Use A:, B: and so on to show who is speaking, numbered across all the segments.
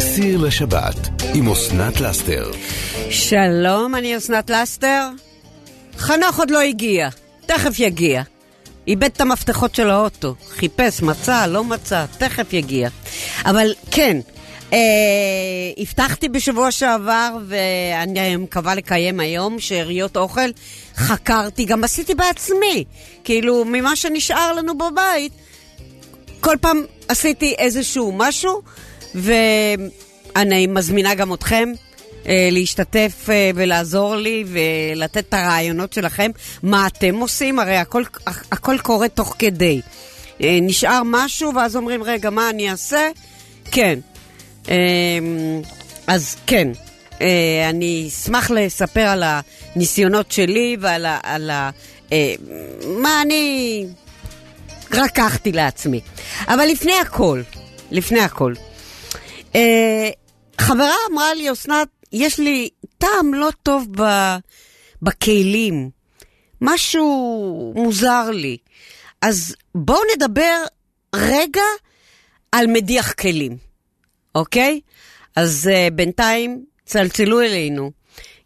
A: סיר לשבת עם אסנת לסטר.
B: שלום, אני אסנת לסטר. חנוך עוד לא הגיע, תכף יגיע. איבד את המפתחות של האוטו, חיפש, מצא, לא מצא, תכף יגיע. אבל כן, אה, הבטחתי בשבוע שעבר, ואני מקווה לקיים היום, שאריות אוכל. חקרתי, גם עשיתי בעצמי. כאילו, ממה שנשאר לנו בבית, כל פעם עשיתי איזשהו משהו, ואני מזמינה גם אתכם אה, להשתתף אה, ולעזור לי ולתת את הרעיונות שלכם, מה אתם עושים, הרי הכל, הכ- הכל קורה תוך כדי. אה, נשאר משהו ואז אומרים, רגע, מה אני אעשה? כן. אה, אז כן, אה, אני אשמח לספר על הניסיונות שלי ועל ה... על ה אה, מה אני רקחתי לעצמי. אבל לפני הכל, לפני הכל, אה, חברה אמרה לי, אסנת, יש לי טעם לא טוב ב, בכלים, משהו מוזר לי. אז בואו נדבר רגע על מדיח כלים, אוקיי? אז אה, בינתיים צלצלו אלינו.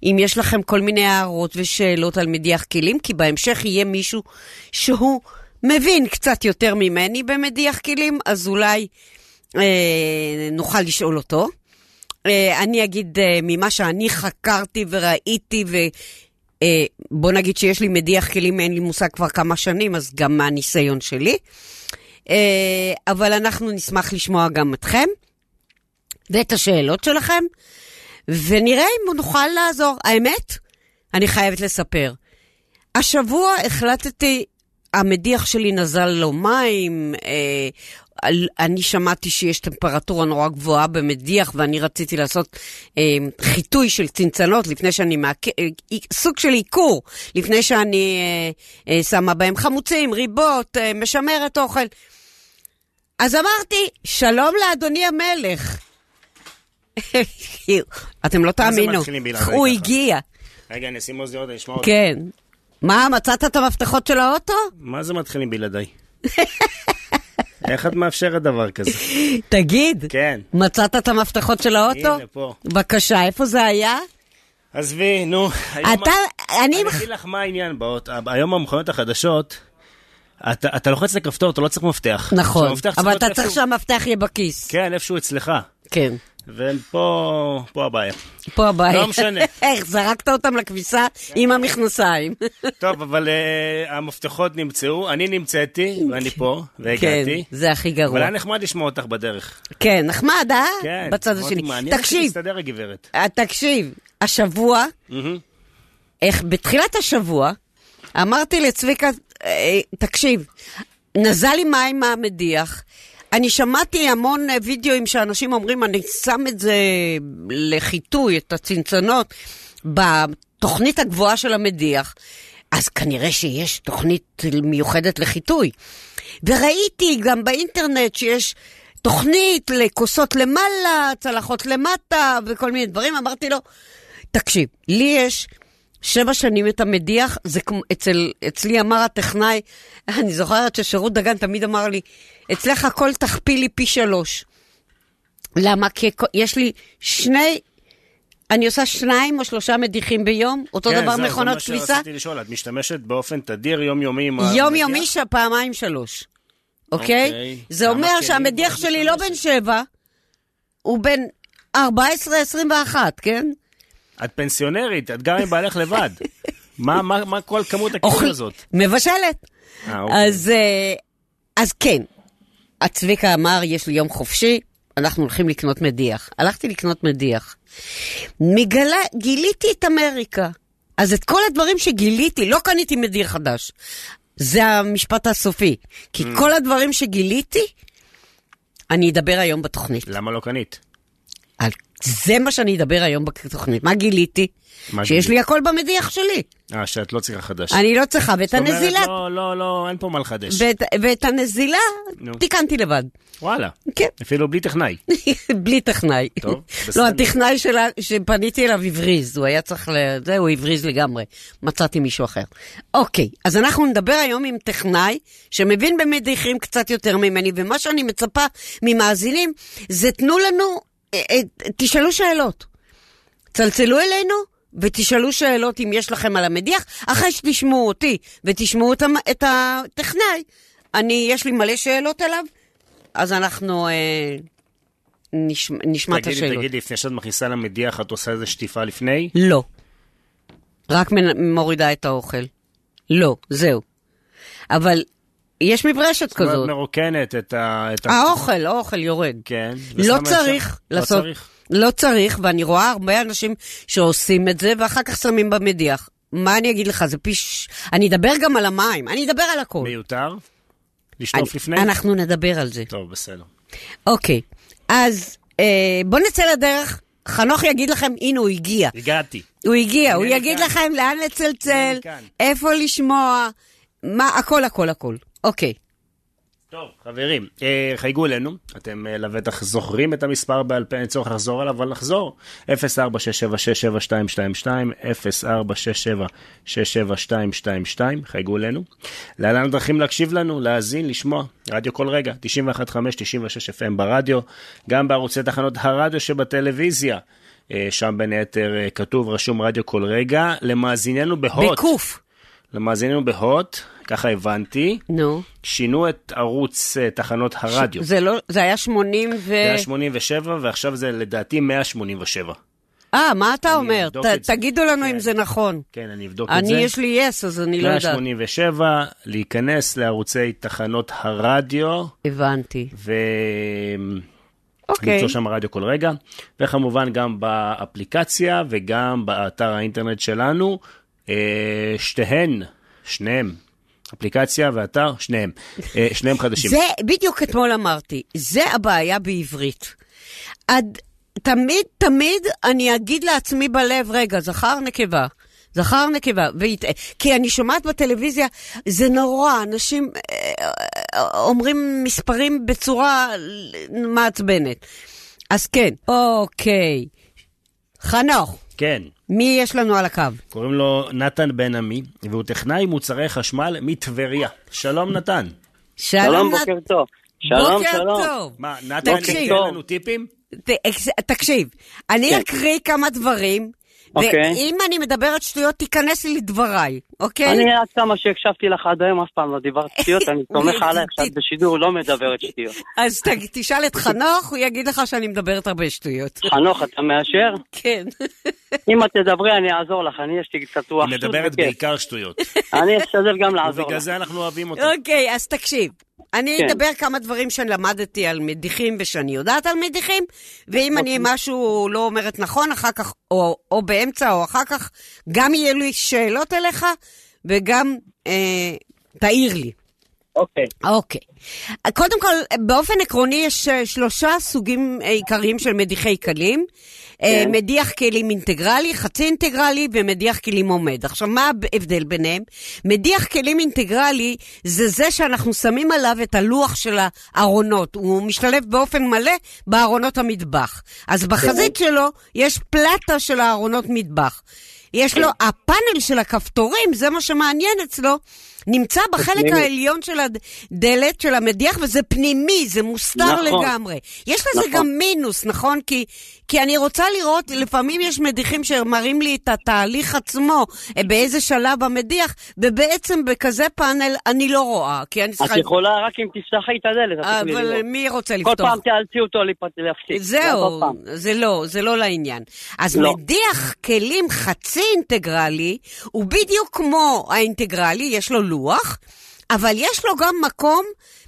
B: אם יש לכם כל מיני הערות ושאלות על מדיח כלים, כי בהמשך יהיה מישהו שהוא מבין קצת יותר ממני במדיח כלים, אז אולי אה, נוכל לשאול אותו. אה, אני אגיד אה, ממה שאני חקרתי וראיתי, ו... אה, בוא נגיד שיש לי מדיח כלים, אין לי מושג כבר כמה שנים, אז גם מהניסיון שלי. אה, אבל אנחנו נשמח לשמוע גם אתכם ואת השאלות שלכם, ונראה אם נוכל לעזור. האמת, אני חייבת לספר. השבוע החלטתי, המדיח שלי נזל לו מים, אה, על- אני שמעתי שיש טמפרטורה נורא גבוהה במדיח, ואני רציתי לעשות אה, חיטוי של צנצנות לפני שאני מעק... אה, אי- סוג של עיקור, לפני שאני אה, אה, שמה בהם חמוצים, ריבות, אה, משמרת אוכל. אז אמרתי, שלום לאדוני המלך. אתם לא
C: מה זה
B: תאמינו,
C: מתחילים בלעדיי
B: הוא
C: ככה?
B: הגיע.
C: רגע, אני אשים אוזניות, אני אשמע אותך.
B: כן. מה, מצאת את המפתחות של האוטו?
C: מה זה מתחילים בלעדיי? איך את מאפשרת דבר כזה?
B: תגיד.
C: כן.
B: מצאת את המפתחות של האוטו?
C: הנה, פה.
B: בבקשה, איפה זה היה?
C: עזבי, נו. היום-
B: אתה, אני...
C: אני אגיד לך מה העניין באות. היום במכוניות החדשות, אתה אתה לוחץ לכפתור, אתה לא צריך מפתח.
B: נכון,
C: שהמפתח
B: אבל
C: להיות
B: אתה צריך
C: איפשהו-
B: שהמפתח יהיה בכיס.
C: כן, איפשהו אצלך.
B: כן.
C: ופה פה הבעיה.
B: פה הבעיה.
C: לא משנה. כן.
B: איך, זרקת אותם לכביסה עם המכנסיים.
C: טוב, אבל אה, המפתחות נמצאו, אני נמצאתי, ואני פה,
B: כן,
C: והגעתי.
B: זה הכי
C: אבל
B: גרוע.
C: היה נחמד לשמוע אותך בדרך.
B: כן, נחמד, אה?
C: כן.
B: בצד
C: אמרתי,
B: השני.
C: מעניין איך
B: תקשיב,
C: תסתדר הגברת.
B: אה, תקשיב, השבוע,
C: מהמם.
B: איך בתחילת השבוע, אמרתי לצביקה, אה, תקשיב, נזל לי מים מהמדיח. אני שמעתי המון אה, וידאוים שאנשים אומרים, אני שם את זה לחיטוי, את הצנצנות, בתוכנית הגבוהה של המדיח. אז כנראה שיש תוכנית מיוחדת לחיטוי. וראיתי גם באינטרנט שיש תוכנית לכוסות למעלה, צלחות למטה וכל מיני דברים. אמרתי לו, תקשיב, לי יש שבע שנים את המדיח, זה כמו, אצל, אצלי אמר הטכנאי, אני זוכרת ששירות דגן תמיד אמר לי, אצלך הכל תכפילי פי שלוש. למה? כי הכ- יש לי שני, אני עושה שניים או שלושה מדיחים ביום, אותו
C: כן,
B: דבר
C: זהו,
B: מכונות
C: זה מה
B: כביסה.
C: שרציתי לשאול, את משתמשת באופן תדיר יומיומי עם
B: יומיומי ש- פעמיים שלוש, אוקיי?
C: אוקיי.
B: זה
C: כמה
B: אומר
C: כלים
B: שהמדיח
C: את
B: שלי לא
C: משתמשת?
B: בן שבע, הוא בן 14-21, כן?
C: את פנסיונרית, את גרה עם בעלך לבד. מה, מה, מה כל כמות
B: אוכל-
C: הכלים הזאת?
B: מבשלת.
C: אה, אוקיי.
B: אז, אה, אז כן, הצביקה אמר, יש לי יום חופשי, אנחנו הולכים לקנות מדיח. הלכתי לקנות מדיח. מגלה, גיליתי את אמריקה. אז את כל הדברים שגיליתי, לא קניתי מדיר חדש. זה המשפט הסופי. כי
C: Mm.
B: כל הדברים שגיליתי, אני אדבר היום בתוכנית.
C: למה לא קנית?
B: על זה מה שאני אדבר היום בתוכנית. מה גיליתי?
C: מה
B: שיש
C: גילית?
B: לי הכל במדיח שלי.
C: אה, שאת לא צריכה חדש.
B: אני לא צריכה, ואת
C: זאת אומרת,
B: הנזילה,
C: לא, לא, לא, אין פה מה לחדש.
B: ואת, ואת הנזילה
C: נו.
B: תיקנתי לבד.
C: וואלה.
B: כן.
C: אפילו בלי טכנאי.
B: בלי טכנאי.
C: טוב, בסדר.
B: לא, הטכנאי שלה, שפניתי אליו הבריז, הוא היה צריך ל... זה, הוא הבריז לגמרי. מצאתי מישהו אחר. אוקיי, אז אנחנו נדבר היום עם טכנאי שמבין במדיחים קצת יותר ממני, ומה שאני מצפה ממאזינים זה תנו לנו אה, אה, תשאלו שאלות. צלצלו אלינו ותשאלו שאלות אם יש לכם על המדיח, אחרי שתשמעו אותי ותשמעו את, המ- את הטכנאי, אני, יש לי מלא שאלות אליו, אז אנחנו אה, נשמע, נשמע את השאלות.
C: תגידי, תגידי, לפני שאת מכניסה למדיח, את עושה איזה שטיפה לפני?
B: לא. רק מנ- מורידה את האוכל. לא, זהו. אבל יש מברשת
C: זאת אומרת,
B: כזאת.
C: מרוקנת את ה... את ה-
B: האוכל, האוכל יורד.
C: כן.
B: לא
C: ושמה
B: צריך
C: ישר-
B: לעשות...
C: לא צריך.
B: לא צריך, ואני רואה הרבה אנשים שעושים את זה, ואחר כך שמים במדיח. מה אני אגיד לך, זה פי... ש- אני אדבר גם על המים, אני אדבר על הכל.
C: מיותר?
B: אני-
C: לשטוף לפני?
B: אנחנו נדבר על זה.
C: טוב, בסדר.
B: אוקיי, אז אה, בוא נצא לדרך. חנוך יגיד לכם, הנה הוא הגיע.
C: הגעתי.
B: הוא הגיע, הוא
C: הנה אני
B: יגיד
C: כאן.
B: לכם לאן
C: הנה
B: לצלצל,
C: אני כאן.
B: איפה לשמוע, מה, הכל, הכל, הכל. אוקיי.
C: טוב, חברים, אה, חייגו אלינו, אתם אה, לבטח זוכרים את המספר בעל פה, אין צורך לחזור עליו, אבל נחזור. 0467672222, 0467672222, חייגו אלינו. להלן הדרכים להקשיב לנו, להאזין, לשמוע, רדיו כל רגע, 91.5-96 FM ברדיו, גם בערוצי תחנות הרדיו שבטלוויזיה. אה, שם בין היתר אה, כתוב, רשום רדיו כל רגע, למאזיננו בהוט.
B: בקוף.
C: למאזיננו בהוט, ככה הבנתי.
B: נו.
C: שינו את ערוץ אה, תחנות הרדיו. זה
B: זה לא, זה היה 80 ו...
C: היה 87 ועכשיו זה לדעתי 187.
B: אה, מה אתה אומר?
C: אבדוק
B: ת-
C: את זה.
B: תגידו לנו
C: כן.
B: אם זה נכון.
C: כן, אני אבדוק את
B: אני,
C: זה.
B: יש לי יס, אז אני לא יודעת.
C: 187, להיכנס לערוצי תחנות הרדיו
B: אוקיי. הבנתי.
C: ולמצוא
B: אוקיי.
C: שם רדיו כל רגע, וכמובן גם באפליקציה וגם באתר האינטרנט שלנו, אה, שתיהן, שניהם, אפליקציה ואתר, שניהם, אה, שניהם חדשים.
B: זה, בדיוק אתמול אמרתי, זה הבעיה בעברית. עד, תמיד, תמיד אני אגיד לעצמי בלב, רגע, זכר נקבה. זכר נקבה, והת... כי אני שומעת בטלוויזיה, זה נורא, אנשים אה, אה, אומרים מספרים בצורה מעצבנת. אז כן, אוקיי. חנוך,
C: כן.
B: מי יש לנו על הקו?
C: קוראים לו נתן בן עמי, והוא טכנאי מוצרי חשמל מטבריה. שלום נתן.
D: שלום,
B: נת-
D: בוקר טוב. שלום,
B: בוקר
D: שלום.
B: טוב.
C: מה, נתן
B: תקשיב.
C: ייתן אוקיי, לנו טיפים?
B: ת- תקשיב, אני
D: כן.
B: אקריא כמה דברים,
D: אוקיי.
B: ואם אני מדברת שטויות, תיכנס לי לדבריי, אוקיי?
D: אני עד כמה שהקשבתי לך עד היום אף פעם לא דיברת שטויות, אני סומך עלייך שאת בשידור לא מדברת שטויות.
B: אז ת- תשאל את חנוך, הוא יגיד לך שאני מדברת הרבה שטויות.
D: חנוך, אתה מאשר?
B: כן.
D: אם את תדברי אני אעזור לך, אני יש לי קצת רוח
C: היא
D: שטות
C: מדברת
D: וכיף.
C: בעיקר שטויות.
D: אני אשתדל גם לעזור
C: ובגלל
D: לך.
C: זה אנחנו אוהבים אותה.
B: אוקיי, אז תקשיב. אני
D: כן.
B: אדבר כמה דברים שלמדתי על מדיחים ושאני יודעת על מדיחים, ואם אני
D: אוקיי.
B: משהו לא אומרת נכון, אחר כך, או, או באמצע או אחר כך, גם יהיו לי שאלות אליך, וגם אה, תעיר לי.
D: אוקיי.
B: אוקיי. קודם כל, באופן עקרוני יש אה, שלושה סוגים אה, עיקריים של מדיחי כלים. אה,
D: כן.
B: מדיח כלים אינטגרלי, חצי אינטגרלי ומדיח כלים עומד. עכשיו, מה ההבדל ביניהם? מדיח כלים אינטגרלי זה זה שאנחנו שמים עליו את הלוח של הארונות. הוא משתלב באופן מלא בארונות המטבח. אז בחזית שלו יש פלטה של הארונות מטבח. יש לו, הפאנל של הכפתורים, זה מה שמעניין אצלו, נמצא בחלק
D: פנימי.
B: העליון של הדלת של המדיח, וזה פנימי, זה מוסתר
D: נכון.
B: לגמרי. יש לזה
D: נכון.
B: גם מינוס, נכון? כי, כי אני רוצה לראות, לפעמים יש מדיחים שמראים לי את התהליך עצמו, אה, באיזה שלב המדיח, ובעצם בכזה פאנל אני לא רואה, כי אני צריכה...
D: את יכולה רק אם תפתחי את הדלת. את תוכלי
B: אבל
D: לראות.
B: מי רוצה
D: כל
B: לפתוח?
D: פעם תאלצי אותו לפת- להפסיק.
B: זהו,
D: כל פעם.
B: זה לא, זה לא לעניין. אז
D: לא.
B: מדיח כלים חצי אינטגרלי, הוא בדיוק כמו האינטגרלי, יש לו לוח, אבל יש לו גם מקום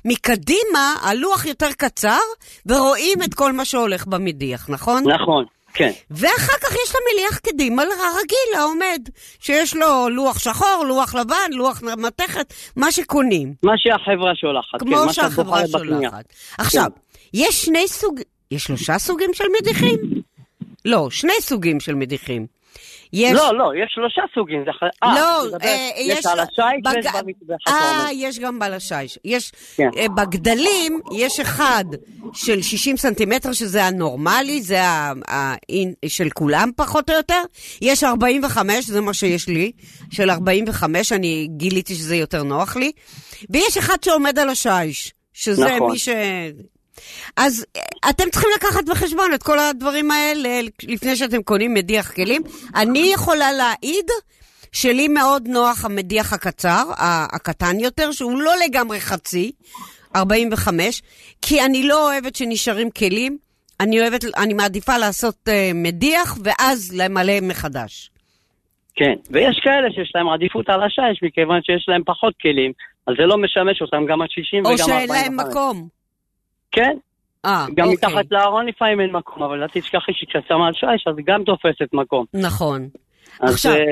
B: מקדימה, הלוח יותר קצר, ורואים את כל מה שהולך במדיח, נכון?
D: נכון, כן.
B: ואחר כך יש למליח קדימה הרגיל, העומד, שיש לו לוח שחור, לוח לבן, לוח מתכת, מה שקונים.
D: מה שהחברה שולחת. כן,
B: כמו
D: מה שאת
B: שהחברה
D: בוחרת בקנייה. כן.
B: שולחת. עכשיו, יש שני סוג... יש שלושה סוגים של מדיחים? לא, שני סוגים של מדיחים. יש...
D: לא, לא, יש שלושה סוגים. זה ח- אה,
B: לא,
D: את מדברת-
B: אה,
D: יש על השיט ויש
B: בג-
D: במטבח. אתה
B: אה,
D: אומר.
B: יש גם בעל השיש. יש...
D: כן.
B: אה, בגדלים יש אחד של 60 סנטימטר, שזה הנורמלי, זה ה- ה- אין- של כולם פחות או יותר. יש 45, זה מה שיש לי, של 45, אני גיליתי שזה יותר נוח לי. ויש אחד שעומד על השיש, שזה
D: נכון.
B: מי ש... אז אה, אתם צריכים לקחת בחשבון את כל הדברים האלה לפני שאתם קונים מדיח כלים. אני יכולה להעיד שלי מאוד נוח המדיח הקצר, ה- הקטן יותר, שהוא לא לגמרי חצי, 45, כי אני לא אוהבת שנשארים כלים. אני אוהבת, אני מעדיפה לעשות אה, מדיח ואז למלא מחדש.
D: כן, ויש כאלה שיש להם עדיפות על השיש, מכיוון שיש להם פחות כלים, אז זה לא משמש אותם גם עד 60 וגם
B: או
D: 45.
B: שאין להם מקום.
D: כן,
B: אה,
D: גם
B: אוקיי.
D: מתחת לארון לפעמים אין מקום, אבל אל תשכחי שכששמה על שיש, אז גם תופסת מקום.
B: נכון.
D: אז,
B: עכשיו-
D: אה,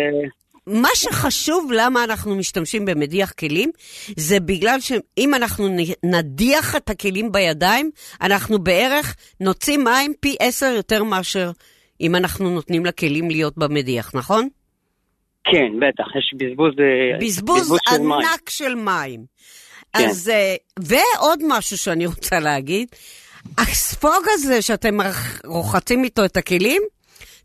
B: מה שחשוב למה אנחנו משתמשים במדיח כלים, זה בגלל שאם אנחנו נ- נדיח את הכלים בידיים, אנחנו בערך נוציא מים פי עשר יותר מאשר אם אנחנו נותנים לכלים להיות במדיח, נכון?
D: כן, בטח, יש בזבוז... אה,
B: בזבוז
D: של מים.
B: ענק של מים.
D: כן.
B: אז, אה, ועוד משהו שאני רוצה להגיד, הספוג הזה שאתם רח- רוחצים איתו את הכלים,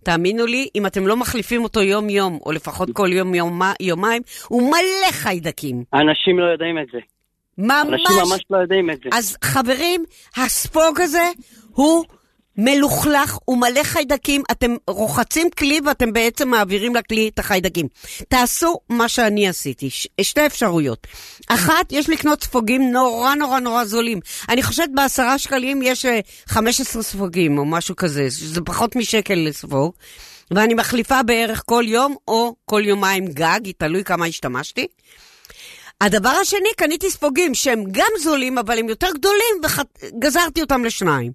B: תאמינו לי, אם אתם לא מחליפים אותו יום-יום, או לפחות כל יום-יומיים, הוא מלא חיידקים.
D: אנשים לא יודעים את זה.
B: ממש.
D: אנשים ממש לא יודעים את זה.
B: אז חברים, הספוג הזה הוא מלוכלך, הוא מלא חיידקים, אתם רוחצים כלי ואתם בעצם מעבירים לכלי את החיידקים. תעשו מה שאני עשיתי, ש- שתי אפשרויות. אחת, יש לקנות ספוגים נורא נורא נורא זולים. אני חושבת בעשרה שקלים יש אה, 15 ספוגים או משהו כזה, שזה פחות משקל לספוג. ואני מחליפה בערך כל יום או כל יומיים גג, תלוי כמה השתמשתי. הדבר השני, קניתי ספוגים שהם גם זולים, אבל הם יותר גדולים, וגזרתי אותם לשניים.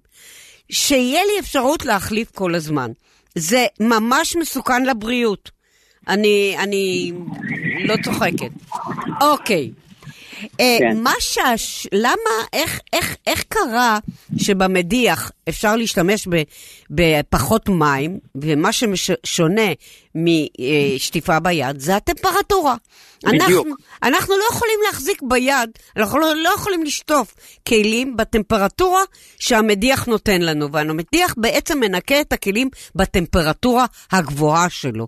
B: שיהיה לי אפשרות להחליף כל הזמן. זה ממש מסוכן לבריאות. אני, אני לא צוחקת. אוקיי. אה,
D: כן.
B: מה שהש... למה, איך, איך, איך קרה שבמדיח אפשר להשתמש ב, בפחות מים, ומה ששונה משטיפה ביד זה הטמפרטורה.
D: בדיוק.
B: אנחנו, אנחנו לא יכולים להחזיק ביד, אנחנו לא, לא יכולים לשטוף כלים בטמפרטורה שהמדיח נותן לנו, והמדיח בעצם מנקה את הכלים בטמפרטורה הגבוהה שלו,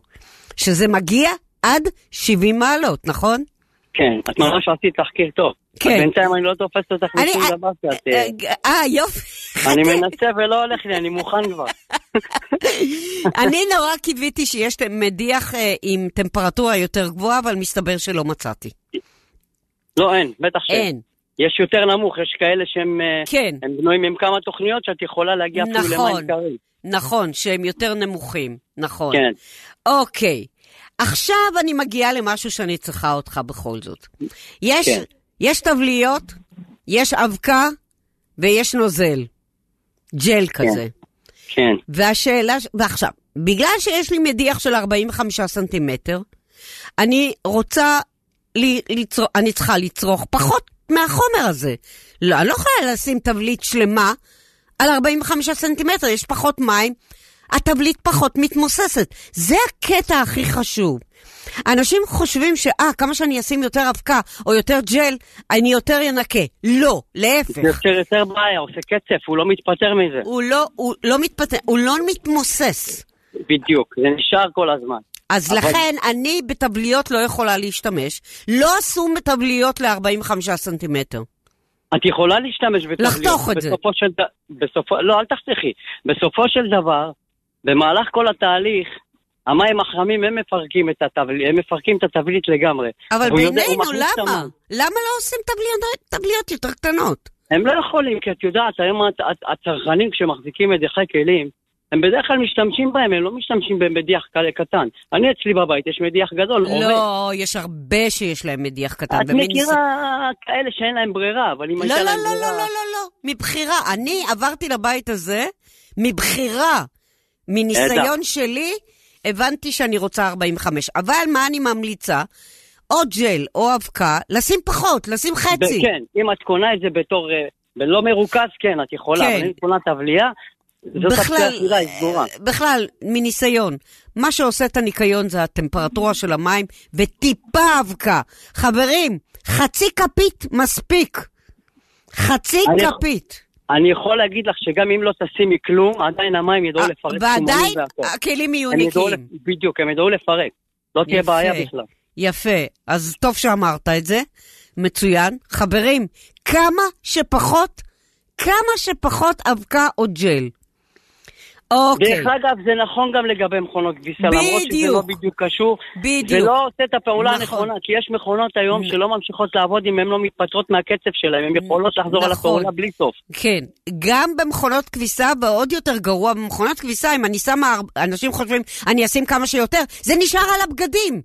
B: שזה מגיע עד 70 מעלות, נכון?
D: כן, את ממש עשית תחקיר טוב.
B: כן.
D: אז בינתיים אני לא תופסת אותך
B: אני-
D: משום דבר שאת... אה,
B: אה, יופי.
D: אני מנסה ולא הולך לי, אני מוכן כבר.
B: אני נורא קיוויתי שיש ת- מדיח אה, עם טמפרטורה יותר גבוהה, אבל מסתבר שלא מצאתי.
D: לא, אין, בטח שאין.
B: אין.
D: יש יותר נמוך, יש כאלה שהם אה,
B: כן.
D: הם בנויים עם כמה תוכניות שאת יכולה להגיע אפילו
B: נכון.
D: למים קרים.
B: נכון, שהם יותר נמוכים, נכון.
D: כן.
B: אוקיי. עכשיו אני מגיעה למשהו שאני צריכה אותך בכל זאת. יש,
D: כן.
B: יש טבליות, יש אבקה ויש נוזל. ג'ל כזה.
D: כן,
B: והשאלה, ש- ועכשיו, בגלל שיש לי מדיח של 45 סנטימטר, אני רוצה, לי, לצר, אני צריכה לצרוך פחות מהחומר הזה. לא, אני לא יכולה לשים תבלית שלמה על 45 סנטימטר, יש פחות מים, התבלית פחות מתמוססת. זה הקטע הכי חשוב. אנשים חושבים שאה, כמה שאני אשים יותר אבקה או יותר ג'ל, אני יותר ינקה. לא,
D: זה
B: להפך.
D: יוצר יותר בעיה, עושה קצף, הוא לא מתפטר מזה.
B: הוא לא, הוא לא מתפתח, הוא לא מתמוסס.
D: בדיוק, זה נשאר כל הזמן.
B: אז
D: אבל-
B: לכן אני בטבליות לא יכולה להשתמש. לא עשו מטבליות ל-45 סנטימטר.
D: את יכולה להשתמש בתבליות.
B: לחתוך את זה.
D: בסופו של ד... בסופו... לא, אל תחתכי. בסופו של דבר, במהלך כל התהליך, המים החמים הם מפרקים את התבלית, הם מפרקים את התבלית לגמרי.
B: אבל
D: הוא יודע- הוא
B: בינינו,
D: מכניס את
B: למה?
D: המים.
B: למה לא עושים טבליות, טבליות יותר קטנות?
D: הם לא יכולים, כי את יודעת, היום הת- הת- הצרכנים כשמחזיקים מדיחי כלים, הם בדרך כלל משתמשים בהם, הם לא משתמשים במדיח כאלה קטן. אני אצלי בבית, יש מדיח גדול, עובד.
B: לא, יש הרבה שיש להם מדיח קטן.
D: את
B: ומי ניסה-
D: מכירה כאלה שאין להם ברירה, אבל אם
B: לא,
D: הייתה
B: לא,
D: להם
B: לא,
D: ברירה...
B: לא, לא, לא, לא, מבחירה. אני עברתי לבית הזה מבחירה. מניסיון שלי, הבנתי שאני רוצה 45. אבל מה אני ממליצה? או ג'ל או אבקה, לשים פחות, לשים חצי.
D: ב- כן, אם את קונה את זה בתור... אה, בלא מרוכז, כן, את יכולה,
B: כן.
D: אבל אם את קונה תבלייה, זאת הפציעה
B: בכלל, אה,
D: היחידה, היא סגורה.
B: בכלל, מניסיון, מה שעושה את הניקיון זה הטמפרטורה של המים וטיפה אבקה. חברים, חצי כפית מספיק. חצי
D: אני- לא-
B: כפית.
D: אני יכול להגיד לך שגם אם לא תשימי כלום, עדיין המים ידעו לא לפרק
B: אה, ועדיין אה,
D: סומנים והכל.
B: הכלים יהיו
D: הם ידעו
B: נקיים.
D: לפ- בדיוק, הם ידעו לפרק. לא תהיה
B: יפה.
D: בעיה בכלל.
B: יפה, אז טוב שאמרת את זה, מצוין. חברים, כמה שפחות כמה שפחות אבקה או ג'ל. אוקיי,
D: דרך אגב, זה נכון גם לגבי מכונות כביסה, למרות שזה
B: בדיוק.
D: לא בדיוק קשור.
B: בדיוק.
D: זה לא עושה את הפעולה
B: נכון.
D: הנכונה, כי יש מכונות היום שלא ממשיכות לעבוד אם הן לא מתפטרות מהקצב שלהן, הן יכולות לחזור על
B: נכון.
D: הפעולה בלי סוף.
B: כן, גם במכונות כביסה, ועוד יותר גרוע, במכונות כביסה, אם אני שמה, הר- אנשים חושבים, אני אשים כמה שיותר, זה נשאר על הבגדים.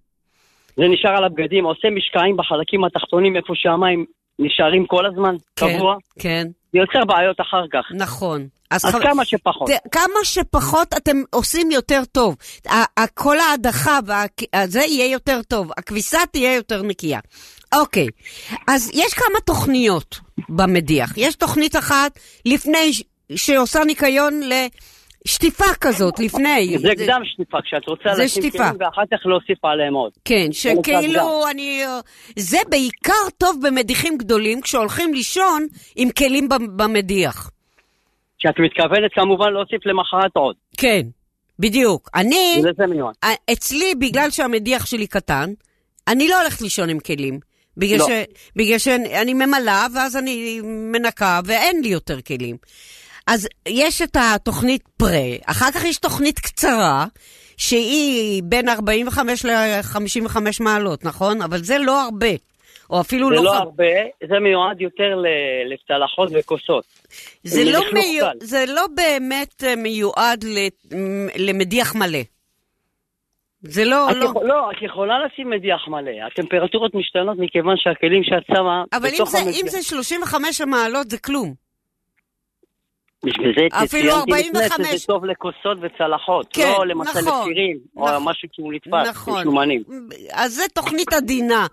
D: זה נשאר על הבגדים, עושה משקעים בחלקים התחתונים איפה שהמים נשארים כל הזמן, קבוע,
B: כן,
D: זה יוצר בעיות אחר כך.
B: נכון.
D: אז
B: חב-
D: כמה שפחות.
B: זה, כמה שפחות אתם עושים יותר טוב. ה- ה- כל ההדחה, וה- זה יהיה יותר טוב. הכביסה תהיה יותר נקייה. אוקיי, אז יש כמה תוכניות במדיח. יש תוכנית אחת לפני ש- שעושה ניקיון לשטיפה כזאת, לפני.
D: זה קדם שטיפה, כשאת רוצה
B: זה
D: לשים
B: שטיפה.
D: כלים ואחר כך להוסיף עליהם עוד.
B: כן, שכאילו
D: גם.
B: אני... זה בעיקר טוב במדיחים גדולים, כשהולכים לישון עם כלים במ- במדיח.
D: כשאת מתכוונת כמובן להוסיף למחרת עוד.
B: כן, בדיוק. אני...
D: זה זה מיועד.
B: אצלי, בגלל שהמדיח שלי קטן, אני לא הולכת לישון עם כלים. בגלל,
D: לא.
B: ש... בגלל שאני ממלאה, ואז אני מנקה, ואין לי יותר כלים. אז יש את התוכנית פרה, אחר כך יש תוכנית קצרה, שהיא בין 45 ל-55 מעלות, נכון? אבל זה לא הרבה. או אפילו
D: זה
B: לא...
D: לא
B: חם.
D: הרבה, זה מיועד יותר ל- לצלחות וכוסות.
B: זה, לא
D: לכלוך
B: מיוע...
D: קל.
B: זה לא באמת אה, מיועד ל... למדיח מלא. זה לא...
D: את
B: לא...
D: יכול- לא, את יכולה לשים מדיח מלא, הטמפרטורות משתנות מכיוון שהכלים שאת שמה
B: אבל אם
D: בתוך
B: זה,
D: המדיח.
B: אם זה 35 מעלות זה כלום.
D: בשביל זה
B: אפילו
D: ציינתי לפני כן
B: 45.
D: שזה טוב לכוסות וצלחות,
B: כן,
D: לא למשל
B: נכון,
D: לסירים, או
B: נכון.
D: משהו שהוא נתפס,
B: נכון.
D: משומנים.
B: אז זו תוכנית עדינה,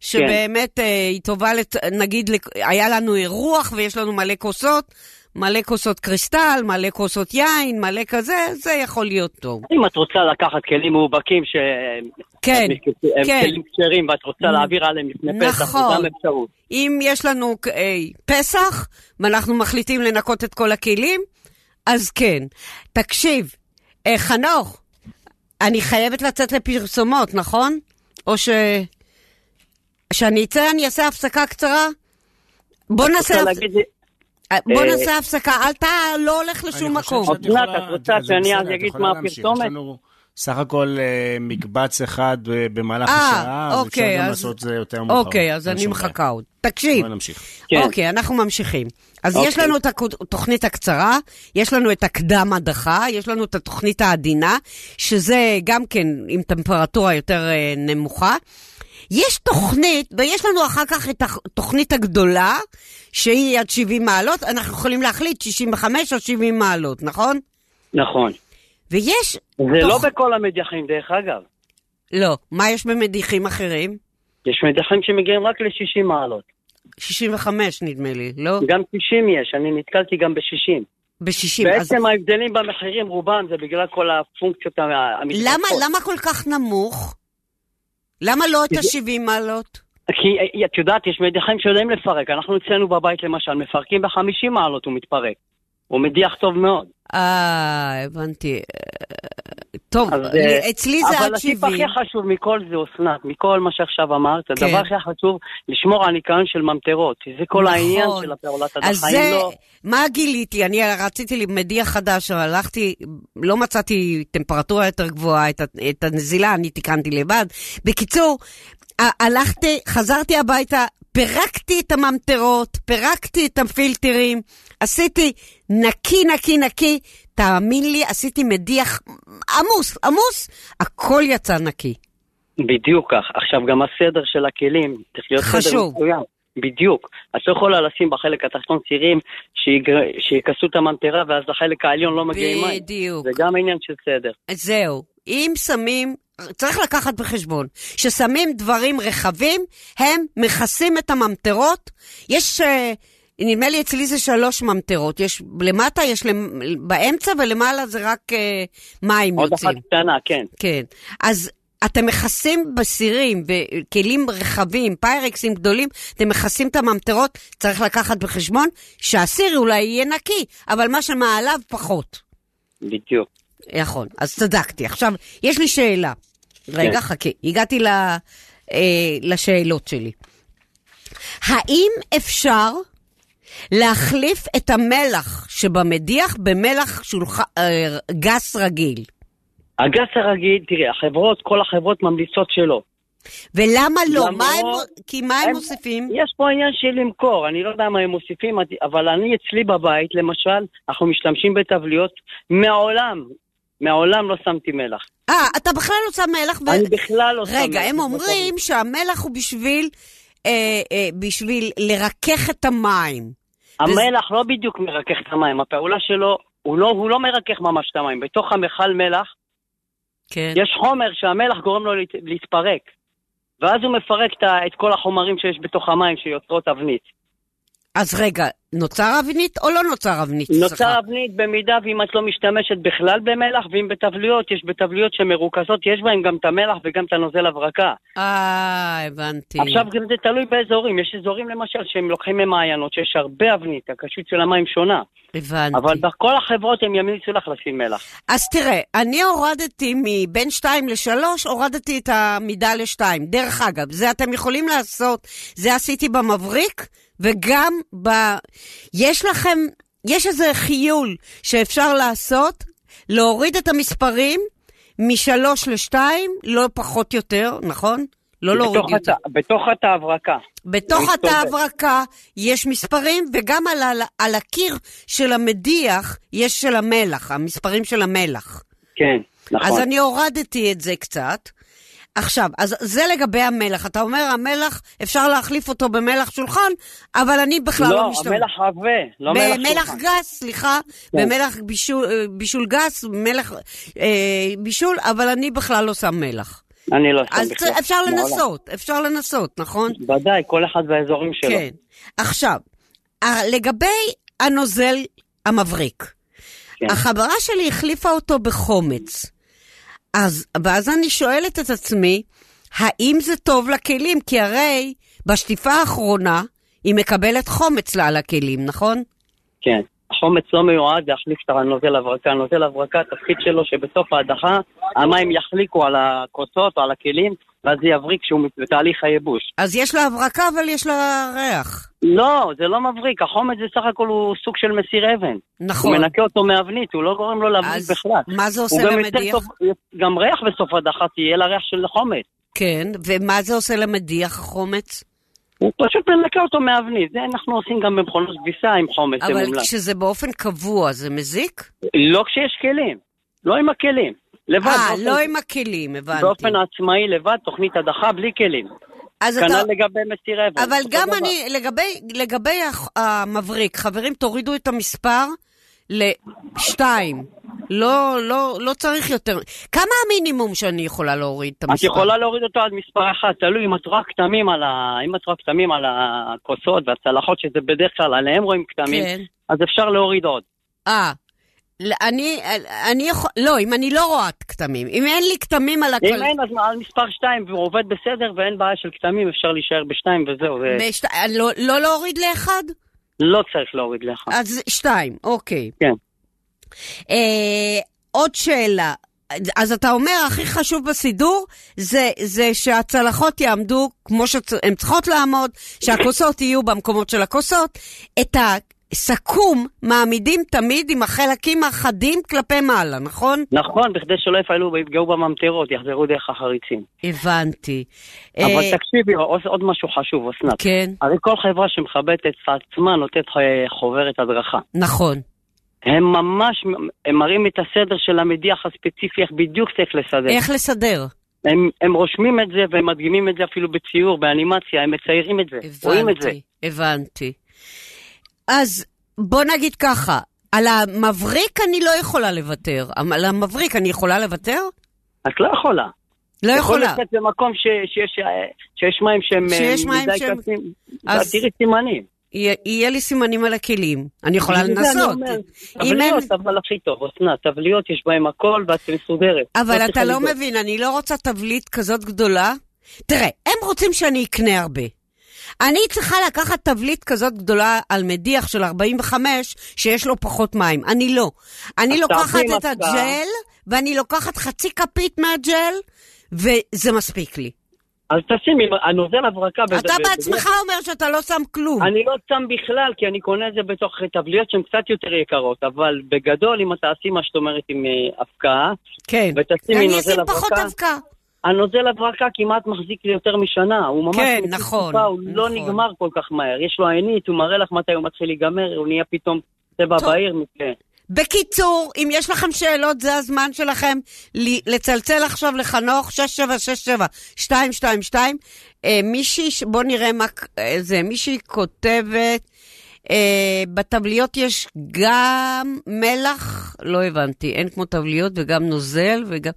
B: שבאמת אה, היא טובה, לת... נגיד, לק- היה לנו אירוח ויש לנו מלא כוסות, מלא כוסות קריסטל, מלא כוסות יין, מלא כזה, זה יכול להיות טוב.
D: אם את רוצה לקחת כלים מאובקים שהם
B: כן,
D: הם
B: כן.
D: כלים כשרים ואת רוצה להעביר עליהם לפני פסח, זה
B: נכון.
D: גם אפשרות.
B: אם יש לנו אה, פסח, ואנחנו מחליטים לנקות את כל הכלים, אז כן. תקשיב, אה, חנוך, אני חייבת לצאת לפרסומות, נכון? או ש... שאני אצא, אני אעשה הפסקה קצרה? בוא נעשה,
D: רוצה
B: הפס...
D: להגיד לי-
B: אה, בוא
D: אה,
B: נעשה הפסקה, אל ת... לא הולך לשום
C: אני חושב
B: מקום.
C: שאת
D: אסנת,
C: יכולה-
D: את רוצה
C: זה
D: שאני אז
C: בסדר, את
D: אגיד
C: יכולה
D: מה
C: להמשיך.
D: הפרסומת?
C: יש לנו סך הכל אה, מקבץ אחד אה, במהלך
B: אה,
C: השעה, אז אפשר
B: אוקיי,
C: גם
B: אז-
C: לעשות זה יותר מאוחר.
B: אוקיי, אז
C: אין
B: אני
C: שום בעיה.
B: מחכה עוד. תקשיב,
C: בוא נמשיך.
D: כן.
B: אוקיי, אנחנו ממשיכים. אז יש
D: אוקיי.
B: לנו את התוכנית הקצרה, יש לנו את הקדם הדחה, יש לנו את התוכנית העדינה, שזה גם כן עם טמפרטורה יותר אה, נמוכה. יש תוכנית, ויש לנו אחר כך את התוכנית הגדולה, שהיא עד 70 מעלות, אנחנו יכולים להחליט 65 או 70 מעלות, נכון?
D: נכון.
B: ויש...
D: זה
B: תוכ-
D: לא בכל המדיחים, דרך אגב.
B: לא, מה יש במדיחים אחרים?
D: יש מדיחים שמגיעים רק ל-60 מעלות.
B: 65 נדמה לי, לא?
D: גם 90 יש, אני נתקלתי גם ב-60.
B: ב-60. כן, אז
D: בעצם ההבדלים במחירים, רובם, זה בגלל כל הפונקציות ה- המתחלפות.
B: למה, למה כל כך נמוך? למה לא את ה-70 מעלות?
D: כי אה, את יודעת, יש מדיחים שיודעים לפרק. אנחנו אצלנו בבית למשל, מפרקים ב-50 מעלות הוא מתפרק. הוא מדיח טוב מאוד.
B: אה, הבנתי. אה, טוב,
D: אז, אה,
B: אצלי זה
D: אבל
B: עד
D: הטיפ
B: 70.
D: הכי חשוב מכל זה, אסנת, מכל מה שעכשיו אמרת,
B: כן.
D: הדבר הכי חשוב, לשמור על ניקיון של ממטרות. כי זה כל
B: נכון.
D: העניין של הפעולת
B: אז
D: הדחה.
B: זה,
D: אם לא...
B: מה גיליתי? אני רציתי לי מדיח חדש, אבל הלכתי, לא מצאתי טמפרטורה יותר גבוהה, את, ה- את הנזילה, אני תיקנתי לבד. בקיצור, ה- הלכתי, חזרתי הביתה, פירקתי את הממטרות, פירקתי את הפילטרים, עשיתי נקי, נקי, נקי. תאמין לי, עשיתי מדיח עמוס, עמוס, הכל יצא נקי.
D: בדיוק כך. עכשיו, גם הסדר של הכלים צריך להיות סדר
B: חשוב.
D: מסוים. בדיוק. את לא יכולה לשים בחלק התחתון סירים שיגר- שיכסו את הממטרה ואז לחלק העליון לא מגיעים מים.
B: בדיוק.
D: זה גם עניין של סדר.
B: אז זהו. אם שמים, צריך לקחת בחשבון, ששמים דברים רחבים, הם מכסים את הממטרות. יש, אה, נדמה לי אצלי זה שלוש ממטרות. יש למטה, יש למ... באמצע, ולמעלה זה רק אה, מים
D: עוד
B: יוצאים.
D: אחת קטנה, כן.
B: כן. אז אתם מכסים בסירים וכלים רחבים, פיירקסים גדולים, אתם מכסים את הממטרות, צריך לקחת בחשבון שהסיר אולי יהיה נקי, אבל מה שמעליו פחות.
D: בדיוק.
B: נכון, אז צדקתי. עכשיו, יש לי שאלה. רגע,
D: כן.
B: חכה. הגעתי ל, אה, לשאלות שלי. האם אפשר להחליף את המלח שבמדיח במלח שולח... אה, גס רגיל.
D: הגס הרגיל, תראי, החברות, כל החברות ממליצות שלא.
B: ולמה לא?
D: למרות-
B: מה הם... כי מה הם
D: הם-
B: מוסיפים?
D: יש פה עניין של למכור, אני לא יודע מה הם מוסיפים, אבל אני אצלי בבית, למשל, אנחנו משתמשים בתבליות, מעולם, מעולם לא שמתי מלח.
B: אה, אתה בכלל לא שם מלח ו...
D: אני בכלל לא שם
B: רגע,
D: מלח.
B: הם אומרים שהמלח הוא בשביל... אה, אה, בשביל לרכך את המים.
D: המלח לא בדיוק מרכך את המים, הפעולה שלו, הוא לא, הוא לא מרכך ממש את המים. בתוך המכל מלח,
B: כן.
D: יש חומר שהמלח גורם לו להת- להתפרק. ואז הוא מפרק את ה- את כל החומרים שיש בתוך המים שיוצרות אבנית.
B: אז רגע, נוצר אבנית או לא נוצר אבנית?
D: נוצר
B: סליחה.
D: אבנית במידה ואם את לא משתמשת בכלל במלח, ואם בתבליות, יש בתבליות שמרוכזות, יש בהן גם את המלח וגם את הנוזל הברקה.
B: אה, הבנתי.
D: עכשיו גם זה תלוי באזורים, יש אזורים למשל שהם לוקחים ממעיינות, שיש הרבה אבנית, הקשות של המים שונה.
B: הבנתי.
D: אבל בכל החברות הם ימליצו לך לשים מלח.
B: אז תראה, אני הורדתי מבין 2 ל-3, הורדתי את המידה ל-2. דרך אגב, זה אתם יכולים לעשות, זה עשיתי במבריק, וגם ב... יש לכם, יש איזה חיול שאפשר לעשות, להוריד את המספרים משלוש לשתיים, לא פחות יותר, נכון? לא להוריד
D: בתוך
B: יותר.
D: התא- בתוך התא הברקה.
B: בתוך התא
D: מסתובב.
B: הברקה יש מספרים, וגם על, על, על הקיר של המדיח יש של המלח, המספרים של המלח.
D: כן,
B: אז
D: נכון.
B: אני הורדתי את זה קצת. עכשיו, אז זה לגבי המלח. אתה אומר, המלח, אפשר להחליף אותו במלח שולחן, אבל אני בכלל לא,
D: לא,
B: משתמש.
D: המלח עבה, לא מלח
B: במלח
D: שולחן. כן.
B: גס, סליחה, במלח בישול, אה, בישול גס, מלח אה, בישול, אבל אני בכלל לא שם מלח.
D: אני לא שם
B: אז
D: בכלל.
B: אפשר
D: מעולם.
B: לנסות, אפשר לנסות, נכון?
D: ודאי, כל אחד והאזורים שלו.
B: כן. עכשיו, ה- לגבי הנוזל המבריק,
D: כן.
B: החברה שלי החליפה אותו בחומץ. אז, ואז אני שואלת את עצמי, האם זה טוב לכלים? כי הרי בשטיפה האחרונה היא מקבלת חומץ לה על הכלים, נכון?
D: כן. החומץ לא מיועד להחליף את הנוזל הברקה. נוזל הברקה, התפקיד שלו שבסוף ההדחה המים יחליקו על הכוסות או על הכלים, ואז זה יבריק כשהוא מת- בתהליך הייבוש.
B: אז יש לה הברקה, אבל יש לה ריח.
D: לא, זה לא מבריק. החומץ זה סך הכל הוא סוג של מסיר אבן.
B: נכון.
D: הוא מנקה אותו מאבנית, הוא לא גורם לו להבריק
B: אז
D: בכלל.
B: מה זה עושה
D: הוא גם יוצר
B: למדיח?
D: סוף- גם ריח בסוף ההדחה תהיה לריח של חומץ.
B: כן, ומה זה עושה למדיח החומץ?
D: הוא פשוט מנקה אותו מאבנית. זה אנחנו עושים גם במכונות כביסה עם חומץ, זה
B: אבל
D: מומלץ.
B: כשזה באופן קבוע, זה מזיק?
D: לא כשיש כלים, לא עם הכלים. לבד,
B: אה,
D: באופן-
B: לא עם הכלים, הבנתי.
D: באופן עצמאי לבד, תוכנית הדחה בלי כלים.
B: אז אתה...
D: כנ"ל לגבי מסיר אבן.
B: אבל
D: אותו
B: גם
D: דבר.
B: אני, לגבי, לגבי הח- המבריק, חברים, תורידו את המספר לשתיים. לא, לא, לא צריך יותר. כמה המינימום שאני יכולה להוריד את
D: את
B: המספר?
D: יכולה להוריד אותו עד מספר אחת, תלוי אם את רואה כתמים על ה... אם את רואה כתמים על הכוסות והצלחות, שזה בדרך כלל עליהם רואים כתמים,
B: כן.
D: אז אפשר להוריד עוד.
B: אה. ל- אני, אני יכול, לא, אם אני לא רואה כתמים, אם אין לי כתמים על
D: אם
B: הכל,
D: אין, אז על מספר שתיים, והוא עובד בסדר ואין בעיה של כתמים, אפשר להישאר בשתיים וזהו. זה...
B: בשת... לא, לא להוריד לאחד?
D: לא צריך להוריד לך.
B: אז שתיים, אוקיי.
D: כן.
B: אה, עוד שאלה. אז אתה אומר, הכי חשוב בסידור זה, זה שהצלחות יעמדו כמו שהן צריכות לעמוד, שהכוסות יהיו במקומות של הכוסות. את הסכו"ם מעמידים תמיד עם החלקים החדים כלפי מעלה, נכון?
D: נכון, בכדי שלא יפעלו ויפגעו בממטרות, יחזרו דרך החריצים.
B: הבנתי.
D: אבל
B: אה,
D: תקשיבי, עוד עוד משהו חשוב, אסנת.
B: כן,
D: הרי כל חברה שמכבדת את עצמה נותנת אה, חוברת הדרכה.
B: נכון.
D: הם ממש, הם מראים את הסדר של המדיח הספציפי, איך בדיוק צריך לסדר.
B: איך לסדר?
D: הם, הם רושמים את זה והם מדגימים את זה אפילו בציור, באנימציה, הם מציירים את זה, רואים את זה.
B: הבנתי, הבנתי. אז בוא נגיד ככה, על המבריק אני לא יכולה לוותר. על המבריק אני יכולה לוותר?
D: את לא יכולה.
B: לא יכולה.
D: יכול לצאת במקום ש, שיש, אה, שיש מים שהם אה,
B: שיש מים
D: מדי
B: שהם-
D: קצים.
B: אז-
D: אז תראי סימנים.
B: יהיה- יהיה לי סימנים על הכלים. אני יכולה
D: בגלל זה אני
B: לנסות.
D: אומר,
B: אם אין...
D: תבליות, אבל לא, הכי טוב, אסנת, תבליות יש בהם הכל ואת מסודרת.
B: אבל אתה
D: צריכה
B: לא
D: לדאוג.
B: מבין, אני לא רוצה תבליט כזאת גדולה. תראה, הם רוצים שאני אקנה הרבה. אני צריכה לקחת תבליט כזאת גדולה על מדיח של 45, שיש לו פחות מים. אני לא. אני
D: אז
B: לוקחת
D: תעשי
B: את
D: מסע.
B: הג'ל, ואני לוקחת חצי כפית מהג'ל, וזה מספיק לי.
D: אז תשים עם הנוזל הברקה... בזה-
B: אתה
D: בזה-
B: בעצמך אומר שאתה לא שם כלום.
D: אני לא שם בכלל, כי אני קונה את זה בתוך טבליות שהן קצת יותר יקרות, אבל בגדול, אם אתה עושים מה שאת אומרת עם אה, הבקעה,
B: כן.
D: ותשים עם
B: אני
D: נוזל
B: אשים פחות
D: הברקה,
B: אבקה.
D: הנוזל הברקה כמעט מחזיק לי יותר משנה, הוא ממש...
B: כן,
D: מקיף
B: נכון,
D: טיפה, הוא לא
B: נכון.
D: נגמר כל כך מהר, יש לו עינית, הוא מראה לך מתי הוא מתחיל להיגמר, הוא נהיה פתאום צבע
B: טוב. אה,
D: בהיר מזה.
B: בקיצור, אם יש לכם שאלות, זה הזמן שלכם ל- לצלצל עכשיו לחנוך, 6767-222. אה, מישהי, ש- בוא נראה מה ק- אה, זה, מישהי כותבת, אה, בטבליות יש גם מלח, לא הבנתי, אין כמו טבליות וגם נוזל וגם...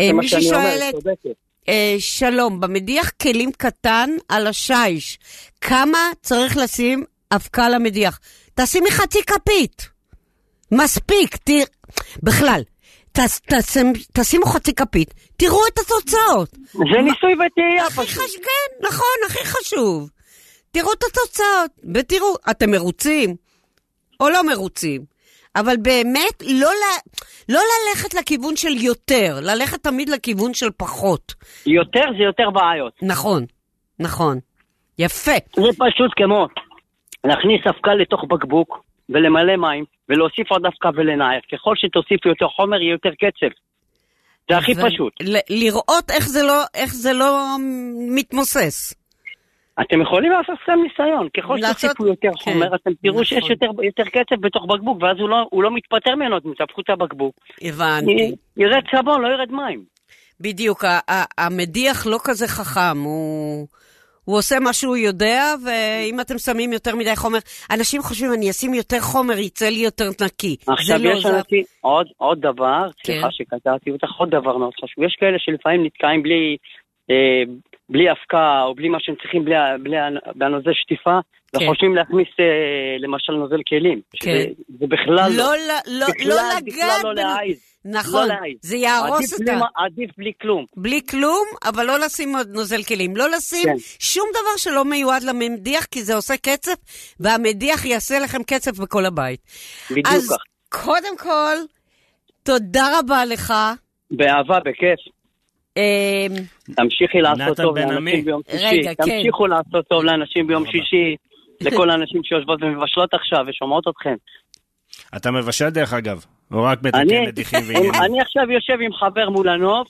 B: אה,
D: זה מה
B: מישהי
D: שאני אומר,
B: שואלת,
D: צודקת.
B: אה, שלום, במדיח כלים קטן על השיש, כמה צריך לשים אבקה למדיח? תשימי חצי כפית. מספיק, ת... בכלל. ת, תשים, תשימו חצי כפית, תראו את התוצאות.
D: זה ניסוי וטעייה
B: הכי
D: פשוט.
B: חשוב, כן, נכון, הכי חשוב. תראו את התוצאות, ותראו, אתם מרוצים או לא מרוצים. אבל באמת, לא, ל... לא ללכת לכיוון של יותר, ללכת תמיד לכיוון של פחות.
D: יותר זה יותר בעיות.
B: נכון, נכון. יפה.
D: זה פשוט כמו להכניס אבקה לתוך בקבוק ולמלא מים ולהוסיף עוד אבקה ולנער. ככל שתוסיף יותר חומר יהיה יותר קצב. זה הכי
B: ו-
D: פשוט.
B: ל- לראות איך זה לא, איך זה לא מתמוסס.
D: אתם יכולים לעשות סתם ניסיון. ככל
B: לעשות-
D: שתוסיפו יותר
B: כן.
D: חומר, אתם תראו שיש
B: נכון.
D: יותר יותר קצב בתוך בקבוק, ואז הוא לא- הוא לא מתפטר ממנו, אתם תהפכו את הבקבוק.
B: הבנתי.
D: ירד סבון, לא ירד מים.
B: בדיוק, ה- ה- המדיח לא כזה חכם, הוא... הוא עושה מה שהוא יודע, ואם אתם שמים יותר מדי חומר, אנשים חושבים, אני אשים יותר חומר, יצא לי יותר נקי.
D: עכשיו
B: זה לא,
D: יש
B: זה-
D: אנשים, עוד, עוד דבר,
B: כן.
D: סליחה שקטעתי אותך, עוד דבר מאוד חשוב, יש כאלה שלפעמים נתקעים בלי, אה, בלי אבקה או בלי מה שהם צריכים, בלי, ה- בלי ה- בנוזל שטיפה,
B: כן.
D: וחושבים להכניס אה, למשל נוזל כלים, שזה,
B: כן.
D: זה בכלל
B: לא, ל- לא,
D: בכלל,
B: לא
D: בכלל
B: לגעת
D: לא
B: בנו-
D: להעיז.
B: נכון,
D: לא להעיז.
B: זה יהרוס
D: עדיף
B: אותה.
D: בלי, מה- עדיף בלי כלום.
B: בלי כלום, אבל לא לשים עוד נוזל כלים. לא לשים כן.
D: כן.
B: שום דבר שלא מיועד למדיח, כי זה עושה קצף, והמדיח יעשה לכם קצף בכל הבית.
D: בדיוק
B: אז
D: כך.
B: קודם כל, תודה רבה לך.
D: באהבה, בכיף.
B: אמ,
D: תמשיכי לעשות
C: נתן
D: טוב
C: בן עמי.
D: לאנשים ביום
B: רגע,
D: שישי.
B: כן.
D: תמשיכו לעשות טוב לאנשים ביום שישי. לכל האנשים שיושבות ומבשלות עכשיו ושומעות אתכם.
C: אתה מבשל דרך אגב, או רק מתקן
D: אני,
C: נדיחים ועניינים.
D: אני עכשיו יושב עם חבר מול הנוף,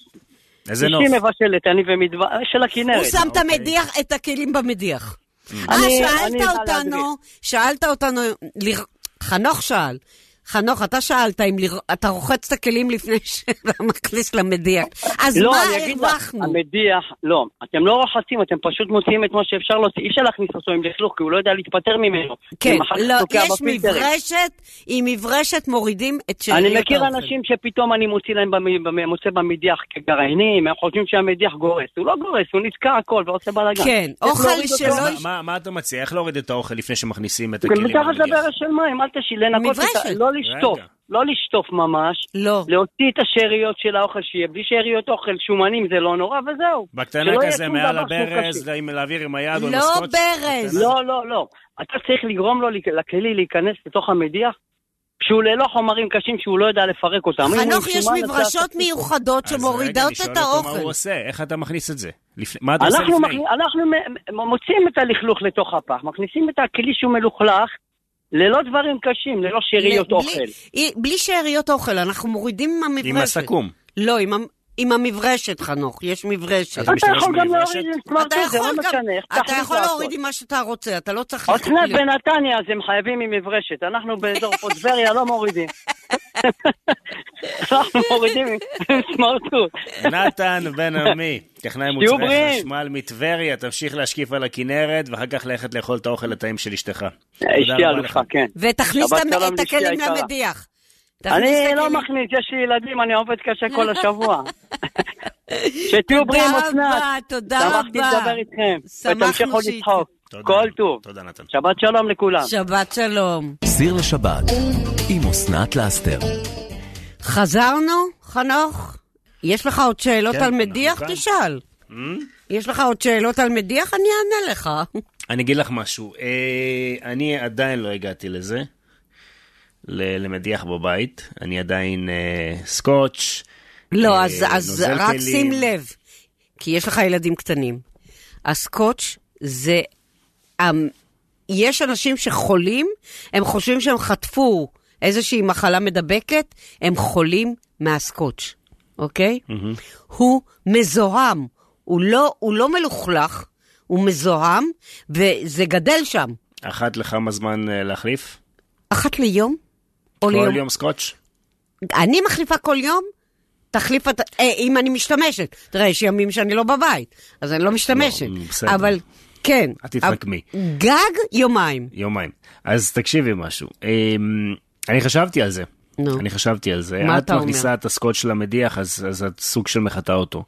C: איזה נוף.
D: אשתי מבשלת, אני ומדבר, אה, של
B: הוא
D: הכנרת.
B: שם את המדיח, את הכלים במדיח. אה,
D: אוקיי. אני- אני
B: שאלת
D: בא
B: אותנו, שאלת אותנו, לר- חנוך שאל. חנוך, אתה שאלת אם לר- אתה רוחץ את הכלים לפני שאתה מכניס למדיח. אז
D: לא,
B: מה
D: אני אגיד לך,
B: הרווחנו?
D: המדיח, לא, אתם לא רוחצים, אתם פשוט מוציאים את מה שאפשר להוציא, אי אפשר להכניס אותו עם לכלוך, כי הוא לא יודע להתפטר ממנו.
B: כן,
D: אם אחר כך
B: לא,
D: תוקע
B: יש
D: בפילטרים.
B: מברשת, עם מברשת מורידים את שאריות
D: אני מכיר
B: האוכל.
D: אנשים שפתאום אני מוציא להם, במ- במ- מוצא במדיח כגרעינים, הם חושבים שהמדיח גורס, הוא לא גורס, הוא נתקע הכל ועושה בלאגן.
B: כן, אוכל שלא-
C: אז
B: לא
C: מה-
B: יש-
C: מה- מה אתה מציע? איך להוריד את האוכל לפני שמכניסים את הכלים?
D: מתחת
C: למדיח?
D: לברש של מים, אל תשאיר, לנקות את ה...
B: מברשת.
D: לא לשטוף,
C: כאילו רגע.
D: לא לשטוף ממש,
B: לא.
D: להוציא את השאריות של האוכל שיהיה, בלי שאריות אוכל, שומנים זה לא נורא, וזהו.
C: בקטנה
D: שלא יהיה
C: כזה,
D: שום
C: מעל
D: דבר שהוא
C: הברז,
D: קשה.
C: עם- להעביר עם היד או עם
B: לא
C: הסקוץ'.
B: ברז.
C: בקטנה.
D: לא, לא, לא. אתה צריך לגרום לו, לכלי להיכנס לתוך המדיח, כשהוא ללא חומרים קשים שהוא לא יודע לפרק אותם. אם הוא
B: חנוך,
D: עם
B: יש
D: שומן, אתה-
B: מברשות מיוחדות
C: אז רגע,
B: שמורידות
C: לשאול
B: את
C: אותו מה הוא
B: האוכל.
C: עושה, איך אתה מכניס את זה? לפני- מה אתה עושה
D: אנחנו,
C: לפני?
D: מכ- אנחנו מ- מ- מוציאים את הלכלוך לתוך הפח, מכניסים את הכלי שהוא מלוכלך, ללא דברים קשים, ללא שאריות
B: בלי-
D: אוכל.
B: אי- בלי שאריות אוכל, אנחנו מורידים עם המברשת.
C: עם הסכו"ם.
B: לא, עם המ- עם המברשת, חנוך, יש מברשת.
C: אתה
D: אתה יכול גם
C: משתמש
D: להוריד עם
C: במברשת?
D: סמרטוט, זה לא
B: גם-
D: משנה, איך
B: אתה
D: תחליט
B: יכול להוריד
D: לעשות.
B: עם מה שאתה רוצה, אתה לא צריך...
D: אסנת
B: להיות-
D: בנתניה, אז הם חייבים עם מברשת. אנחנו באזור פה טבריה לא מורידים. אנחנו מורידים עם עם סמרטוט.
C: נתן בן עמי, טכנאי
D: שתהיו
C: מוצרי
D: בריאים.
C: חשמל מטבריה, תמשיך להשקיף על הכנרת, ואחר כך ללכת לאכול את האוכל הטעים של אשתך.
D: אה, אשתי
C: תודה רבה
D: אלופה,
C: לך.
D: כן.
B: ותכניס את
D: שבת
B: המ-
D: שלום
B: את
D: לאשתי
B: הכלים
D: היקרה.
B: למדיח. תכניס את
D: אני לא
B: הכלים.
D: מכניס, יש לי ילדים, אני עובד קשה כל השבוע. שתהיו בריאים,
B: תודה
D: אסנת.
B: רבה, תודה
D: שמחתי
B: רבה.
D: לדבר איתכם.
B: שמחנו
D: ותמשיכו
B: שהת-
D: לצחוק.
C: תודה.
D: כל טוב.
C: תודה, נתן.
D: שבת שלום לכולם.
B: שבת שלום.
A: סיר לשבת עם אסנת לאסתר.
B: חזרנו, חנוך? יש לך עוד שאלות
C: כן,
B: על מדיח?
C: אנחנו כאן.
B: תשאל. יש לך עוד שאלות על מדיח? אני אענה לך.
C: אני אגיד לך משהו, אה, אני עדיין לא הגעתי לזה, ל- למדיח בבית, אני עדיין אה, סקוץ'.
B: לא,
C: אה,
B: אז- אז
C: נוזל
B: רק
C: כלים.
B: שים לב, כי יש לך ילדים קטנים. הסקוץ' זה... המ- יש אנשים שחולים, הם חושבים שהם חטפו איזושהי מחלה מדבקת, הם חולים מהסקוץ', אוקיי? הוא מזוהם, הוא לא, הוא לא מלוכלך, הוא מזוהם, וזה גדל שם.
C: אחת לכמה זמן אה, להחליף?
B: אחת ליום? או
C: כל
B: ליום?
C: יום סקוץ'?
B: אני מחליפה כל יום, תחליף את... אה, אם אני משתמשת. תראה, יש ימים שאני לא בבית, אז אני לא משתמשת.
C: לא, בסדר.
B: אבל כן.
C: את תתחכמי.
B: אבל גג יומיים.
C: יומיים. אז תקשיבי משהו. אמ, אני חשבתי על זה.
B: נו.
C: אני חשבתי על זה.
B: מה
C: את
B: אתה אומר?
C: מכניסה את הסקוץ' למדיח, אז, אז את סוג של מחטא אותו.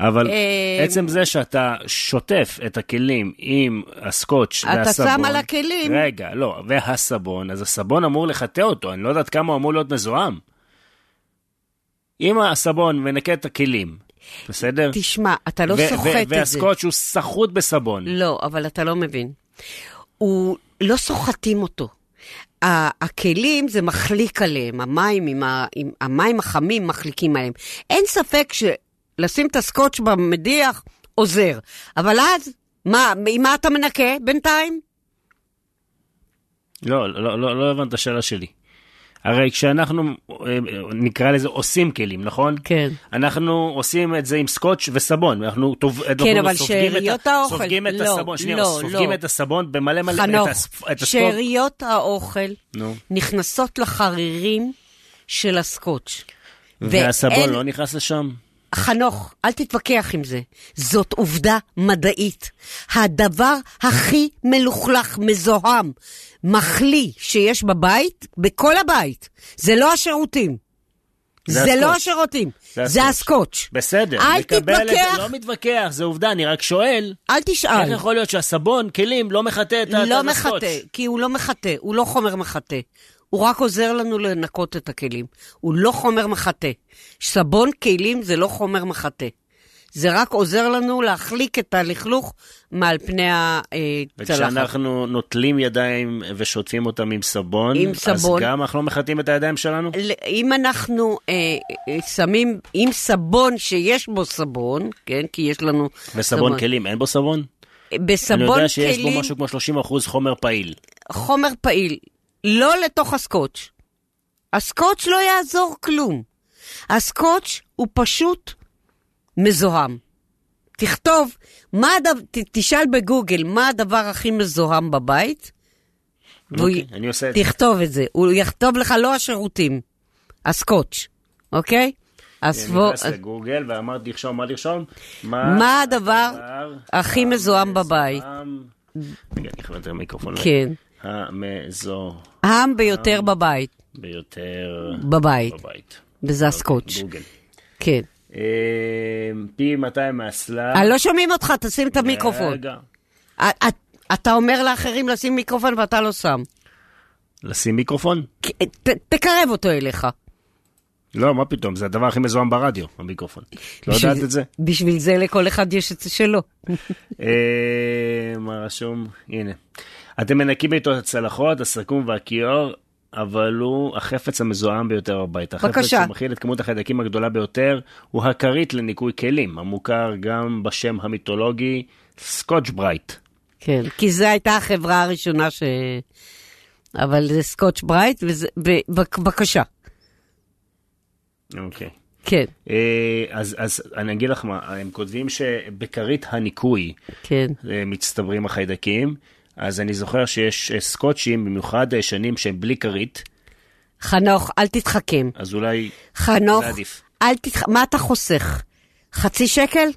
C: אבל
B: אמ,
C: עצם זה שאתה שוטף את הכלים עם הסקוץ'
B: אתה
C: והסבון...
B: שם על הכלים.
C: רגע, לא, והסבון, אז הסבון אמור לחטא אותו, אני לא יודעת כמה הוא אמור להיות מזוהם. אם הסבון מנקה את הכלים, בסדר?
B: תשמע, אתה לא
C: ו- ו-
B: סוחט את זה.
C: והסקוץ' הוא סחוט בסבון.
B: לא, אבל אתה לא מבין. הוא, לא סוחטים אותו. ה- הכלים זה מחליק עליהם, המים, עם ה, עם, המים החמים מחליקים עליהם. אין ספק שלשים את הסקוץ' במדיח עוזר, אבל אז, מה, עם מה אתה מנקה בינתיים?
C: לא, לא, לא, לא הבנת את השאלה שלי. הרי כשאנחנו, אה, נקרא לזה, עושים כלים, נכון?
B: כן.
C: אנחנו עושים את זה עם שאוץ' וסבון, אנחנו, טוב, אנחנו
B: כן, אבל
C: סופגים
B: שאריות
C: את, ה-
B: האוכל,
C: סופגים את
B: לא,
C: הסבון, שנייה,
B: לא,
C: סופגים
B: לא.
C: את הסבון במלא מלא,
B: חנוך,
C: את, הספ- את הספורט.
B: שאריות האוכל
C: נו.
B: נכנסות לחרירים של הסקוץ'.
C: והסבון
B: ואין-
C: לא נכנס לשם?
B: חנוך, אל תתווכח עם זה. זאת עובדה מדעית. הדבר הכי מלוכלך, מזוהם, מחליא שיש בבית, בכל הבית, זה לא השירותים.
C: זה
B: זה לא
C: הסקוץ'.
B: השירותים,
C: זה
B: זה
C: הסקוץ'.
B: הסקוץ'.
C: בסדר,
B: אל
C: נקבל את זה, לא
B: תתווכח,
C: מתווכח, זה עובדה, אני רק שואל,
B: אל
C: איך
B: תשאל.
C: יכול להיות שהסבון, כלים, לא מחטא את ה-
B: לא
C: את הסקוץ'?
B: מחטא, כי הוא לא מחטא, הוא לא חומר מחטא. הוא רק עוזר לנו לנקות את הכלים. הוא לא חומר מחטא. סבון כלים זה לא חומר מחטא. זה רק עוזר לנו להחליק את הלכלוך מעל פני הצלחת.
C: וכשאנחנו כן, נוטלים ידיים ושוטפים אותם עם סבון,
B: עם
C: אז
B: סבון.
C: גם אנחנו לא מחטאים את הידיים שלנו?
B: ל- אם אנחנו אה, אה, שמים, אם סבון שיש בו סבון, כן, כי יש לנו
C: וסבון כלים, אין בו סבון?
B: בסבון
C: אני
B: כלים...
C: יודע שיש בו משהו כמו 30% חומר פעיל.
B: חומר פעיל, לא לתוך הסקוץ'. הסקוץ' לא יעזור כלום. הסקוץ' הוא פשוט מזוהם. תכתוב, מה הדבר, ת, תשאל בגוגל מה הדבר הכי מזוהם בבית, והוא
C: אוקיי,
B: י-
C: אני עושה את זה.
B: תכתוב את זה. הוא יכתוב לך לא השירותים, הסקוץ', אוקיי? הסבו...
C: נכנס לגוגל ואמרת לרשום, מה לרשום?
B: מה הדבר הכי מזוהם בבית?
C: רגע, אני אכוון את המיקרופון.
B: כן.
C: המזוהם
B: העם ביותר בבית,
C: ביותר
B: בבית,
C: בבית. אוקיי,
B: וזה הסקוץ',
C: גוגל.
B: כן.
C: אה, פי 200 מהסלאם.
B: אה, לא שומעים אותך, תשים את המיקרופון.
C: רגע.
B: את- את- אתה אומר לאחרים לשים מיקרופון ואתה לא שם.
C: לשים מיקרופון?
B: כי- ת- תקרב אותו אליך.
C: לא, מה פתאום, זה הדבר הכי מזוהם ברדיו, המיקרופון. לא
B: בשביל-
C: יודעת את זה?
B: בשביל זה לכל אחד יש את שלו.
C: אה, מה רשום? הנה. אתם מנקים איתו את הצלחות, הסכו"ם והכיור, אבל הוא החפץ המזוהם ביותר בבית. החפץ
B: בבקשה.
C: שמכיל את כמות החיידקים הגדולה ביותר הוא הכרית לניקוי כלים, המוכר גם בשם המיתולוגי סקוטש ברייט.
B: כן, כי זו הייתה החברה הראשונה ש... אבל זה סקוטש ברייט, וזה- ב- בק- בבקשה.
C: אוקיי.
B: כן,
C: אה, אז, אז אני אגיד לך מה, הם כותבים שבכרית הניקוי
B: כן.
C: אה, מצטברים החיידקים, אז אני זוכר שיש אה, סקוטשים, במיוחד הישנים שהם בלי כרית,
B: חנוך, אל תתחכם.
C: אז אולי
B: חנוך,
C: זה עדיף.
B: אל תתח... מה אתה חוסך? חצי שקל?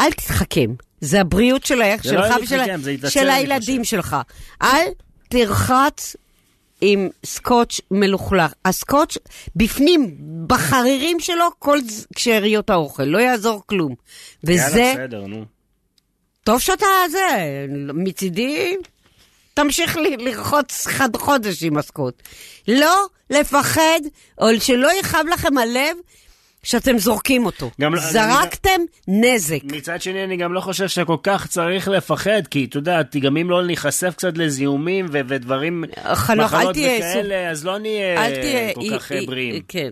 B: אל תתחכם. זה הבריאות שלך,
C: זה לא
B: שלך
C: היה
B: ושל
C: להתחכם, זה התעצל,
B: של
C: אני
B: הילדים שלך. אל תרחץ עם סקוץ' מלוכלך. הסקוץ' בפנים, בחרירים שלו, כל ז- שאריות האוכל. לא יעזור כלום. וזה,
C: יאללה, בסדר, נו.
B: טוב שאתה זה, מצידי, תמשיך ל- לרחוץ חד חודש עם הסקוט. לא לפחד, או שלא יכאב לכם הלב שאתם זורקים אותו.
C: גם לא-
B: זרקתם נזק.
C: מצד שני, אני גם לא חושב שכל כך צריך לפחד, כי אתה יודע, גם אם לא ניחשף קצת לזיהומים ו- ודברים,
B: חנוך, אל
C: מחלות
B: תהיה
C: וכאלה, אז לא נהיה
B: אל תהיה...
C: כל
B: אי-
C: כך אה,
B: אי-
C: בריאים.
B: כן.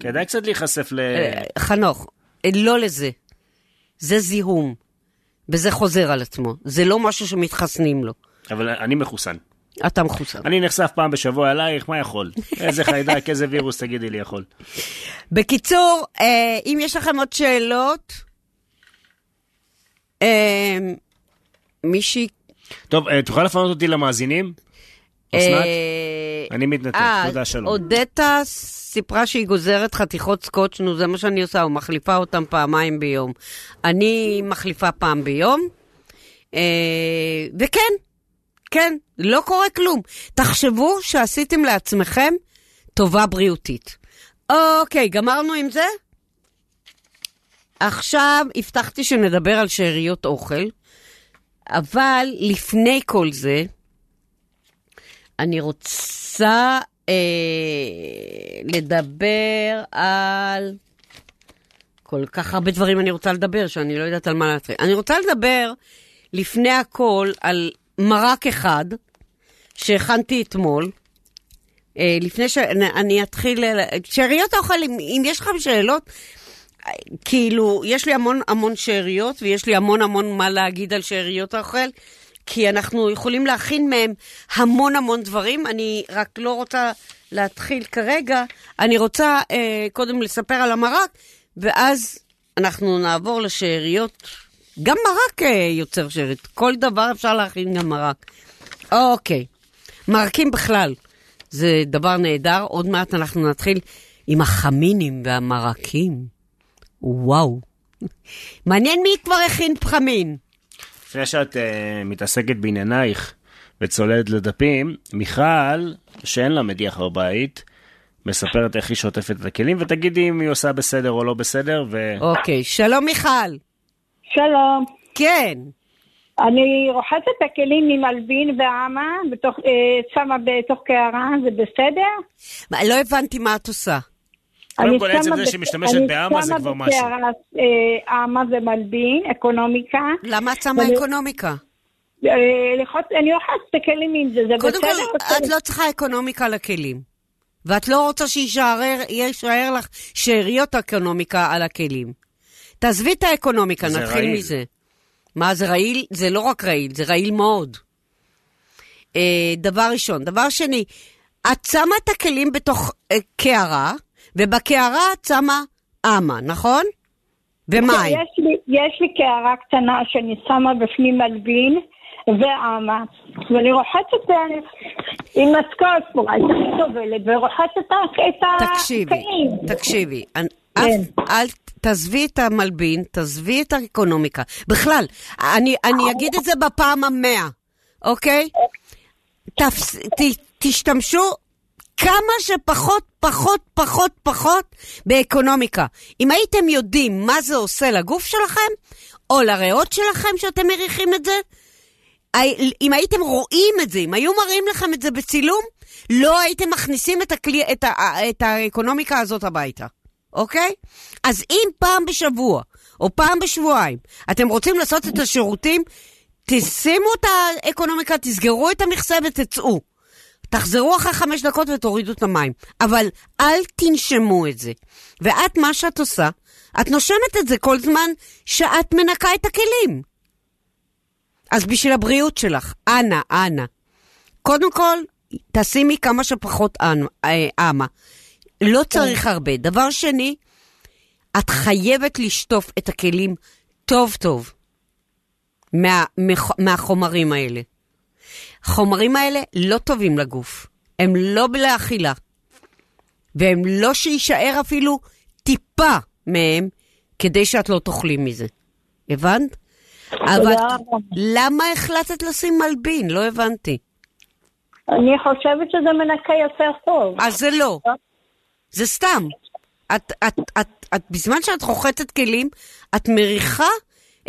C: כדאי קצת להיחשף ל...
B: אה, חנוך, אה, לא לזה. זה זיהום. וזה חוזר על עצמו. זה לא משהו שמתחסנים לו.
C: אבל אני מחוסן.
B: אתה מחוסן.
C: אני נחשף פעם בשבוע אלייך, מה יכול? איזה חיידק, איזה וירוס, תגידי לי, יכול.
B: בקיצור, אה, אם יש לכם עוד שאלות, אה, מישהי...
C: טוב, אה, את יכולה לפנות אותי למאזינים? אסנת?
B: אה,
C: אני מתנתק,
B: אה,
C: תודה, שלום.
B: אודטה סיפרה שהיא גוזרת חתיכות סקוץ', נו, זה מה שאני עושה, הוא מחליפה אותם פעמיים ביום. אני מחליפה פעם ביום, אה, וכן, כן, לא קורה כלום. תחשבו שעשיתם לעצמכם טובה בריאותית. אוקיי, גמרנו עם זה? עכשיו הבטחתי שנדבר על שאריות אוכל, אבל לפני כל זה, אני רוצה אה, לדבר על... כל כך הרבה דברים אני רוצה לדבר, שאני לא יודעת על מה להתחיל. אני רוצה לדבר, לפני הכל, על מרק אחד שהכנתי אתמול. אה, לפני שאני אני אתחיל... ל- שאריות האוכל, אם, אם יש לכם שאלות, אה, כאילו, יש לי המון המון שאריות, ויש לי המון המון מה להגיד על שאריות האוכל, כי אנחנו יכולים להכין מהם המון המון דברים. אני רק לא רוצה להתחיל כרגע, אני רוצה אה, קודם לספר על המרק, ואז אנחנו נעבור לשאריות. גם מרק אה, יוצר שארית, כל דבר אפשר להכין גם מרק. אוקיי. מרקים בכלל, זה דבר נהדר. עוד מעט אנחנו נתחיל עם החמינים והמרקים. וואו. מעניין מי כבר הכין פחמין.
C: לפני שאת אה, מתעסקת בעניינייך וצוללת לדפים, מיכל, שאין לה מדיח בבית, מספרת איך היא שוטפת את הכלים, ותגידי אם היא עושה בסדר או לא בסדר, ו...
B: אוקיי, שלום מיכל.
E: שלום.
B: כן.
E: אני רוחצת את הכלים ממלבין ועמה, בתוך, אה, שמה בתוך קערה, זה בסדר?
B: מה, לא הבנתי מה את עושה.
C: קודם
E: אני
C: כל, עצם
E: שמה
C: זה
E: בק-
C: שהיא משתמשת בעמה זה כבר משהו.
E: אני שמה בקערה אה, עמה זה מלבין, אקונומיקה.
C: לא.
B: למה את שמה
E: אני-
B: אקונומיקה?
E: אה, לחוץ- אני רוחצת את הכלים עם זה, זה
B: קודם
E: בסדר?
B: כל, את לא צריכה אקונומיקה לכלים. ואת לא רוצה שיישאר יישאר לך שאריות אקונומיקה על הכלים. תעזבי את האקונומיקה,
C: זה
B: נתחיל
C: רעיל.
B: מזה. מה, זה רעיל? זה לא רק רעיל, זה רעיל מאוד. אה, דבר ראשון. דבר שני, את שמה את הכלים בתוך אה, קערה, ובקערה את שמה אמה, נכון? ומים.
E: יש לי, יש לי קערה קטנה שאני שמה בפנים מלבין ועמה, ואני רוחצת אה, עם משכורת פה, אני סובלת, ורוחצת את ה-
B: תקשיבי,
E: הכלים.
B: תקשיבי. אני-
E: כן.
B: אף- אל ת- תעזבי את המלבין, תעזבי את האקונומיקה. בכלל, אני, אני אגיד את זה בפעם המאה, אוקיי? תפס, ת, תשתמשו כמה שפחות, פחות, פחות, פחות באקונומיקה. אם הייתם יודעים מה זה עושה לגוף שלכם, או לריאות שלכם שאתם מריחים את זה, הי- אם הייתם רואים את זה, אם היו מראים לכם את זה בצילום, לא הייתם מכניסים את, הכלי, את, ה, את האקונומיקה הזאת הביתה, אוקיי? אז אם פעם בשבוע, או פעם בשבועיים, אתם רוצים לעשות את השירותים, תשימו את האקונומיקה, תסגרו את המכסה ותצאו. תחזרו אחרי חמש דקות ותורידו את המים. אבל אל תנשמו את זה. ואת, מה שאת עושה, את נושמת את זה כל זמן שאת מנקה את הכלים. אז בשביל הבריאות שלך, אנא, אנא. קודם כל, תשימי כמה שפחות אנ- אה, אמה. לא צריך הרבה. דבר שני, את חייבת לשטוף את הכלים טוב-טוב מה, מח, מהחומרים האלה. החומרים האלה לא טובים לגוף. הם לא לאכילה. והם לא שיישאר אפילו טיפה מהם, כדי שאת לא תאכלי מזה. הבנת? אבל
E: רבה.
B: למה החלטת לשים מלבין? לא הבנתי.
E: אני חושבת שזה מנקה יותר טוב.
B: אז זה לא. זה סתם. את, את, את, את, את, בזמן שאת חוחטת כלים, את מריחה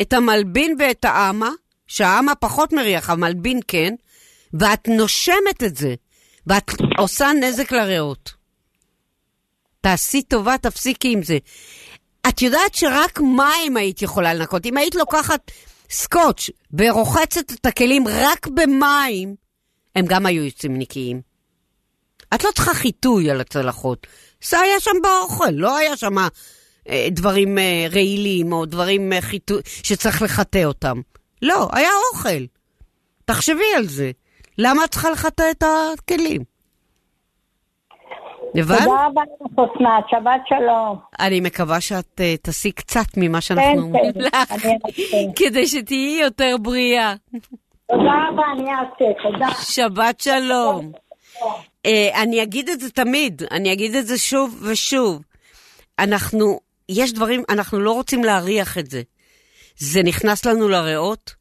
B: את המלבין ואת האמה, שהאמה פחות מריח, המלבין כן, ואת נושמת את זה, ואת עושה נזק לריאות. תעשי טובה, תפסיקי עם זה. את יודעת שרק מים היית יכולה לנקות. אם היית לוקחת סקוץ' ורוחצת את הכלים רק במים, הם גם היו יוצאים נקיים. את לא צריכה חיטוי על הצלחות. זה היה שם באוכל, לא היה שם אה, דברים אה, רעילים או דברים אה, חיטו... שצריך לחטא אותם. לא, היה אוכל. תחשבי על זה. למה את צריכה לחטא את הכלים? הבנת?
E: תודה רבה לך, אסנת, שבת שלום.
B: אני מקווה שאת אה, תעשי קצת ממה שאנחנו אומרים
E: כן,
B: לך,
E: אני אעשה.
B: כדי שתהיי יותר בריאה.
E: תודה רבה, אני אעשה, תודה.
B: שבת שלום. אה, אני אגיד את זה תמיד, אני אגיד את זה שוב ושוב. אנחנו, יש דברים, אנחנו לא רוצים להריח את זה. זה נכנס לנו לריאות,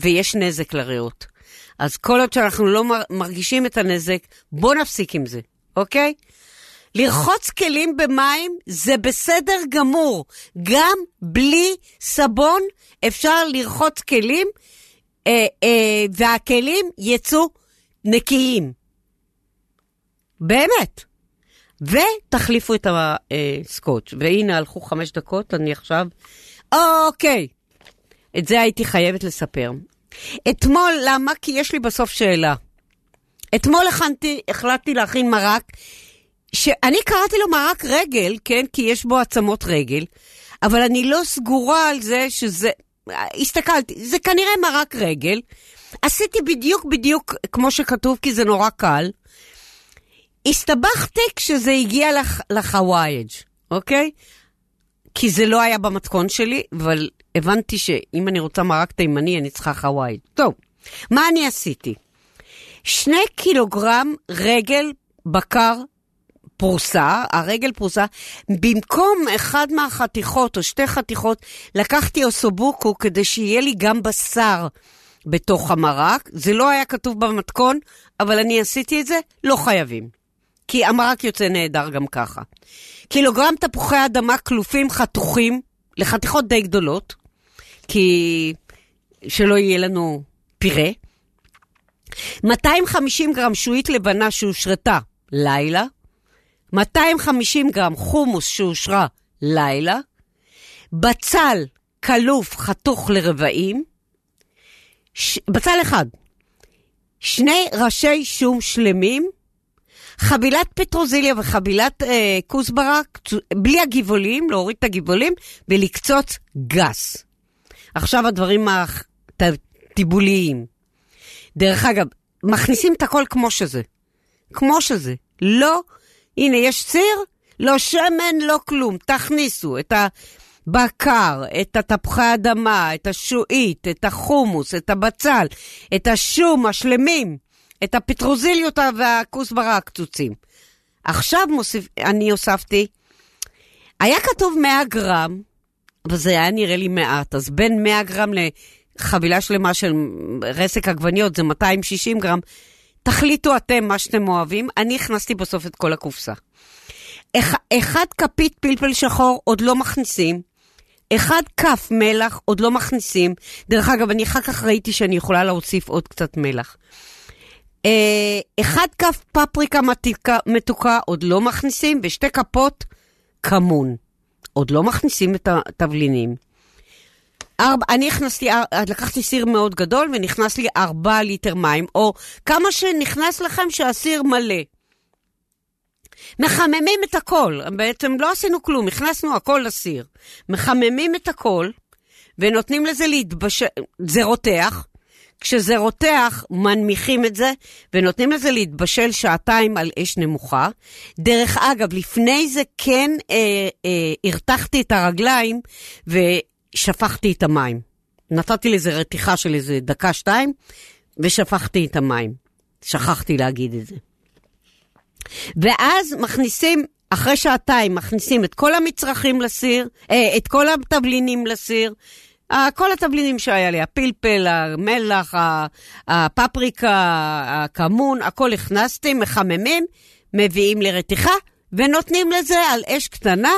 B: ויש נזק לריאות. אז כל עוד שאנחנו לא מר- מרגישים את הנזק, בואו נפסיק עם זה, אוקיי? לרחוץ כלים במים זה בסדר גמור. גם בלי סבון אפשר לרחוץ כלים, אה, אה, והכלים יצאו נקיים. באמת. ותחליפו את הסקוץ'. והנה, הלכו חמש דקות, אני עכשיו... אוקיי. את זה הייתי חייבת לספר. אתמול, למה? כי יש לי בסוף שאלה. אתמול הכנתי, החלטתי להכין מרק, שאני קראתי לו מרק רגל, כן? כי יש בו עצמות רגל, אבל אני לא סגורה על זה שזה... הסתכלתי, זה כנראה מרק רגל. עשיתי בדיוק בדיוק כמו שכתוב, כי זה נורא קל. הסתבכתי כשזה הגיע לח... לחוואייג', אוקיי? כי זה לא היה במתכון שלי, אבל הבנתי שאם אני רוצה מרק תימני, אני צריכה חוואייג'. טוב, מה אני עשיתי? שני קילוגרם רגל בקר פרוסה, הרגל פרוסה, במקום אחד מהחתיכות או שתי חתיכות, לקחתי אוסובוקו כדי שיהיה לי גם בשר בתוך המרק. זה לא היה כתוב במתכון, אבל אני עשיתי את זה, לא חייבים. כי המרק יוצא נהדר גם ככה. קילוגרם תפוחי אדמה קלופים חתוכים לחתיכות די גדולות, כי שלא יהיה לנו פירה. 250 גרם שועית לבנה שהושרתה לילה, 250 גרם חומוס שהושרה לילה, בצל כלוף חתוך לרבעים, ש... בצל אחד, שני ראשי שום שלמים, חבילת פטרוזיליה וחבילת אה, כוסברה, קצו- בלי הגבעולים, להוריד את הגבעולים ולקצוץ גס. עכשיו הדברים הטיבוליים. דרך אגב, מכניסים את הכל כמו שזה. כמו שזה. לא, הנה, יש סיר, לא שמן, לא כלום. תכניסו את הבקר, את התפוחי אדמה, את השועית, את החומוס, את הבצל, את השום השלמים, את הפטרוזיליות והכוסברה הקצוצים. עכשיו מוסיף, אני הוספתי, היה כתוב 100 גרם, אבל זה היה נראה לי מעט, אז בין 100 גרם לחבילה שלמה של רסק עגבניות זה 260 גרם. תחליטו אתם מה שאתם אוהבים, אני הכנסתי בסוף את כל הקופסה. אח, אחד כפית פלפל שחור עוד לא מכניסים, אחד כף מלח עוד לא מכניסים. דרך אגב, אני אחר כך ראיתי שאני יכולה להוסיף עוד קצת מלח. אה, אחד כף פפריקה מתיקה, מתוקה עוד לא מכניסים, ושתי כפות כמון. עוד לא מכניסים את התבלינים. ארבע, אני הכנסתי, אה, אר- לקחתי סיר מאוד גדול ונכנס לי ארבע ליטר מים, או כמה שנכנס לכם שהסיר מלא. מחממים את הכל, בעצם לא עשינו כלום, הכנסנו הכל לסיר. מחממים את הכל ונותנים לזה להתבשל, זה רותח. כשזה רותח, מנמיכים את זה ונותנים לזה להתבשל שעתיים על אש נמוכה. דרך אגב, לפני זה כן אה, אה, הרתחתי את הרגליים ושפכתי את המים. נתתי לזה רתיחה של איזה דקה-שתיים ושפכתי את המים. שכחתי להגיד את זה. ואז מכניסים, אחרי שעתיים, מכניסים את כל המצרכים לסיר, אה, את כל התבלינים לסיר. אה, כל התבלינים שהיה לי, הפלפל, המלח, ה- הפפריקה, הכמון, הכל הכנסתי, מחממים, מביאים לרתיחה, ונותנים לזה על אש קטנה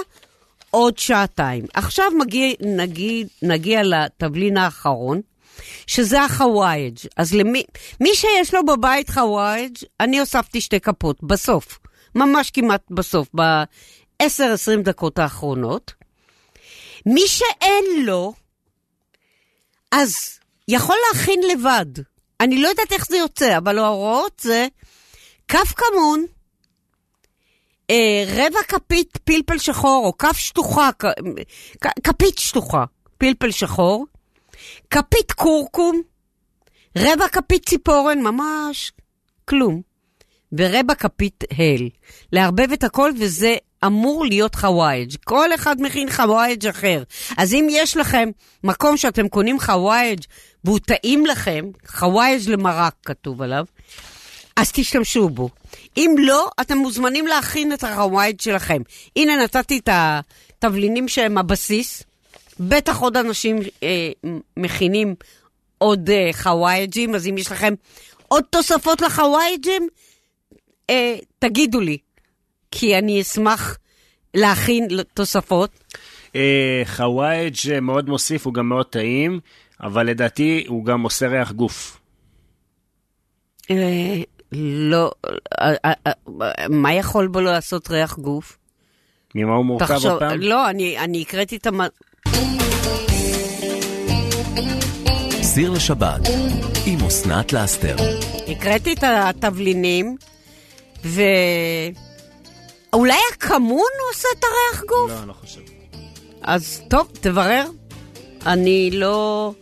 B: עוד שעתיים. עכשיו מגיע, נגיד, נגיע לתבלין האחרון, שזה החוואייג'. אז למי מי שיש לו בבית חוואייג', אני הוספתי שתי כפות, בסוף. ממש כמעט בסוף, ב-10-20 דקות האחרונות. מי שאין לו, אז יכול להכין לבד. אני לא יודעת איך זה יוצא, אבל ההוראות זה כף כמון, אה, רבע כפית פלפל שחור, או כף שטוחה, כ- כ- כפית שטוחה, פלפל שחור, כפית כורכום, רבע כפית ציפורן, ממש כלום, ורבע כפית הל. לערבב את הכל, וזה אמור להיות חוואג'. כל אחד מכין חוואג' אחר. אז אם יש לכם מקום שאתם קונים חוואג' והוא טעים לכם, חוואג' למרק כתוב עליו, אז תשתמשו בו. אם לא, אתם מוזמנים להכין את החווייד שלכם. הנה נתתי את התבלינים שהם הבסיס. בטח עוד אנשים אה, מכינים עוד אה, חווייג'ים, אז אם יש לכם עוד תוספות לחווייג'ים, אה, תגידו לי, כי אני אשמח להכין תוספות.
C: אה, חוואג' אה, מאוד מוסיף, הוא גם מאוד טעים, אבל לדעתי הוא גם עושה ריח גוף.
B: אה, לא, אה, אה, אה, מה יכול בו לא לעשות ריח גוף?
C: ממה הוא מורכב
B: תחשוב,
C: הפעם?
B: לא, אני, אני הקראתי את המ...
A: סיר לשבת עם אסנת לאסתר.
B: הקראתי את התבלינים, ו... אולי הקמון עושה את הריח גוף?
C: לא, אני לא חושב.
B: אז טוב, תברר. אני לא...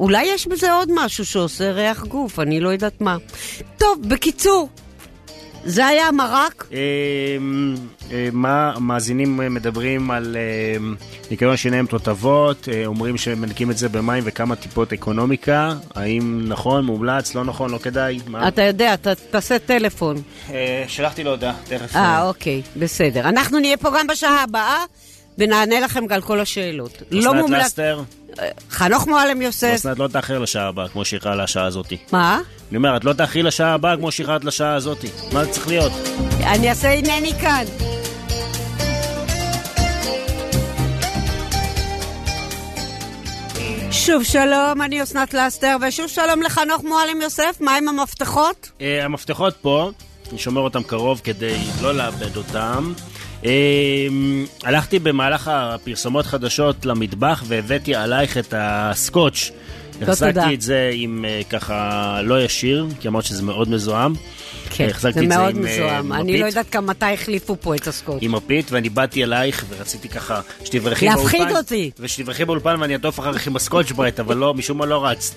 B: אולי יש בזה עוד משהו שעושה ריח גוף, אני לא יודעת מה. טוב, בקיצור, זה היה המרק.
C: אה, אה, מה המאזינים אה, מדברים על אה, ניקיון שיניים תותבות, אה, אומרים שמנקים את זה במים וכמה טיפות אקונומיקה, האם נכון, מומלץ, לא נכון, לא כדאי, מה?
B: אתה יודע, ת, תעשה טלפון.
C: אה, שלחתי לו הודעה, תכף.
B: אה, אוקיי, בסדר. אנחנו נהיה פה גם בשעה הבאה, ונענה לכם על כל השאלות. לא
C: אסנת
B: מומלץ...
C: לסטר,
B: חנוך מועלם יוסף.
C: אסנת לא תאחר לשעה הבאה כמו שאיחרה לשעה הזאתי.
B: מה?
C: אני אומר, את לא תאחרי לשעה הבאה כמו שאיחרת לשעה הזאתי. מה זה צריך להיות?
B: אני אעשה הנני כאן. שוב שלום, אני אסנת לסטר, ושוב שלום לחנוך מועלם יוסף, מה עם המפתחות?
C: אה, המפתחות פה, אני שומר אותם קרוב כדי לא לאבד אותם. אה, הלכתי במהלך הפרסומות חדשות למטבח והבאתי עלייך את הסקוץ'.
B: תודה.
C: החזקתי את זה עם אה, ככה לא ישיר, כי אמרת שזה מאוד מזוהם. אה, החזקתי
B: כן, זה
C: את זה
B: מאוד
C: עם, אה,
B: מזוהם, אני
C: מפית.
B: לא יודעת גם מתי החליפו פה את הסקוט.
C: עם מפית, ואני באתי אלייך ורציתי ככה שתברכי באולפן.
B: להפחיד אותי.
C: ושתברכי באולפן ואני אטוף אחריך עם הסקוטש ברייט, אבל לא, משום מה לא רצת.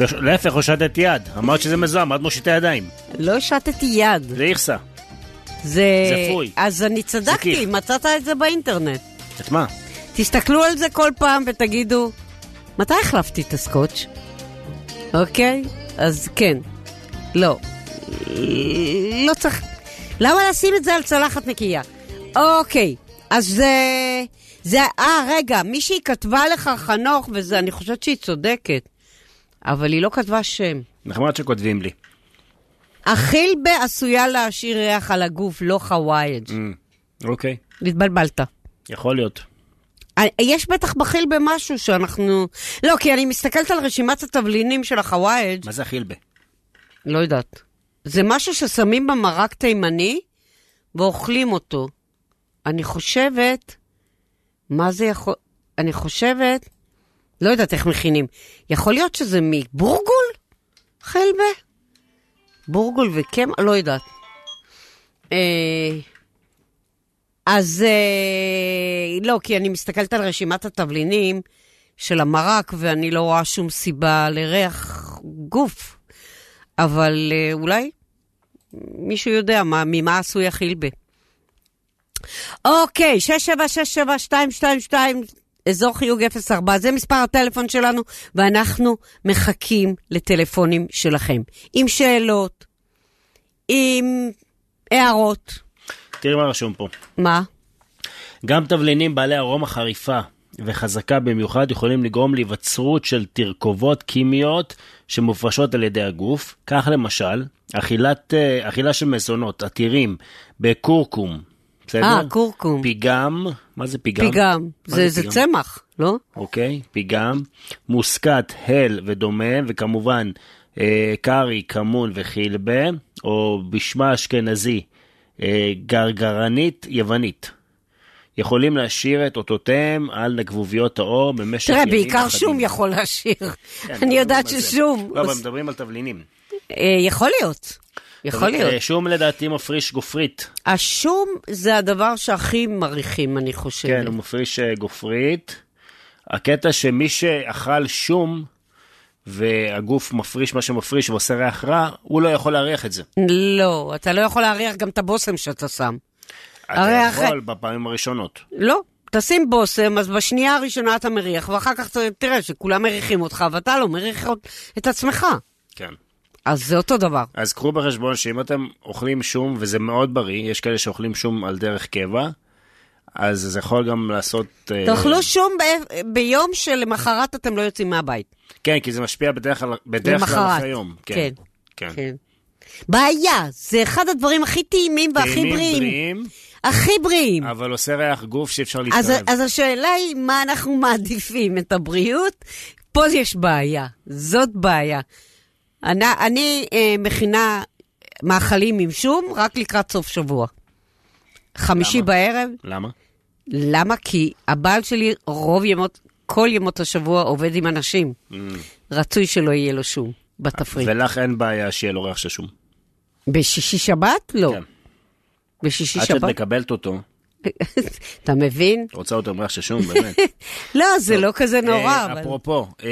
C: וש- להפך, הושטת יד. אמרת שזה מזוהם, את מושיטה ידיים.
B: לא השתתי יד.
C: זה איכסה.
B: זה...
C: זה פוי.
B: אז אני צדקתי,
C: כיף.
B: מצאת את זה באינטרנט.
C: את מה?
B: תסתכלו על זה כל פעם ותגידו, מתי החלפתי את הסקוץ'? אוקיי? אז כן. לא. לא צריך... למה לשים את זה על צלחת נקייה? אוקיי, אז זה... זה... אה, רגע, מישהי כתבה לך, חנוך, ואני חושבת שהיא צודקת, אבל היא לא כתבה שם.
C: נחמד שכותבים לי.
B: אכילבה עשויה להשאיר ריח על הגוף, לא חווייג'.
C: אוקיי.
B: התבלבלת.
C: יכול להיות.
B: אה, יש בטח בחיל במשהו שאנחנו... לא, כי אני מסתכלת על רשימת התבלינים של החוואג',
C: מה זה החילבה?
B: לא יודעת. זה משהו ששמים במרק תימני ואוכלים אותו. אני חושבת... מה זה יכול... אני חושבת... לא יודעת איך מכינים. יכול להיות שזה מבורגול? חלבה? בורגול וקמח? לא יודעת. אה, אז אה, לא, כי אני מסתכלת על רשימת התבלינים של המרק, ואני לא רואה שום סיבה לריח גוף. אבל אה, אולי מישהו יודע מה, ממה עשוי החילבה. אוקיי, 6767222, אזור חיוג 04, זה מספר הטלפון שלנו, ואנחנו מחכים לטלפונים שלכם. עם שאלות, עם הערות.
C: תראי מה רשום פה.
B: מה?
C: גם תבלינים בעלי ארומה חריפה וחזקה במיוחד יכולים לגרום להיווצרות של תרכובות כימיות שמופרשות על ידי הגוף. כך למשל, אכילת, אה, אכילה של מזונות עתירים בכורכום, בסדר?
B: אה, כורכום.
C: פיגם, מה זה פיגם?
B: פיגם.
C: מה
B: זה, זה
C: פיגם?
B: צמח, לא?
C: אוקיי, פיגם, מוסקת, הל ודומה, וכמובן אה, קארי, כמון וחילבה, או בשמה האשכנזי, אה, גרגרנית יוונית. יכולים להשאיר את אותותיהם על נגבוביות העור במשך
B: תראה,
C: ימים
B: בעיקר
C: אחדים.
B: שום יכול להשאיר.
C: כן,
B: אני יודעת
C: מדברים על זה.
B: ששום.
C: לא, אבל
B: עוש-
C: מדברים על תבלינים.
B: אה, יכול להיות. יכול להיות.
C: אה, שום לדעתי מפריש גופרית.
B: השום זה הדבר שהכי מריחים, אני חושבת.
C: כן, הוא מפריש אה, גופרית. הקטע שמי שאכל שום, והגוף מפריש מה שמפריש ועושה ריח רע, הוא לא יכול להריח את זה.
B: לא, אתה לא יכול להריח גם את הבושם שאתה שם.
C: אתה
B: הריח-
C: יכול בפעמים הראשונות.
B: לא, תשים בושם, אז בשנייה הראשונה אתה מריח, ואחר כך ת- תראה שכולם מריחים אותך, ואתה לא מריח אות- את עצמך.
C: כן.
B: אז זה אותו דבר.
C: אז קחו בחשבון שאם אתם אוכלים שום, וזה מאוד בריא, יש כאלה שאוכלים שום על דרך קבע, אז זה יכול גם לעשות... אה,
B: תאכלו שום ב- ביום שלמחרת אתם לא יוצאים מהבית.
C: כן, כי זה משפיע בדרך כלל בדרך כלל
B: למחרת.
C: אחרי יום.
B: כן.
C: כן. כן.
B: כן. בעיה, זה אחד הדברים הכי טעימים והכי
C: טעימים,
B: בריאים.
C: בריאים,
B: הכי בריאים.
C: אבל עושה ריח גוף שאפשר
B: אז,
C: להתקרב.
B: אז השאלה היא, מה אנחנו מעדיפים, את הבריאות? פה יש בעיה, זאת בעיה. אני, אני אה, מכינה מאכלים עם שום רק לקראת סוף שבוע. חמישי
C: למה?
B: בערב.
C: למה?
B: למה? כי הבעל שלי רוב ימות, כל ימות השבוע עובד עם אנשים.
C: Mm.
B: רצוי שלא יהיה לו שום בתפריט.
C: ולך אין בעיה שיהיה לו ריח של שום.
B: בשישי שבת? לא.
C: כן.
B: בשישי
C: עד שאת
B: שבת?
C: מקבלת אותו,
B: אתה מבין?
C: רוצה אותו עם ריח של שום, באמת.
B: לא, זה לא כזה נורא,
C: אה,
B: אבל...
C: אפרופו, אה,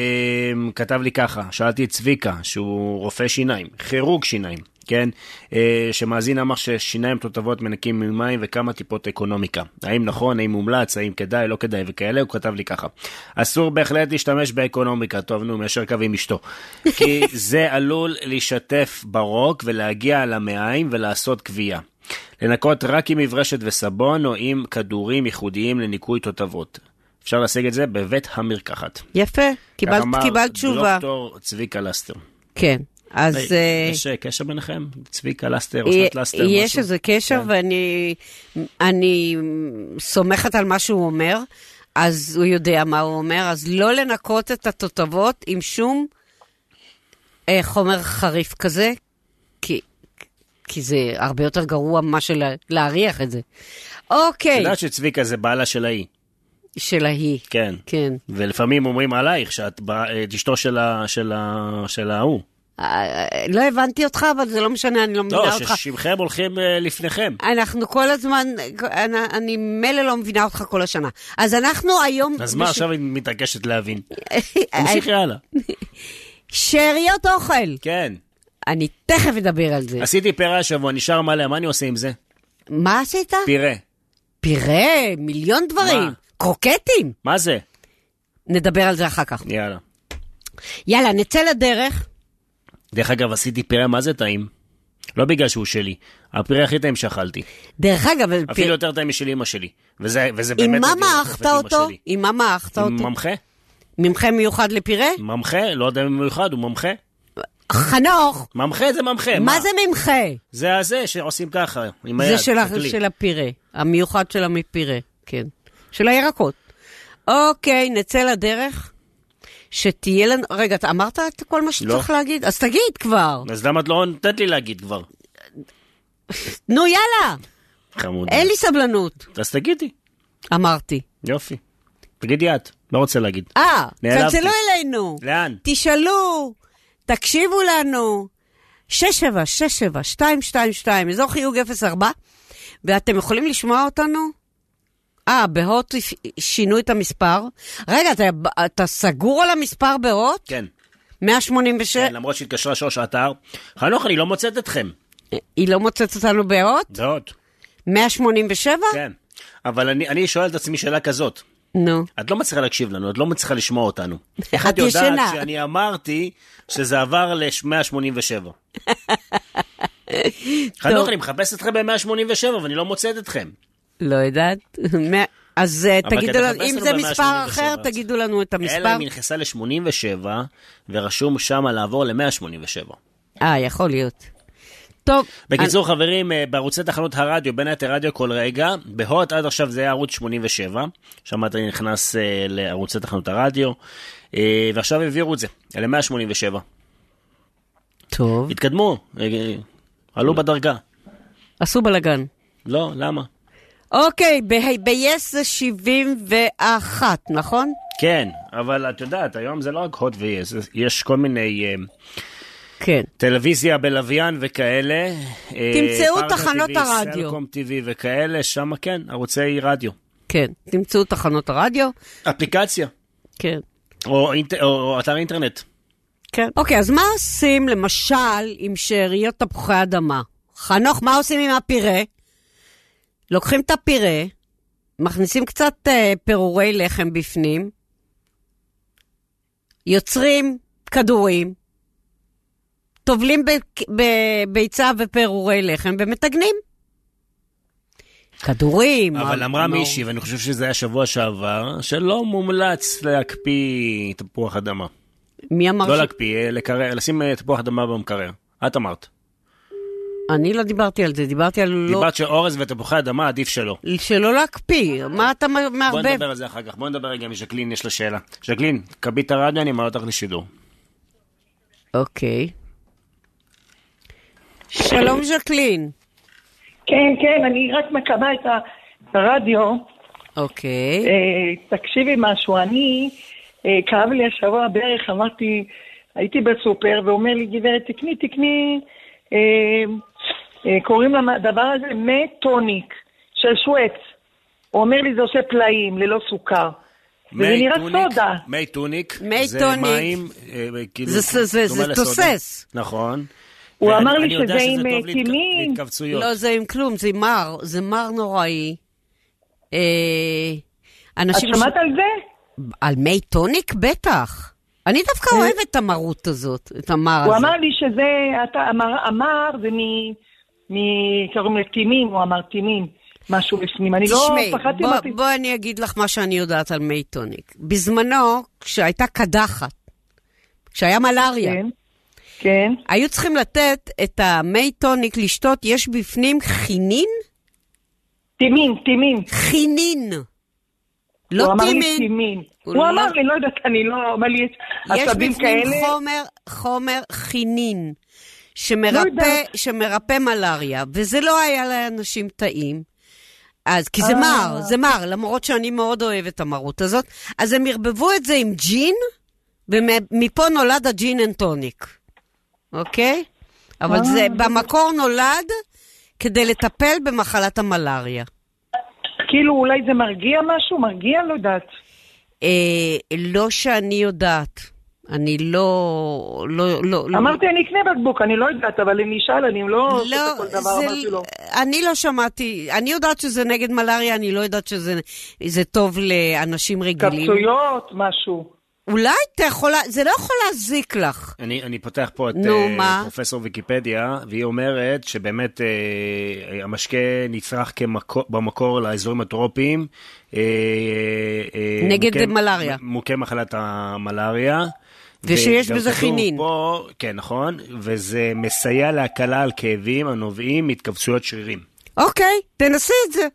C: כתב לי ככה, שאלתי את צביקה, שהוא רופא שיניים, כירוג שיניים, כן? אה, שמאזין אמר ששיניים תותבות מנקים ממים וכמה טיפות אקונומיקה. האם נכון, האם מומלץ, האם כדאי, לא כדאי וכאלה, הוא כתב לי ככה. אסור בהחלט להשתמש באקונומיקה, טוב נו, מיישר קו עם אשתו. כי זה עלול להשתף ברוק ולהגיע למעיים ולעשות כווייה. לנקות רק עם מברשת וסבון או עם כדורים ייחודיים לניקוי תותבות. אפשר להשיג את זה בבית המרקחת.
B: יפה, קיבלת
C: כך אמר
B: קיבלת תשובה.
C: דוקטור צביקה לסטר.
B: כן, אז
C: לא היי,
B: אה,
C: יש אה, קשר ביניכם? צביקה לסטר,
B: אה,
C: אסנת לסטר, משהו?
B: יש איזה קשר,
C: כן.
B: ואני אני סומכת על מה שהוא אומר, אז הוא יודע מה הוא אומר, אז לא לנקות את התותבות עם שום אה, חומר חריף כזה, כי... כי זה הרבה יותר גרוע ממה של להריח את זה.
C: את
B: אוקיי,
C: יודעת שצביקה זה בעלה של ההיא,
B: של ההיא.
C: כן.
B: כן.
C: ולפעמים אומרים עלייך שאת בא- את אשתו של ה- של ה- של ההוא.
B: אה, אה, לא הבנתי אותך, אבל זה לא משנה, אני לא מבינה
C: לא,
B: אותך.
C: ששמכם הולכים אה, לפניכם.
B: אנחנו כל הזמן, אני, אני מילא לא מבינה אותך כל השנה. אז אנחנו היום...
C: אז מה,
B: בש-
C: עכשיו היא מתעקשת להבין.
B: אה,
C: תמשיכי הלאה.
B: שאריות אוכל.
C: כן.
B: אני תכף אדבר על זה.
C: עשיתי פירה השבוע, נשאר מלא, מה אני עושה עם זה?
B: מה עשית?
C: פירה.
B: פירה, מיליון דברים.
C: מה?
B: קרוקטים.
C: מה זה?
B: נדבר על זה אחר כך.
C: יאללה.
B: יאללה, נצא לדרך.
C: דרך אגב, עשיתי פירה מה זה טעים? לא בגלל שהוא שלי, הפירה הכי טעים שאכלתי.
B: דרך אגב, על
C: אפילו
B: פיר-
C: יותר טעים משל אימא שלי. וזה, וזה באמת...
B: עם מה
C: הדיון
B: מעכת
C: התחלף עם אמא
B: אותו?
C: שלי.
B: עם מה מעכת
C: עם
B: אותו?
C: ממחה?
B: ממחה מיוחד לפירה?
C: ממחה? לא יודע אם מיוחד, הוא ממחה.
B: חנוך,
C: ממחה זה ממחה.
B: מה זה ממחה?
C: זה הזה שעושים ככה, עם היד.
B: זה של, ה-
C: תסתכלי.
B: של הפירה, המיוחד של המפירה, כן. של הירקות. אוקיי, נצא לדרך. שתהיה לנו... רגע, אתה אמרת את כל מה שצריך להגיד? אז תגיד כבר.
C: אז למה את לא נותנת לי להגיד כבר?
B: נו, יאללה,
C: חמוד.
B: אין לי סבלנות,
C: אז תגידי.
B: אמרתי.
C: יופי. תגידי את, לא רוצה להגיד.
B: אה,
C: נעלבתי.
B: צלצלו אלינו.
C: לאן?
B: תשאלו, תקשיבו לנו. 6767222, אזור חיוג 04, ואתם יכולים לשמוע אותנו? אה, בהוט הפ- שינו את המספר. רגע, אתה, אתה סגור על המספר בהוט?
C: כן.
B: 186?
C: כן, למרות שהתקשרה שוש עטר. חנוך, אני לא מוצאת אתכם.
B: היא לא מוצאת אותנו בהוט?
C: זאת.
B: אה. 187?
C: כן. אבל אני, אני שואל את עצמי שאלה כזאת.
B: נו.
C: את לא מצליחה להקשיב לנו, את לא מצליחה לשמוע אותנו.
B: את
C: את יודעת
B: ישנה.
C: שאני אמרתי שזה עבר ל-187.
B: טוב.
C: חנוך, אני מחפש אתכם ב-187 ואני לא מוצאת אתכם.
B: לא יודעת. מאה- אז אה,
C: אבל
B: תגידו
C: כדי
B: לנו,
C: לחפש
B: אם
C: לנו
B: זה
C: ב-
B: מספר
C: 187,
B: אחר,
C: אז-
B: תגידו לנו את
C: אלא
B: המספר.
C: אם היא נכנסה ל-87 ורשום שמה לעבור ל-187.
B: אה, יכול להיות. טוב.
C: בקיצור, חברים, אה, בערוצי תחנות הרדיו, בין היתר רדיו כל רגע, בהוט עד עכשיו זה היה ערוץ 87, שם אתה נכנס אה, לערוצי תחנות הרדיו, אה, ועכשיו העבירו את זה ל-187.
B: אני- טוב.
C: התקדמו, אה, אה, עלו בדרגה.
B: עשו בלאגן.
C: לא, למה?
B: אוקיי, ב- ב-yes זה 71, נכון?
C: כן, אבל את יודעת, היום זה לא רק הוט ויס, יש כל מיני אה,
B: כן.
C: טלוויזיה בלוויין וכאלה. אה,
B: תמצאו
C: פרטנר
B: תחנות
C: TV,
B: הרדיו.
C: סלקום TV וכאלה, שם כן, ערוצי רדיו.
B: כן, תמצאו תחנות הרדיו,
C: אפליקציה,
B: כן.
C: או, אינט... או אתר אינטרנט.
B: כן. אוקיי, אז מה עושים למשל עם שאריות תפוחי אדמה? חנוך, מה עושים עם הפירה? לוקחים את הפירה, מכניסים קצת אה, פירורי לחם בפנים, יוצרים כדורים, טובלים ב- בביצה ופירורי לחם ומתגנים. כדורים.
C: אבל
B: מ-
C: אמרה
B: מ-
C: מישהי, ואני חושב שזה היה שבוע שעבר, שלא מומלץ להקפיא תפוח אדמה.
B: מי אמר
C: לא
B: ש...
C: להקפיא, אה, לקרר, לשים אה, תפוח אדמה במקרר. את אמרת.
B: אני לא דיברתי על זה, דיברתי על לא...
C: דיברת שאורז ותפוחי אדמה עדיף שלא.
B: שלא להקפיא, מה אתה מ-
C: בוא
B: מערבב?
C: נדבר על זה אחר כך. בוא נדבר רגע עם ז'קלין, יש לה שאלה. ז'קלין, קבי את הרדיו, אני מעלה אותך לשידור.
B: אוקיי. שלום ז'קלין.
D: כן, כן, אני רק מקווה את הרדיו.
B: אוקיי.
D: אה, תקשיבי משהו, אני, אה, כאב לי השבוע בערך, אמרתי, הייתי בסופר, ואומר לי, גברת, תקני, תקני, אה, אה, קוראים לדבר הזה מטוניק, של שווץ. הוא אומר לי, זה עושה פלאים, ללא סוכר. וזה
C: מי
D: נראה
C: טוניק-
D: סודה.
C: מי טוניק,
B: מי
C: זה
B: טוניק.
C: מים, אה, כאילו,
B: זה- זה- זה-
C: דומה
B: זה
C: לסודה.
B: תוסס.
C: נכון.
D: הוא
C: ואני-
D: אמר לי
C: אני יודע
D: שזה
C: שזה
D: עם,
C: טוב
D: אה,
C: להתק-
D: טילים.
C: להתכווצויות.
B: לא, זה עם כלום, זה מר, זה מר נוראי. אה,
D: את
B: אנשים...
D: שמעת על זה?
B: על מי טוניק? בטח. אני דווקא אוהבת את המרות הזאת, את המר הזה.
D: אה. הוא אמר לי שזה, אתה אמר, אמר זה מ... מ... קוראים לטימים, הוא אמר טימים, משהו בפנים. אני לא
B: תשמעי,
D: פחדתי
B: בוא-
D: מהטימים.
B: בוא אני אגיד לך מה שאני יודעת על מי טוניק. בזמנו, כשהייתה קדחת, כשהיה מלאריה,
D: כן, כן.
B: היו צריכים לתת את המי טוניק לשתות, יש בפנים חינין?
D: טימים, טימים.
B: חינין. לא
D: הוא אמר לי
B: טימין.
D: טימים.
B: הוא
D: הוא,
B: לא-
D: אמר לי, לא יודעת, אני לא, אמר לי,
B: יש
D: עצבים
B: בפנים
D: כאלה. לא
B: חומר, חומר חינין, שמרפא,
D: יודעת.
B: שמרפא מלאריה, וזה לא היה לאנשים טעים. אז, כי זה
D: אה.
B: מר, זה מר, למרות שאני מאוד אוהבת את המרות הזאת. אז הם ערבבו את זה עם ג'ין, ומפה נולד הג'ין אנד טוניק, אוקיי? אבל
D: אה.
B: זה במקור נולד כדי לטפל במחלת המלאריה.
D: כאילו אולי זה מרגיע משהו, מרגיע, לא יודעת.
B: Mm. אה, לא שאני יודעת. אני לא... לא, לא, לא.
D: אמרתי, אני אקנה בקבוק, אני לא יודעת, אבל אם נשאל, אני לא... עושה
B: לא,
D: כל דבר, אמרתי
B: זה,
D: לו.
B: אני לא שמעתי, אני יודעת שזה נגד מלאריה, אני לא יודעת שזה זה טוב לאנשים רגילים.
D: קפצויות, משהו.
B: אולי אתה יכול, זה לא יכול להזיק לך.
C: אני, אני פותח פה את
B: נו,
C: אה,
B: מה?
C: פרופסור ויקיפדיה, והיא אומרת שבאמת אה, המשקה נצרך כמקור, במקור לאזורים הטרופיים. אה, אה,
B: נגד מלאריה.
C: מוכה מחלת המלאריה.
B: ושיש
C: וגם
B: בזה
C: כתוב
B: חינין.
C: פה, כן, נכון, וזה מסייע להקלה על כאבים הנובעים מהתכווצויות שרירים.
B: אוקיי, תנסי את זה.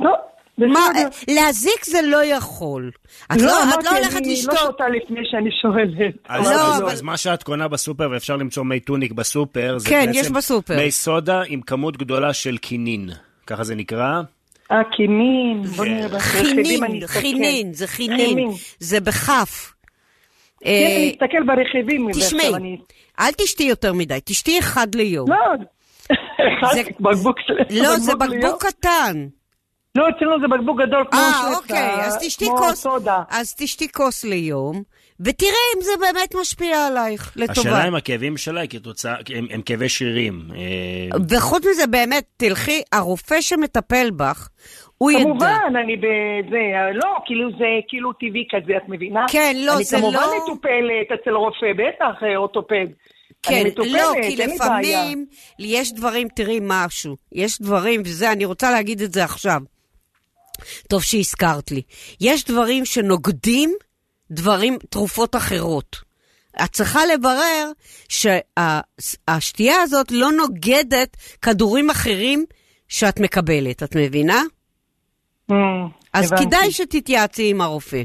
D: לא, בסדר.
B: מה, אה, להזיק זה לא יכול. את לא, את
D: אמרתי,
B: לא הולכת
D: אני לא
B: לשתות.
D: שותה לפני שאני שואלת.
C: אז,
B: לא,
C: אז,
B: אבל-
C: אז מה שאת קונה בסופר, ואפשר למצוא מי טוניק בסופר, זה
B: כן,
C: בעצם
B: יש בסופר.
C: מי סודה עם כמות גדולה של כינין, ככה זה נקרא.
D: אה, קינים, בוא
B: כן.
D: נראה. ברכיבים אני
B: חינין,
D: אסתכל.
B: חינין, זה חינין.
D: חינין.
B: זה בכף.
D: כן,
B: אה,
D: אני אסתכל ברכיבים.
B: תשמעי,
D: ועכשיו אני-
B: אל תשתי יותר מדי, תשתי אחד ליום.
D: לא, אחד
B: זה-
D: בקבוק של-
B: לא, זה
D: ליום.
B: בקבוק קטן.
D: לא, אצלנו זה בקבוק גדול כמו
B: אה,
D: שצה,
B: אוקיי, אז תשתי
D: כמו
B: כוס.
D: סודה.
B: אז תשתי כוס ליום, ותראה אם זה באמת משפיע עלייך, לטובה.
C: השאלה אם הכאבים שלה היא כתוצאה, הם, הם כאבי שרירים. אה,
B: וחוץ מזה, באמת, תלכי, הרופא שמטפל בך, הוא ידע.
D: כמובן, אני בזה, לא, כאילו זה כאילו טבעי כזה, את מבינה?
B: כן, לא, זה
D: אני
B: לא-
D: כמובן מטופלת אצל רופא, בטח אה, אורתופד.
B: כן,
D: אני מטופלת,
B: לא, כי
D: אין לי בעיה.
B: לפעמים יש דברים, תראי משהו, יש דברים, וזה, אני רוצה להגיד את זה עכשיו. טוב שהזכרת לי. יש דברים שנוגדים דברים, תרופות אחרות. את צריכה לברר שהשתייה הזאת לא נוגדת כדורים אחרים שאת מקבלת, את מבינה?
D: אמ,
B: אז
D: הבנתי.
B: כדאי שתתייעצי עם הרופא,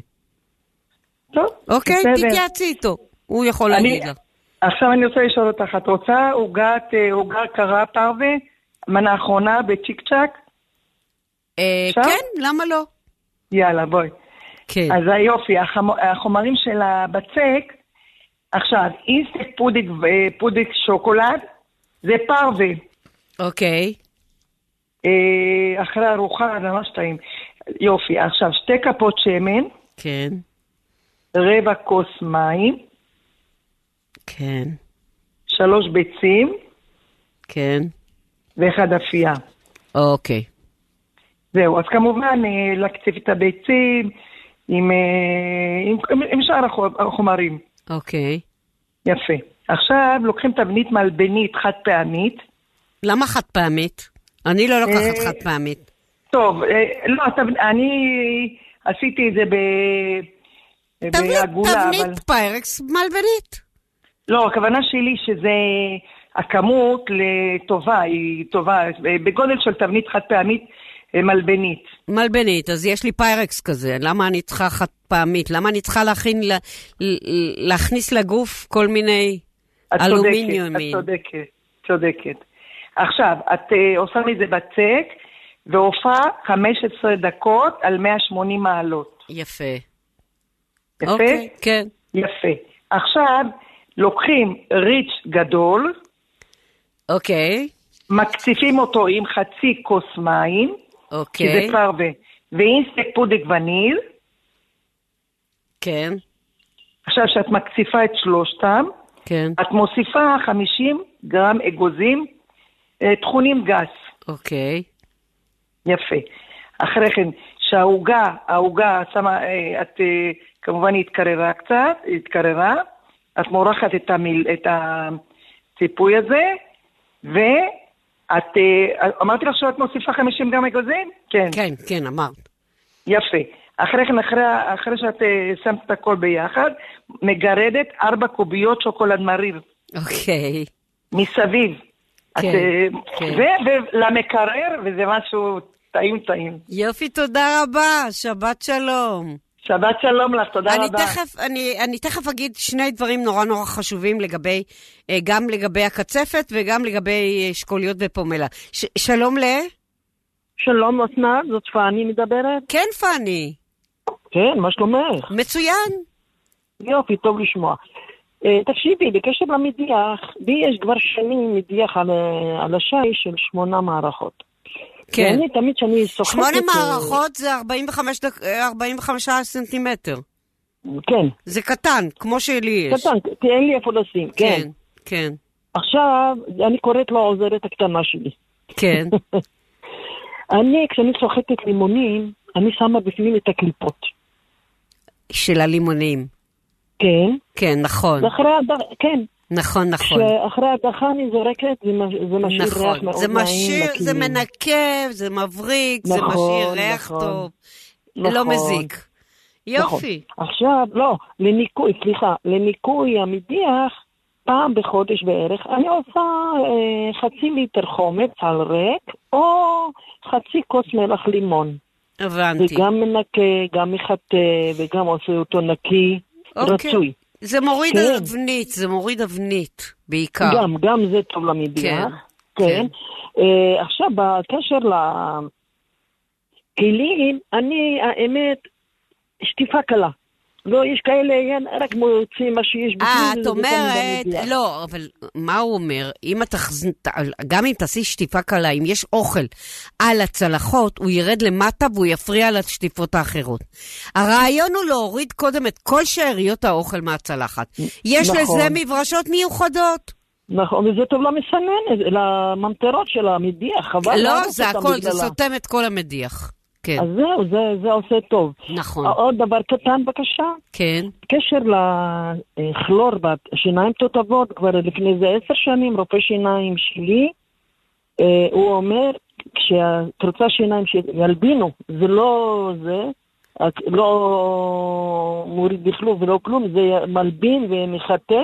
D: טוב,
B: אוקיי?
D: בסדר.
B: תתייעצי איתו, הוא יכול
D: אני-
B: להגיד לך.
D: עכשיו אני רוצה לשאול אותך, את רוצה עוגת, אה, עוגה קרה פרווה, מנה אחרונה בצ'יק צ'אק?
B: אה,
D: אפשר?
B: כן, למה לא?
D: יאללה, בואי.
B: כן.
D: אז היופי, החמ- החומרים של הבצק
F: עכשיו, אינסטק פודק, אה, פודק שוקולד זה פרווה.
B: אוקיי.
F: אה, אחרי ארוחה זה ממש טעים. יופי, עכשיו שתי כפות שמן,
B: כן,
F: רבע כוס מים,
B: כן,
F: שלוש ביצים
B: כן.
F: ואחד אפייה.
B: אוקיי.
F: זהו, אז כמובן אה, להקציב את הביצים עם, אה, עם, עם, עם שאר החו- החומרים.
B: אוקיי.
F: יפה. עכשיו לוקחים תבנית מלבנית חד פעמית.
B: למה חד פעמית? אני לא לוקחת
F: אה,
B: חד פעמית.
F: טוב, אה, לא, תבנ... אני עשיתי את זה ב...
B: תבנית,
F: בעגולה, אבל...
B: תבנית פיירקס מלבנית.
F: לא, הכוונה שלי שזה הכמות לטובה, היא טובה, אה, בגודל של תבנית חד פעמית אה, מלבנית.
B: מלבנית, אז יש לי פיירקס כזה, למה אני צריכה חד פעמית? למה אני צריכה להכין, ל- ל- להכניס לגוף כל מיני
F: את צודקת,
B: אלומיניומים?
F: את צודקת, צודקת. עכשיו, את אה, עושה מזה בצק, ועופה 15 דקות על 180 מעלות.
B: יפה.
F: יפה?
B: אוקיי, כן.
F: יפה. עכשיו, לוקחים ריץ' גדול,
B: אוקיי,
F: מקציפים אותו עם חצי כוס מים, כי
B: אוקיי,
F: זה פרווה, ואינסטק פודק וניל.
B: כן,
F: עכשיו, כשאת מקציפה את שלושתם,
B: כן,
F: את מוסיפה 50 גרם אגוזים אה, טחונים גס.
B: אוקיי,
F: יפה. אחרי כן, שהעוגה, העוגה שמה, אה, את אה, כמובן היא התקררה קצת, היא התקררה, את מורחת את, המיל, את הציפוי הזה, ואת, אה, אמרתי לך שאת מוסיפה 50 גרם אגוזים? כן.
B: כן, כן, אמרת.
F: יפה. אחרי כן, אחרי, אחרי שאת אה, שמת את הכל ביחד, מגרדת ארבע קוביות שוקולד מריר
B: אוקיי,
F: מסביב.
B: כן,
F: את, אה,
B: כן.
F: זה, ולמקרר, וזה משהו טעים טעים.
B: יופי, תודה רבה, שבת שלום.
F: שבת שלום לך, תודה
B: אני
F: רבה.
B: תכף, אני, אני תכף אגיד שני דברים נורא נורא חשובים לגבי, אה, גם לגבי הקצפת וגם לגבי אה, שקוליות ופומלה. ש, שלום ל...
D: שלום אסנת, זאת פאני מדברת?
B: כן, פאני.
D: כן, מה שלומך?
B: מצוין.
D: יופי, טוב לשמוע. אה, תקשיבי, בקשר למדיח, לי יש כבר שנים מדיח על, אה, על השי של שמונה מערכות.
B: כן.
D: ואני תמיד כשאני סוחטת...
B: שמונה
D: אה,
B: מערכות זה 45, דק, אה, 45 סנטימטר.
D: כן,
B: זה קטן, כמו שלי יש.
D: קטן, כי אין לי איפה לשים, כן.
B: כן, כן,
D: עכשיו, אני קוראת לו העוזרת הקטנה שלי.
B: כן.
D: אני, כשאני סוחטת לימונים, אני שמה בפנים את הקליפות,
B: של הלימונים.
D: כן?
B: כן, נכון.
D: ואחרי הדח... כן.
B: נכון, נכון.
D: כשאחרי הדחה אני זורקת, זה מש- זה משאיר
B: נכון,
D: ריח מאוד
B: זה
D: נעים.
B: משאיר, זה
D: לכלים.
B: מנקב, זה מבריק, זה
D: נכון,
B: משאיר ריח
D: נכון.
B: טוב,
D: נכון.
B: לא מזיק. יופי,
D: נכון. עכשיו, לא, לניקוי, סליחה, לניקוי המדיח, פעם בחודש בערך, אני עושה אה, חצי ליטר חומץ על ריק, או חצי כוס מלח לימון.
B: הבנתי.
D: זה גם מנקה, גם מחטא, וגם עושה אותו נקי,
B: אוקיי.
D: רצוי.
B: זה מוריד
D: כן.
B: אבנית, זה מוריד אבנית, בעיקר.
D: גם, גם זה טוב למדיח.
B: כן,
D: כן.
B: כן.
D: כן. אה, עכשיו, בקשר לכלים, אני, האמת, שטיפה קלה. לא, יש כאלה, אין, רק מוצאים מה שיש בפנים.
B: אה, את
D: וזה גם
B: אומרת,
D: במדיח.
B: לא, אבל מה הוא אומר? אם אתה, גם אם תעשי שטיפה קלה, אם יש אוכל על הצלחות, הוא ירד למטה והוא יפריע לשטיפות האחרות. הרעיון הוא להוריד קודם את כל שאריות האוכל מהצלחת. יש
D: נכון.
B: לזה מברשות מיוחדות.
D: נכון, וזה טוב למסננת, לממטרות של המדיח, חבל.
B: לא,
D: להרוס
B: זה
D: אותם
B: הכל, זה
D: בגללה.
B: סותם את כל המדיח. כן,
D: אז אה, זהו, זה, זה עושה טוב.
B: נכון.
D: עוד דבר קטן, בבקשה.
B: כן,
D: בקשר לכלור בשיניים תותבות, כבר לפני איזה עשר שנים, רופא שיניים שלי, אה, הוא אומר, כשאת רוצה שיניים שילבינו, זה לא זה, את לא מוריד בכלוב ולא כלום, זה מלבין ומחטא.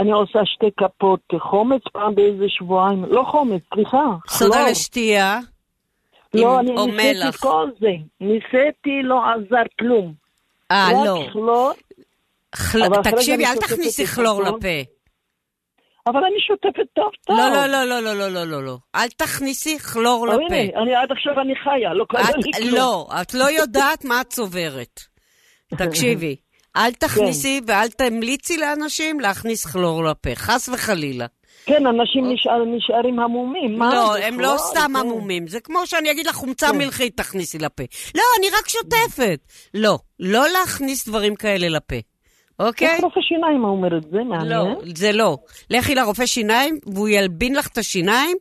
D: אני עושה שתי כפות חומץ פעם באיזה שבועיים, לא חומץ, סליחה,
B: סודה לשתייה. עם-
D: לא, אני
B: או
D: ניסיתי
B: מלח.
D: כל זה, ניסיתי, לא עזר כלום.
B: אה, לא.
D: רק כלור.
B: חל-
D: אבל אחרי זה
B: תקשיבי,
D: אני
B: אל
D: שותפת
B: תכניסי
D: את
B: כלור
D: הכל.
B: לפה.
D: אבל אני שותפת טוב טוב.
B: לא, לא, לא, לא, לא, לא, לא, לא, לא. אל תכניסי כלור
D: אבל
B: לפה.
D: הנה, אני עד עכשיו אני חיה, לא קרה לי
B: את,
D: כלום.
B: לא, את לא יודעת מה את צוברת. תקשיבי, אל
D: כן.
B: תכניסי ואל תמליצי לאנשים להכניס כלור לפה, חס וחלילה.
G: כן, אנשים נשאר, נשארים המומים. מה כן.
B: לא,
G: זה?
B: הם לא סתם
G: זה- כן.
B: עמומים. זה כמו שאני אגיד לך חומצה מלחית תכניסי לפה. לא, אני רק שוטפת. לא, לא להכניס דברים כאלה לפה, אוקיי?
G: איך רופא שיניים אומר את זה?
B: לא,
G: מעניין.
B: זה לא. לכי לרופא שיניים, והוא ילבין לך את השיניים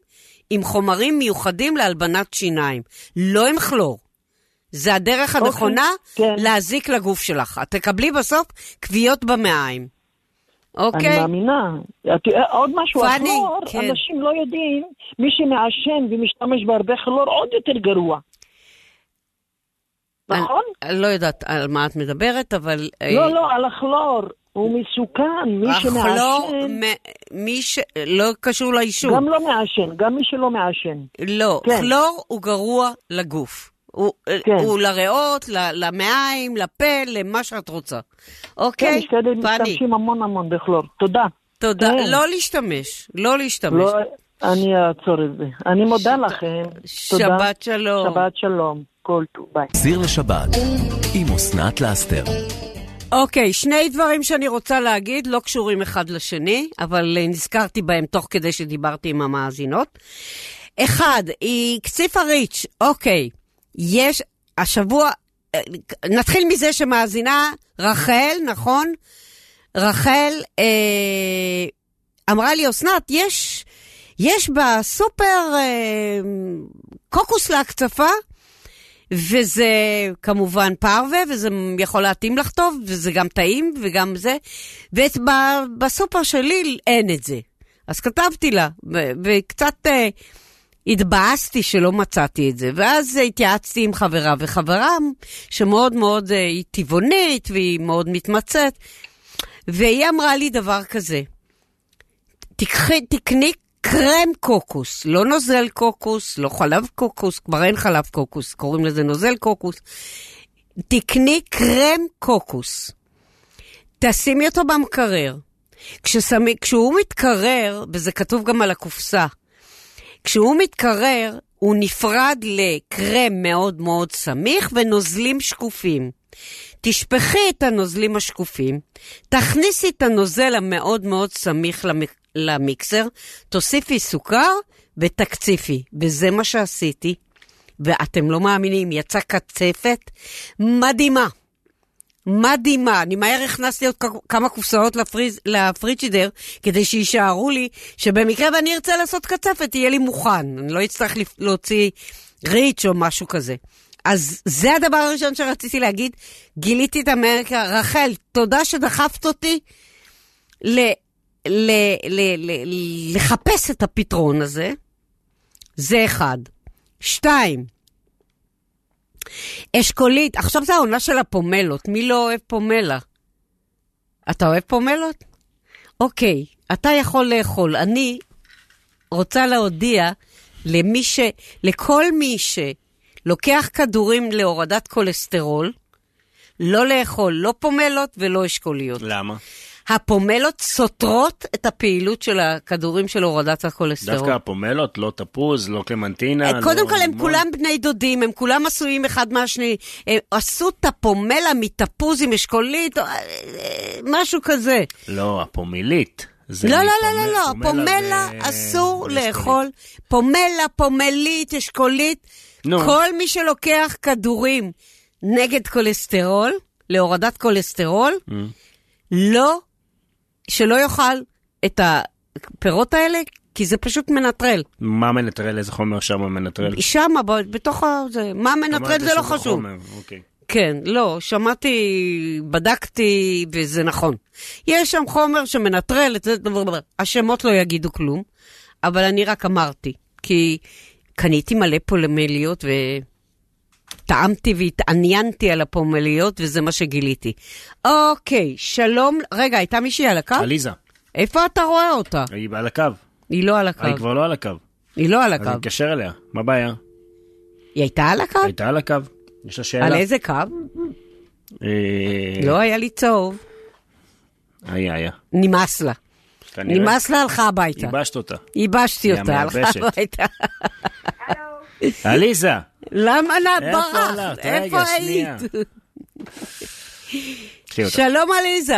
B: עם חומרים מיוחדים להלבנת שיניים. לא עם כלור. זה הדרך הנכונה
G: כן.
B: להזיק לגוף שלך. את תקבלי בסוף כוויות במעיים. אוקיי?
G: אני מאמינה. את- אה, עוד משהו,
B: פאני,
G: הכלור,
B: כן.
G: אנשים לא יודעים, מי שמעשן ומשתמש בהרבה כלור עוד יותר גרוע. נכון?
B: אני לא יודעת על מה את מדברת, אבל... אה,
G: לא, לא, על הכלור. הוא מסוכן, מי
B: הכלור,
G: שמעשן,
B: אה, מ- מי ש... לא קשור לעישון.
G: גם לא מעשן, גם מי שלא מעשן.
B: לא, כן.
G: כן.
B: כלור הוא גרוע לגוף. הוא, כן.
G: כן.
B: הוא לריאות, ל- למעיים, לפה, למה שאת רוצה.
G: כן,
B: אוקיי?
G: משתדל,
B: פני,
G: משתמשים המון המון בכלור. תודה.
B: תודה.
G: כן.
B: לא להשתמש, לא להשתמש.
G: לא, אני אעצור את זה. אני מודה לכם. תודה.
B: שבת שלום.
G: שבת שלום. כל טוב. ביי.
A: סיר לשבת עם אסנת לאסתר.
B: אוקיי, שני דברים שאני רוצה להגיד, לא קשורים אחד לשני, אבל אה, נזכרתי בהם תוך כדי שדיברתי עם המאזינות. אחד, היא קציפה ריץ', אוקיי, יש השבוע, אה, נתחיל מזה שמאזינה רחל, נכון? רחל אה, אמרה לי, אסנת, יש, יש בסופר אה, קוקוס להקצפה? וזה כמובן פרווה, וזה יכול להתאים לך טוב, וזה גם טעים, וגם זה. ובסופר שלי אין את זה. אז כתבתי לה, ו- וקצת אה, התבאסתי שלא מצאתי את זה. ואז התייעצתי עם חברה, וחברה שמאוד מאוד, אה, היא טבעונית, והיא מאוד מתמצאת, והיא אמרה לי דבר כזה, תקחי, תקני קרם קוקוס, לא נוזל קוקוס, לא חלב קוקוס, כבר אין חלב קוקוס, קוראים לזה נוזל קוקוס. תקני קרם קוקוס, תשימי אותו במקרר. כששמי, כשהוא מתקרר, וזה כתוב גם על הקופסה, כשהוא מתקרר, הוא נפרד לקרם מאוד מאוד סמיך ונוזלים שקופים. תשפכי את הנוזלים השקופים, תכניסי את הנוזל המאוד מאוד סמיך למק... למיקסר, תוסיפי סוכר ותקציפי. וזה מה שעשיתי, ואתם לא מאמינים, יצאה קצפת מדהימה. מדהימה. אני מהר הכנסתי עוד כ- כמה קופסאות לפריז, לפריצ'ידר, כדי שיישארו לי, שבמקרה ואני ארצה לעשות קצפת, יהיה לי מוכן. אני לא אצטרך לפ- להוציא ריץ' או משהו כזה. אז זה הדבר הראשון שרציתי להגיד. גיליתי את אמריקה. רחל, תודה שדחפת אותי ל, ל, ל, ל, ל, לחפש את הפתרון הזה. זה אחד. שתיים, אשכולית, עכשיו זה העונה של הפומלות, מי לא אוהב פומלה? אתה אוהב פומלות? אוקיי, אתה יכול לאכול. אני רוצה להודיע למי ש... לכל מי שלוקח כדורים להורדת כולסטרול, לא לאכול לא פומלות ולא אשכוליות.
C: למה?
B: הפומלות סותרות את הפעילות של הכדורים של הורדת הכולסטרול.
C: דווקא הפומלות, לא תפוז, לא קלמנטינה.
B: אה, קודם
C: לא
B: כל, הם
C: לימון.
B: כולם בני דודים, הם כולם עשויים אחד מהשני. הם עשו את הפומלה מתפוז עם אשכולית, או, אה, אה, משהו כזה.
C: לא, הפומילית. זה
B: לא, לא,
C: מפומל-
B: לא, לא, לא, פומלה
C: זה-
B: אסור
C: זה
B: לאכול. פומלה, פומלית, אשכולית.
C: נו.
B: כל מי שלוקח כדורים נגד כולסטרול, להורדת כולסטרול,
C: Mm.
B: לא, שלא יאכל את הפירות האלה, כי זה פשוט מנטרל.
C: מה מנטרל? איזה חומר שם מנטרל?
B: שמה, ב- בתוך ה... זה- מה מנטרל
C: אמרת
B: זה לא
C: שזה
B: חשוב.
C: חומר, אוקיי.
B: כן, לא, שמעתי, בדקתי, וזה נכון. יש שם חומר שמנטרל, את זה, השמות לא יגידו כלום, אבל אני רק אמרתי, כי קניתי מלא פולמליות וטעמתי והתעניינתי על הפומליות, וזה מה שגיליתי. אוקיי, שלום, רגע, הייתה מישהי על הקו?
C: עליזה,
B: איפה אתה רואה אותה?
C: היא על הקו.
B: היא לא על הקו.
C: היא כבר לא על הקו.
B: היא לא על
C: אז
B: הקו.
C: אני אתקשר אליה. מה הבעיה?
B: היא הייתה על הקו?
C: הייתה על הקו. יש לה שאלה.
B: על איזה קו?
C: אה,
B: לא היה לי צהוב.
C: היה, היה.
B: נמאס לה.
C: אה. כנראה.
B: נמאסלה הלכה הביתה.
C: ייבשת אותה.
B: ייבשתי לא
C: היא
B: אותה, הלכה
C: המייבשת.
B: הביתה.
C: עליזה!
B: למה נעת
C: איפה
B: ברחת?
C: הלכת? רגע,
B: איפה
C: שנייה.
B: היית?
C: קחי אותה.
B: שלום, עליזה.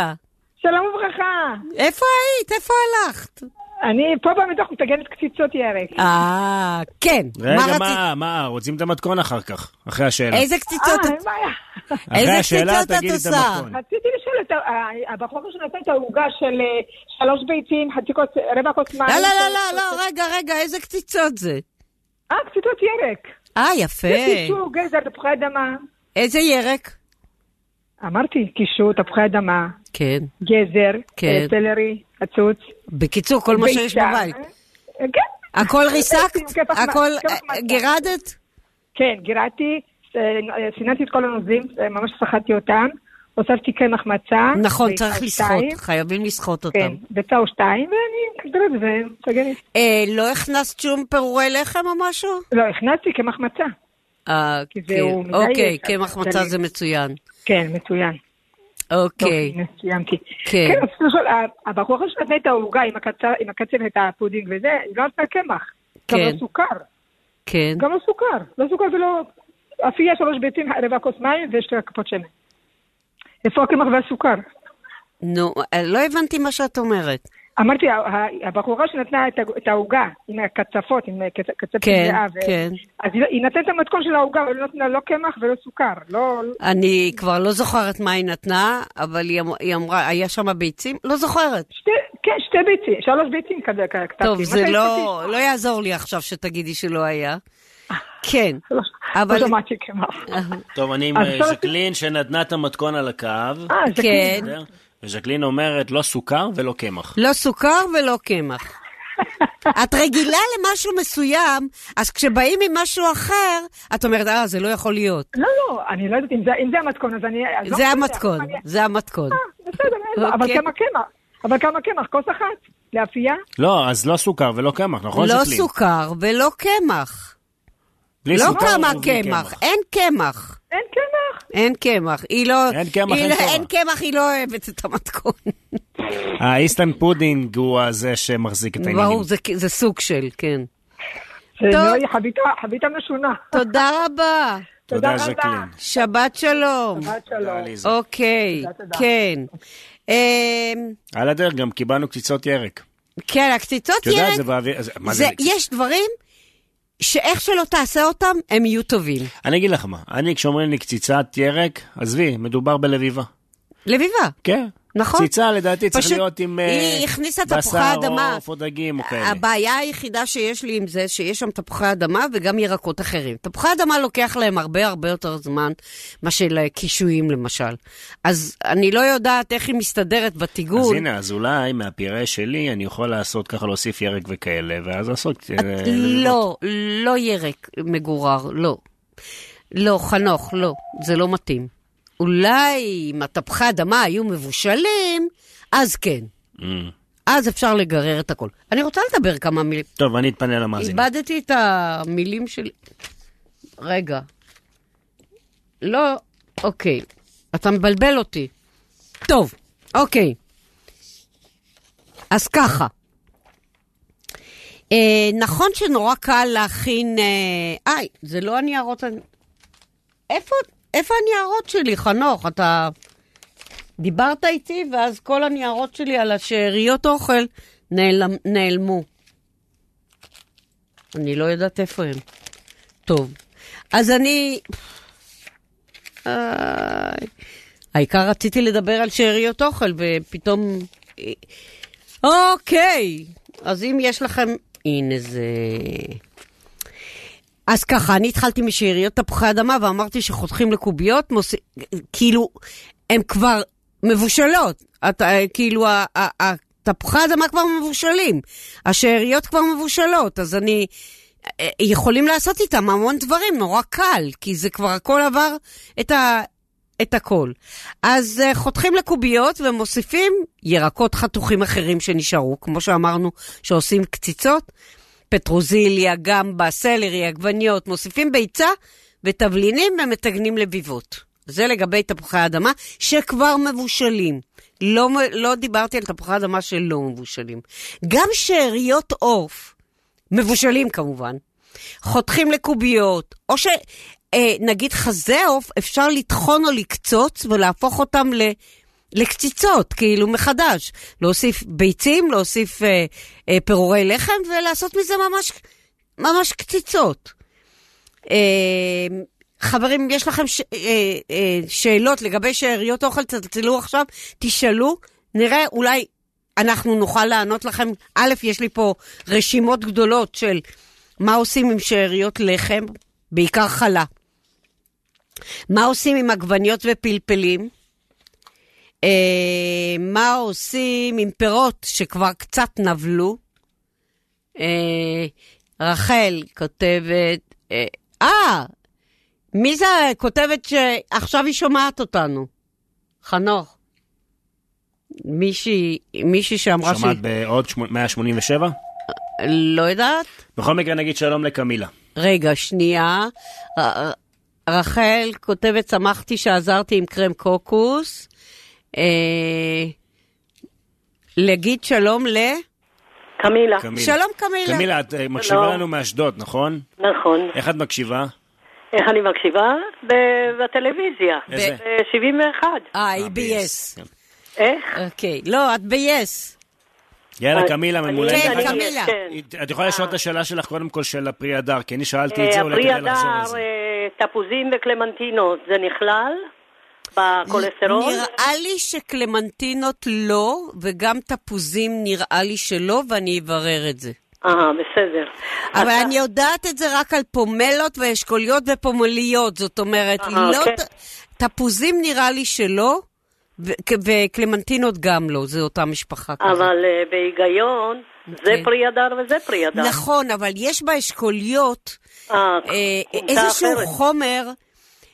H: שלום וברכה.
B: איפה היית? איפה הלכת?
H: אני פה במדוח מטגנת קציצות ירק.
B: אה, כן.
C: רגע,
B: רצית?
C: מה, מה, רוצים את המתכון אחר כך, אחרי השאלה.
B: איזה קציצות?
H: אה,
B: את-
H: אין בעיה.
C: אחרי
B: איזה
C: השאלה
B: קציצות את
C: תגידי את
B: עושה?
C: המתכון.
H: רציתי לשאול את ה- אה, הבחור שנתן את העוגה של אה, שלוש ביצים, חצי כוס, רבע כוס מים.
B: לא, לא, לא, לא, לא, רגע, רגע, איזה קציצות זה?
H: אה, קציצות ירק.
B: אה, יפה.
H: קישור, גזר, תפוחי אדמה.
B: איזה ירק?
H: אמרתי, קישור, תפוחי אדמה,
B: כן.
H: גזר,
B: כן.
H: אה, סלרי, עצוץ.
B: בקיצור, כל מה
H: ביצה.
B: שיש בבית.
H: אה, כן.
B: הכל ריסקת?
H: קפח מ-
B: הכל
H: קפח
B: אה,
H: מצה.
B: גירדת?
H: כן, גירדתי, אה, סיננתי את כל הנוזלים, אה, ממש סחטתי אותם. הוספתי קמח מצה.
B: נכון,
H: ביצה
B: צריך
H: אה, שתיים.
B: לסחוט, חייבים לסחוט
H: כן,
B: אותם.
H: ביצה או שתיים, ואני אגדיר את זה, תגיד.
B: אה, לא הכנסת שום פירורי לחם או משהו?
H: לא, הכנסתי קמח מצה.
B: אה,
H: כי
B: כן.
H: זהו מדי
B: אוקיי,
H: ישר,
B: קמח מצה
H: קטנים.
B: זה מצוין.
H: כן, מצוין.
B: אוקיי.
H: טוב, הנה, סיימתי.
B: כן.
H: כן, רציתי לשאול, ה- הבחור אחר שנתן את העוגה עם הקצ- עם הקצב, את הפודינג וזה, לא עשה קמח.
B: כן.
H: גם לא סוכר.
B: כן.
H: גם לא סוכר. לא סוכר ולא... אפייה שלוש ביצים, רבע כוס מים ושתי כפות שמן. איפה הקמח והסוכר?
B: נו, אה, לא הבנתי מה שאת אומרת.
H: אמרתי, ה- ה- הבחורה שנתנה את ה- את העוגה עם הקצפות, עם קצ- קצפת
B: כן,
H: מלאה,
B: כן.
H: אז היא- היא נתנה את המתכון של העוגה, אבל היא לא נתנה לא קמח ולא סוכר. לא...
B: אני כבר לא זוכרת מה היא נתנה, אבל היא אמ- היא אמרה, היה שם ביצים? לא זוכרת.
H: שתי, כן, שתי ביצים, שלוש ביצים כזה כתבתי.
B: טוב, זה
H: מתי
B: לא, לא יעזור לי עכשיו שתגידי שלא היה. כן,
H: לא-
B: אבל...
H: לא שמעתי קמח.
C: טוב, אני עם
H: אז
C: אה,
H: אפשר
C: ז'קלין שנתנה את המתכון על הקו,
H: אה, זה
B: כן,
C: בסדר? וז'קלין אומרת לא סוכר ולא קמח.
B: לא סוכר ולא קמח. את רגילה למשהו מסוים, אז כשבאים עם משהו אחר, את אומרת, אה, זה לא יכול להיות.
H: לא, לא, אני לא יודעת אם זה, אם זה המתכון, אז אני... אז לא
B: זה
H: משנה,
B: המתכון,
H: אבל אני-
B: זה המתכון.
H: אה, בסדר, אין בעיה, אבל
B: אוקיי.
H: כמה קמח, אבל כמה קמח, כוס אחת, לאפייה,
C: לא, אז לא סוכר ולא קמח, נכון,
B: לא
C: ז'קלין?
B: סוכר ולא קמח.
C: בלי
B: לא
C: סוכר אה,
B: כמה
C: ובלי
B: קמח, אין קמח.
H: אין קמח.
B: אין קמח, היא לא...
C: אין קמח,
B: היא
C: אין
B: לא-
C: תורה.
B: אין קמח, היא לא אוהבת את המתכון.
C: האיסטנט פודינג הוא הזה שמחזיק את העניינים.
B: ברור, זה- זה סוג של, כן.
H: זה
B: טוב.
H: לא היא חביתה, חביתה משונה.
B: תודה רבה,
C: תודה,
H: תודה רבה.
C: ז'קלין.
B: שבת שלום.
H: עד
C: תודה,
H: שלום.
C: עליזה.
B: אוקיי,
H: תודה, תודה.
B: כן. אמ,
C: על הדרך גם קיבלנו קציצות ירק.
B: כן, הקציצות
C: את יודעת,
B: ירק,
C: זה באוויר... אז מה
B: זה-
C: זה?
B: יש דברים שאיך שלא תעשה אותם, הם יהיו טובים.
C: אני אגיד לך מה, אני, כשאומרים לי קציצת ירק, עזבי, מדובר בלביבה.
B: לביבה.
C: כן.
B: נכון.
C: קציצה לדעתי צריך
B: פשוט
C: להיות עם אה,
B: היא הכניסה תפוחי
C: בשר
B: אדמה.
C: או עוף או דגים או כאלה.
B: הבעיה היחידה שיש לי עם זה, שיש שם תפוחי אדמה וגם ירקות אחרים. תפוחי אדמה לוקח להם הרבה הרבה יותר זמן, מה שלקישואים למשל. אז אני לא יודעת איך היא מסתדרת
C: אז
B: בטיגון.
C: הנה, אז אולי מהפירה שלי אני יכול לעשות ככה, להוסיף ירק וכאלה, ואז לעשות...
B: את-
C: אה, לביבות.
B: לא, לא ירק מגורר, לא. לא, חנוך, לא, זה לא מתאים. אולי אם התפוחי אדמה היו מבושלים, אז כן.
C: אמ.
B: אז אפשר לגרר את הכל. אני רוצה לדבר כמה מילים.
C: טוב, אני אתפנה למאזינים.
B: איבדתי את המילים שלי. רגע. לא, אוקיי. אתה מבלבל אותי. טוב, אוקיי. אז ככה. אה, נכון שנורא קל להכין... אה, איי, זה לא הניירות... הנ- איפה, איפה הניירות שלי, חנוך? אתה דיברת איתי, ואז כל הניירות שלי על השאריות אוכל נעלם, נעלמו. אני לא יודעת איפה הם. טוב, אז אני... אה, העיקר רציתי לדבר על שאריות אוכל, ופתאום... אוקיי, אז אם יש לכם... הנה זה... אז ככה, אני התחלתי משאריות תפוחי אדמה ואמרתי שחותכים לקוביות, מוס... כאילו, הן כבר מבושלות. את, אה, כאילו, ה- ה- ה- תפוחי אדמה כבר מבושלים, השאריות כבר מבושלות, אז אני... אה, יכולים לעשות איתם המון דברים, נורא קל, כי זה כבר הכל עבר את, ה... את הכל. אז אה, חותכים לקוביות ומוסיפים ירקות חתוכים אחרים שנשארו, כמו שאמרנו, שעושים קציצות, פטרוזיליה, גמבה, סלרי, עגבניות, מוסיפים ביצה ותבלינים ומטגנים לביבות. זה לגבי תפוחי אדמה שכבר מבושלים. לא, מ- לא דיברתי על תפוחי אדמה שלא מבושלים. גם שאריות עוף, מבושלים כמובן, חותכים לקוביות, או ש... אה, נגיד חזה עוף, אפשר לטחון או לקצוץ ולהפוך אותם ל... לקציצות, כאילו מחדש. להוסיף ביצים, להוסיף אה, אה, פירורי לחם ולעשות מזה ממש, ממש קציצות. אה, חברים, יש לכם ש... אה, אה, שאלות לגבי שאריות אוכל, תצלצלו עכשיו, תשאלו, נראה, אולי אנחנו נוכל לענות לכם. א', יש לי פה רשימות גדולות של מה עושים עם שאריות לחם, בעיקר חלה. מה עושים עם עגבניות ופלפלים? אה, מה עושים עם פירות שכבר קצת נבלו? אה, רחל כותבת, אה, אה, מי זה כותבת שעכשיו היא שומעת אותנו? חנוך. מישהי, מישהי שאמרה שהיא...
C: שמעת בעוד שמונה- 187?
B: לא יודעת.
C: בכל מקרה נגיד שלום לקמילה.
B: רגע, שנייה. ר- רחל כותבת, שמחתי שעזרתי עם קרם קוקוס. אה, להגיד שלום ל...
I: קמילה.
C: קמילה.
B: שלום, קמילה.
C: קמילה, את אה, מקשיבה
I: שלום.
C: לנו מאשדוד, נכון?
I: נכון.
C: איך את מקשיבה?
I: איך אני מקשיבה? ב- בטלוויזיה.
C: איזה?
I: ב-71.
B: אה, היא ב-yes.
I: איך?
B: אוקיי. לא, את ב-yes.
C: יאללה,
I: אה,
C: קמילה,
I: אני-
C: ממולדת.
B: כן,
I: אני-
B: קמילה.
I: כן.
C: את יכולה לשאול את השאלה שלך קודם כל של הפרי הדר, כי אני שאלתי את זה,
I: אה,
C: אולי
I: הפרי
C: כדאי לחזור
I: הדר,
C: לזה.
I: אה, תפוזים וקלמנטינות, זה נכלל בכולסטרול?
B: נראה לי שקלמנטינות לא, וגם תפוזים נראה לי שלא, ואני אברר את זה.
I: אה, בסדר.
B: אבל
I: אתה-
B: אני יודעת את זה רק על פומלות ואשכוליות ופומליות, זאת אומרת,
I: אה,
B: לא...
I: אוקיי.
B: ת- תפוזים נראה לי שלא, ו- וקלמנטינות גם לא, זו אותה משפחה כזאת.
I: אבל
D: אוקיי.
I: אה, בהיגיון, זה
B: אוקיי.
I: פרי הדר וזה פרי הדר.
B: נכון, אבל יש באשכוליות
I: אה,
B: אה,
I: כומתה
B: איזשהו
I: אחרת.
B: חומר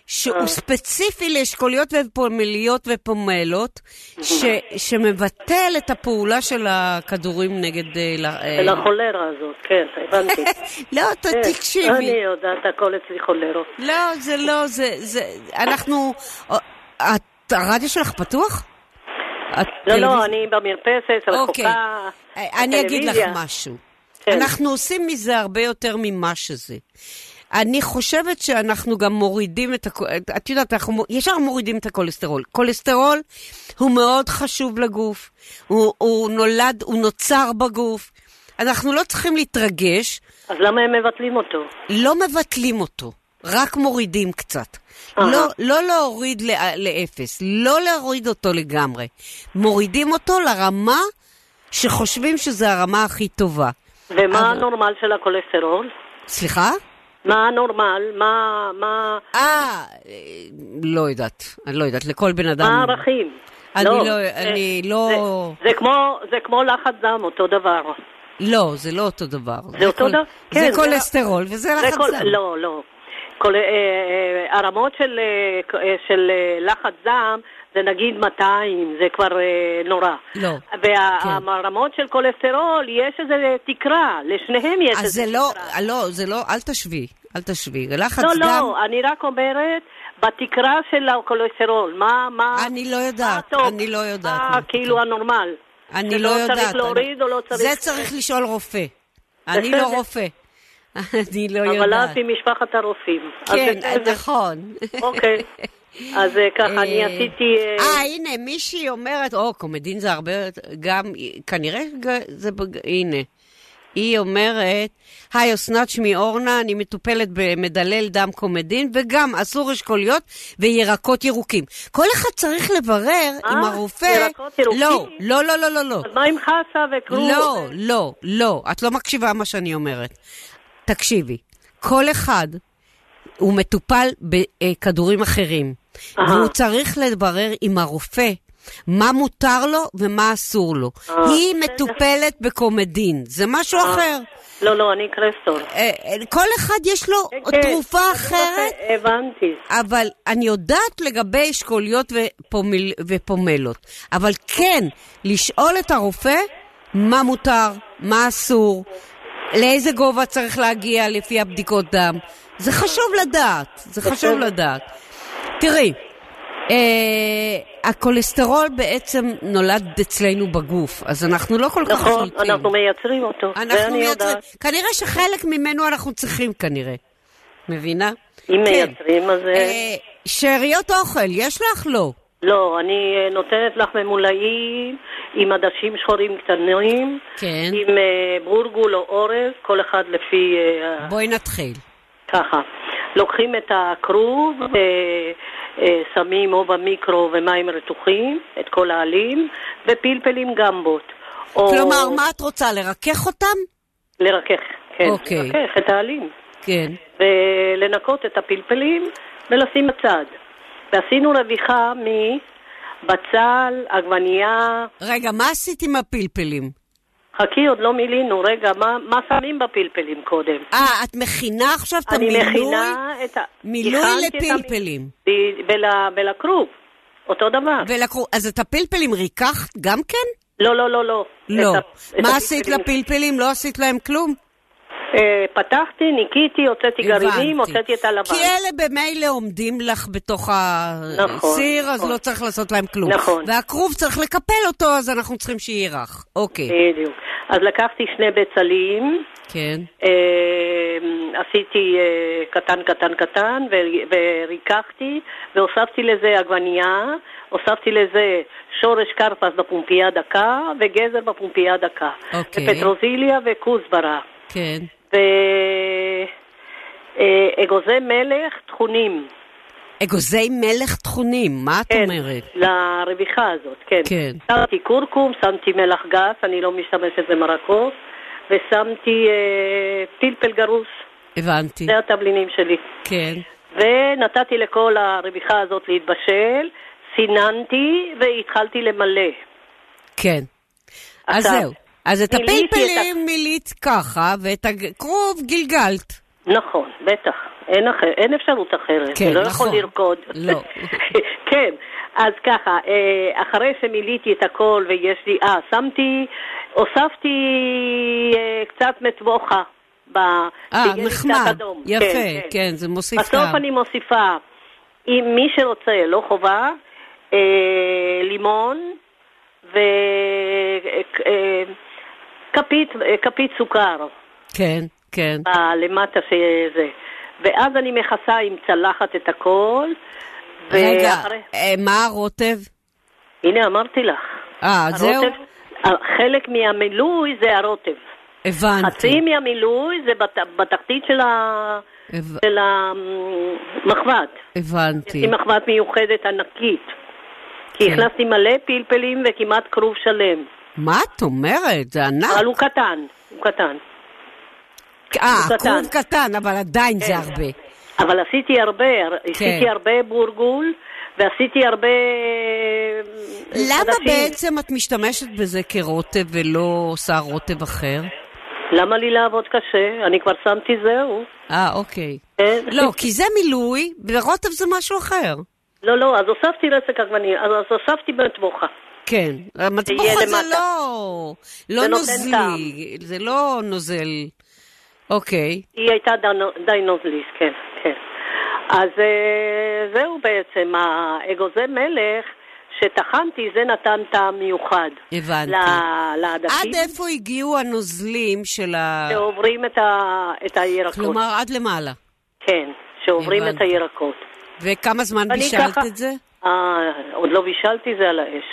B: שהוא
I: אה.
B: ספציפי לאשכוליות ופומליות ופומלות, ש- שמבטל את הפעולה של הכדורים נגד... אה, ל- אה,
I: של החולרה הזאת, כן, הבנתי.
B: לא, ת-
I: כן, אני
B: תקשיבי.
I: יודעת, הכל אצלי חולרות.
B: לא, זה לא, זה, זה, אנחנו, אה, את, הרדיו שלך פתוח?
I: לא,
B: הטלוויזיה-
I: לא, אני במרפסת,
B: אוקיי.
I: רחוקה.
B: אני אגיד לך
I: בטלוויזיה.
B: משהו.
I: כן.
B: אנחנו עושים מזה הרבה יותר ממה שזה. אני חושבת שאנחנו גם מורידים את הכ... את- את יודעת, אנחנו מ- ישר מורידים את הכולסטרול. כולסטרול הוא מאוד חשוב לגוף, הוא, הוא נולד, הוא נוצר בגוף. אנחנו לא צריכים להתרגש,
I: אז למה הם מבטלים אותו?
B: לא מבטלים אותו, רק מורידים קצת.
I: אהה.
B: לא, לא להוריד לא, לאפס, לא להוריד אותו לגמרי. מורידים אותו לרמה שחושבים שזו הרמה הכי טובה.
I: ומה
B: אבל-
I: הנורמל של הכולסטרול?
B: סליחה?
I: מה הנורמל? מה מה-
B: אה, אה, לא יודעת, אני לא יודעת, לכל בן אדם...
I: מה הערכים?
B: אני לא- אני
I: זה-
B: לא-
I: זה- זה כמו- זה כמו לחץ דם, אותו דבר.
B: לא, זה לא אותו דבר.
I: זה אותו דבר? כן,
B: זה
I: זה-
B: כולסטרול וזה
I: זה
B: לחץ
I: כל-
B: דם.
I: לא, לא. כל- אה, אה, הרמות של, אה, כ- אה, של אה, לחץ דם זה נגיד 200, זה כבר אה, נורא.
B: לא. כן.
I: והרמות של כולסטרול, יש איזה תקרה, לשניהם יש
B: אז
I: איזה
B: זה
I: תקרה.
B: לא, לא, זה לא, אל תשווי, אל תשווי. לחץ
I: לא,
B: דם...
I: לא, אני רק אומרת, בתקרה של הכולסטרול, מה, מה...
B: אני לא יודעת,
I: מה הטופ?
B: אני לא יודעת
I: מה
B: מה
I: אה, כאילו
B: הטופ.
I: הנורמל.
B: אני
I: שלא
B: לא יודעת.
I: צריך
B: אני-
I: להוריד או לא צריך...
B: זה צריך לשאול רופא. אני לא
I: בסדר.
B: רופא. אני לא
I: אבל את
B: יודעת.
I: ממשפחת הרופאים. אז
B: כן,
I: בסדר.
B: נכון.
I: אוקיי. אז אה, ככה, אני
B: אה,
I: עשיתי... אה,
B: אה, הנה, מישהי אומרת, או, קומדין זה הרבה, גם, כנראה ג- זה, בג- הנה. היא אומרת, היי, אסנת שמי אורנה, אני מטופלת במדלל דם קומדין, וגם אסור אשכוליות וירקות ירוקים. כל אחד צריך לברר עם
I: אה,
B: הרופא...
I: ירקות ירוקים?
B: לא, לא, לא, לא, לא, לא.
I: אז מה עם חסה וכלום?
B: לא, לא, לא. את לא מקשיבה מה שאני אומרת. תקשיבי, כל אחד הוא מטופל בכדורים אחרים,
I: אהה.
B: והוא צריך לברר עם הרופא. מה מותר לו ומה אסור לו.
I: אה,
B: היא
I: בסדר.
B: מטופלת בקומדין, זה משהו אחר.
I: לא, לא, אני קרסטור.
B: אה, אה, כל אחד יש לו
I: כן,
B: תרופה
I: אני
B: אחרת,
I: רוצה- הבנתי.
B: אבל אני יודעת לגבי אשכוליות ופומיל, ופומלות. אבל כן, לשאול את הרופא מה מותר, מה אסור, לאיזה גובה צריך להגיע לפי הבדיקות דם. זה חשוב לדעת, זה חשוב לדעת. תראי, אה, הכולסטרול בעצם נולד אצלנו בגוף, אז אנחנו לא כל כך
I: נכון,
B: שולטים.
I: אנחנו מייצרים אותו. זה
B: אנחנו
I: אני
B: מייצרים,
I: יודעת.
B: כנראה שחלק ממנו אנחנו צריכים כנראה. מבינה?
I: אם
B: כן.
I: מייצרים, אז... אה,
B: אה, שאריות אוכל, יש לך? לא.
I: לא, אני אה, נותנת לך ממולאים עם עדשים שחורים קטנים,
B: כן.
I: עם אה, בורגול או אורז, כל אחד לפי... אה,
B: בואי נתחיל.
I: ככה, לוקחים את הכרוב, אה, אה, שמים או במיקרו ומים רתוחים, את כל העלים, ופלפלים גמבות. או
B: כלומר, מה את רוצה, לרכך אותם?
I: לרכך, כן,
B: אוקיי.
I: לרכך את העלים.
B: כן.
I: ולנקות את הפלפלים ולשים בצד. ועשינו רוויחה מבצל, עגבנייה,
B: רגע, מה עשית עם הפלפלים?
I: חכי, עוד לא מילינו, רגע, מה, מה שמים בפלפלים קודם?
B: אה, את מכינה עכשיו את
I: אני
B: המילוי?
I: מכינה את ה...
B: מילוי
I: הכנתי את המ-
B: לפלפלים.
I: ב- ול- ולכרוב, אותו דבר.
B: ולקחו, אז את הפלפלים ריקחת גם כן?
I: לא, לא, לא, לא.
B: לא.
I: את ה- את
B: מה עשית
I: הפלפלים-
B: לפלפלים? לא עשית להם כלום?
I: אה, פתחתי, ניקיתי, הוצאתי גרעינים,
B: הבנתי. כן.
I: הוצאתי את הלבן.
B: כי אלה במילא עומדים לך בתוך
I: נכון,
B: הסיר, אז
I: נכון.
B: לא צריך לעשות להם כלום.
I: נכון.
B: והכרוב צריך לקפל אותו, אז אנחנו צריכים שיהיה רך. אוקיי,
I: בדיוק. אז לקחתי שני בצלים,
B: כן.
I: אה, עשיתי אה, קטן קטן קטן ו- וריככתי והוספתי לזה עגבנייה, הוספתי לזה שורש כרפס בפומפייה דקה וגזר בפומפייה דקה.
B: אוקיי.
I: ופטרוזיליה וכוסברה.
B: כן.
I: ואגוזי אה, מלך טחונים.
B: אגוזי מלך טחונים, מה את
I: כן,
B: אומרת?
I: לרוויחה הזאת, כן.
B: כן.
I: שמתי כורכום, שמתי מלח גס, אני לא משתמשת במרקו, ושמתי אה, פלפל גרוס,
B: הבנתי.
I: זה התבלינים שלי.
B: כן.
I: ונתתי לכל הרוויחה הזאת להתבשל, סיננתי והתחלתי למלא.
B: כן. אז
I: עכשיו,
B: זהו. אז את
I: מיליתי את
B: הפלפלים מילית ככה, ואת הכרוב גלגלת.
I: נכון, בטח. אין, אחר, אין אפשרות אחרת.
B: כן,
I: אני לא
B: נכון.
I: יכול לרקוד.
B: לא.
I: כן, אז ככה, אה, אחרי שמילאתי את הכל ויש לי, אה, שמתי, הוספתי אה, קצת מטבוחה. ב-
B: אה,
I: ויש לי קצת
B: נחמד.
I: אדום.
B: יפה, כן, זה מוסיף
I: בסוף
B: טעם.
I: אני מוסיפה, אם מי שרוצה, לא חובה, אה, לימון וכפית כפית סוכר.
B: כן, כן.
I: ב- למטה שזה. ואז אני מכסה עם צלחת את הכל.
B: רגע,
I: ואחרי-
B: אה, מה הרוטב?
I: הנה, אמרתי לך.
B: אה, זהו?
I: הרוטב, אה, חלק מהמילוי זה הרוטב. חצי
B: הבנתי.
I: מהמילוי זה בת- בתחתית של ה-
B: הב-
I: של המחבת. יש
B: הבנתי.
I: לי מחבת מיוחדת ענקית. כי
B: כן.
I: הכנסתי מלא פלפלים וכמעט כרוב שלם.
B: מה את אומרת? זה ענק.
I: אבל הוא קטן, הוא קטן.
B: אה,
I: הוא קטן. כן.
B: הכרוב קטן, אבל עדיין זה הרבה.
I: אבל עשיתי הרבה,
B: כן.
I: עשיתי הרבה בורגול, ועשיתי הרבה... אה,
B: למה
I: עדשים.
B: בעצם את משתמשת בזה כרוטב ולא עושה רוטב אחר?
I: למה לי לעבוד קשה? אני כבר שמתי זהו.
B: אה, אוקיי.
I: כן.
B: לא, כי זה מילוי, ורוטב זה משהו אחר.
I: לא, לא, אז הוספתי רסק עגבניה, אז אז הוספתי בטבוחה.
B: כן,
I: יהיה
B: המטבוחה זה
I: למטה.
B: לא... לא
I: זה נותן
B: נוזלי, זה לא נוזל. אוקיי,
I: היא הייתה דנו- דיינוזליס, כן, כן. אז אה, זהו בעצם, האגוזי מלך שטחנתי, זה נתן טעם מיוחד.
B: הבנתי.
I: ל- לעדשים
B: עד איפה הגיעו הנוזלים של ה...
I: שעוברים את ה- את הירקות.
B: כלומר, עד למעלה.
I: כן, שעוברים את
B: הבנתי.
I: הירקות.
B: וכמה זמן
I: אני
B: בישלת
I: ככה-
B: את זה?
I: אה, עוד לא בישלתי זה על האש.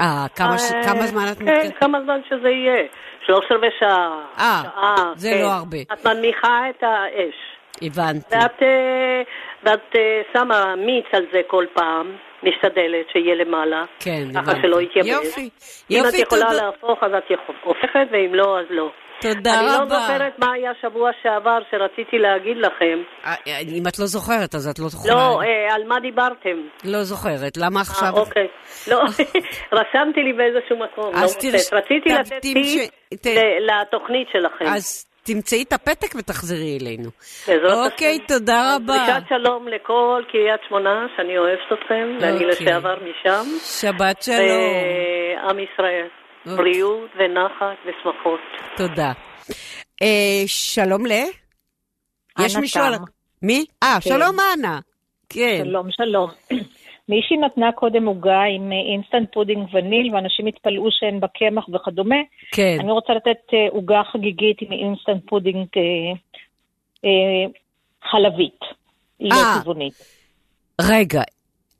B: אה, כמה ש-
I: אה,
B: כמה זמן את
I: כן,
B: מתקדמת?
I: כמה זמן שזה יהיה. שלוש רבעי שעה.
B: אה,
I: שעה,
B: זה
I: כן.
B: לא הרבה.
I: את מנמיכה את האש.
B: הבנתי.
I: ואת, אה, ואת אה, שמה מיץ על זה כל פעם, משתדלת שיהיה למעלה.
B: כן,
I: ככה
B: הבנתי.
I: שלא יתייבש.
B: יופי.
I: אם את
B: יופי,
I: יכולה
B: תודה.
I: להפוך, אז את יכול- הופכת, ואם לא, אז לא.
B: תודה
I: אני לא
B: רבה.
I: זוכרת מה היה שבוע שעבר שרציתי להגיד לכם.
B: אה, אה, אם את לא זוכרת, אז את לא תוכל...
I: לא, אה, על מה דיברתם?
B: לא זוכרת. למה
I: אה,
B: עכשיו...
I: אוקיי. לא, רשמתי לי באיזשהו מקום, לא
B: אז
I: מוצאת.
B: תרש-
I: רציתי
B: ת-
I: לתת
B: תמש-
I: טיפ
B: ת-
I: ל- לתוכנית שלכם.
B: אז תמצאי את הפתק ותחזרי אלינו.
I: בעזרת
B: אוקיי,
I: השם.
B: תודה
I: אז
B: רבה.
I: דרישת שלום לכל קריית שמונה, שאני אוהבת אתכם, ואני
B: אוקיי.
I: לשעבר משם.
B: שבת שלום.
I: ועם ישראל.
B: אוקיי.
I: בריאות ונחת ושמחות.
B: תודה. אה, שלום ל? יש
E: אנה
B: מישהו על...
E: תם.
B: מי? אה,
E: כן.
B: שלום אנה. כן.
E: שלום, שלום. מישהי נתנה קודם עוגה עם אה, אינסטנט פודינג וניל, ואנשים התפלאו שאין בה קמח וכדומה.
B: כן.
E: אני רוצה לתת אה, עוגה חגיגית עם אינסטנט פודינג אה, אה, חלבית. היא לא
B: אה.
E: טבעונית.
B: רגע,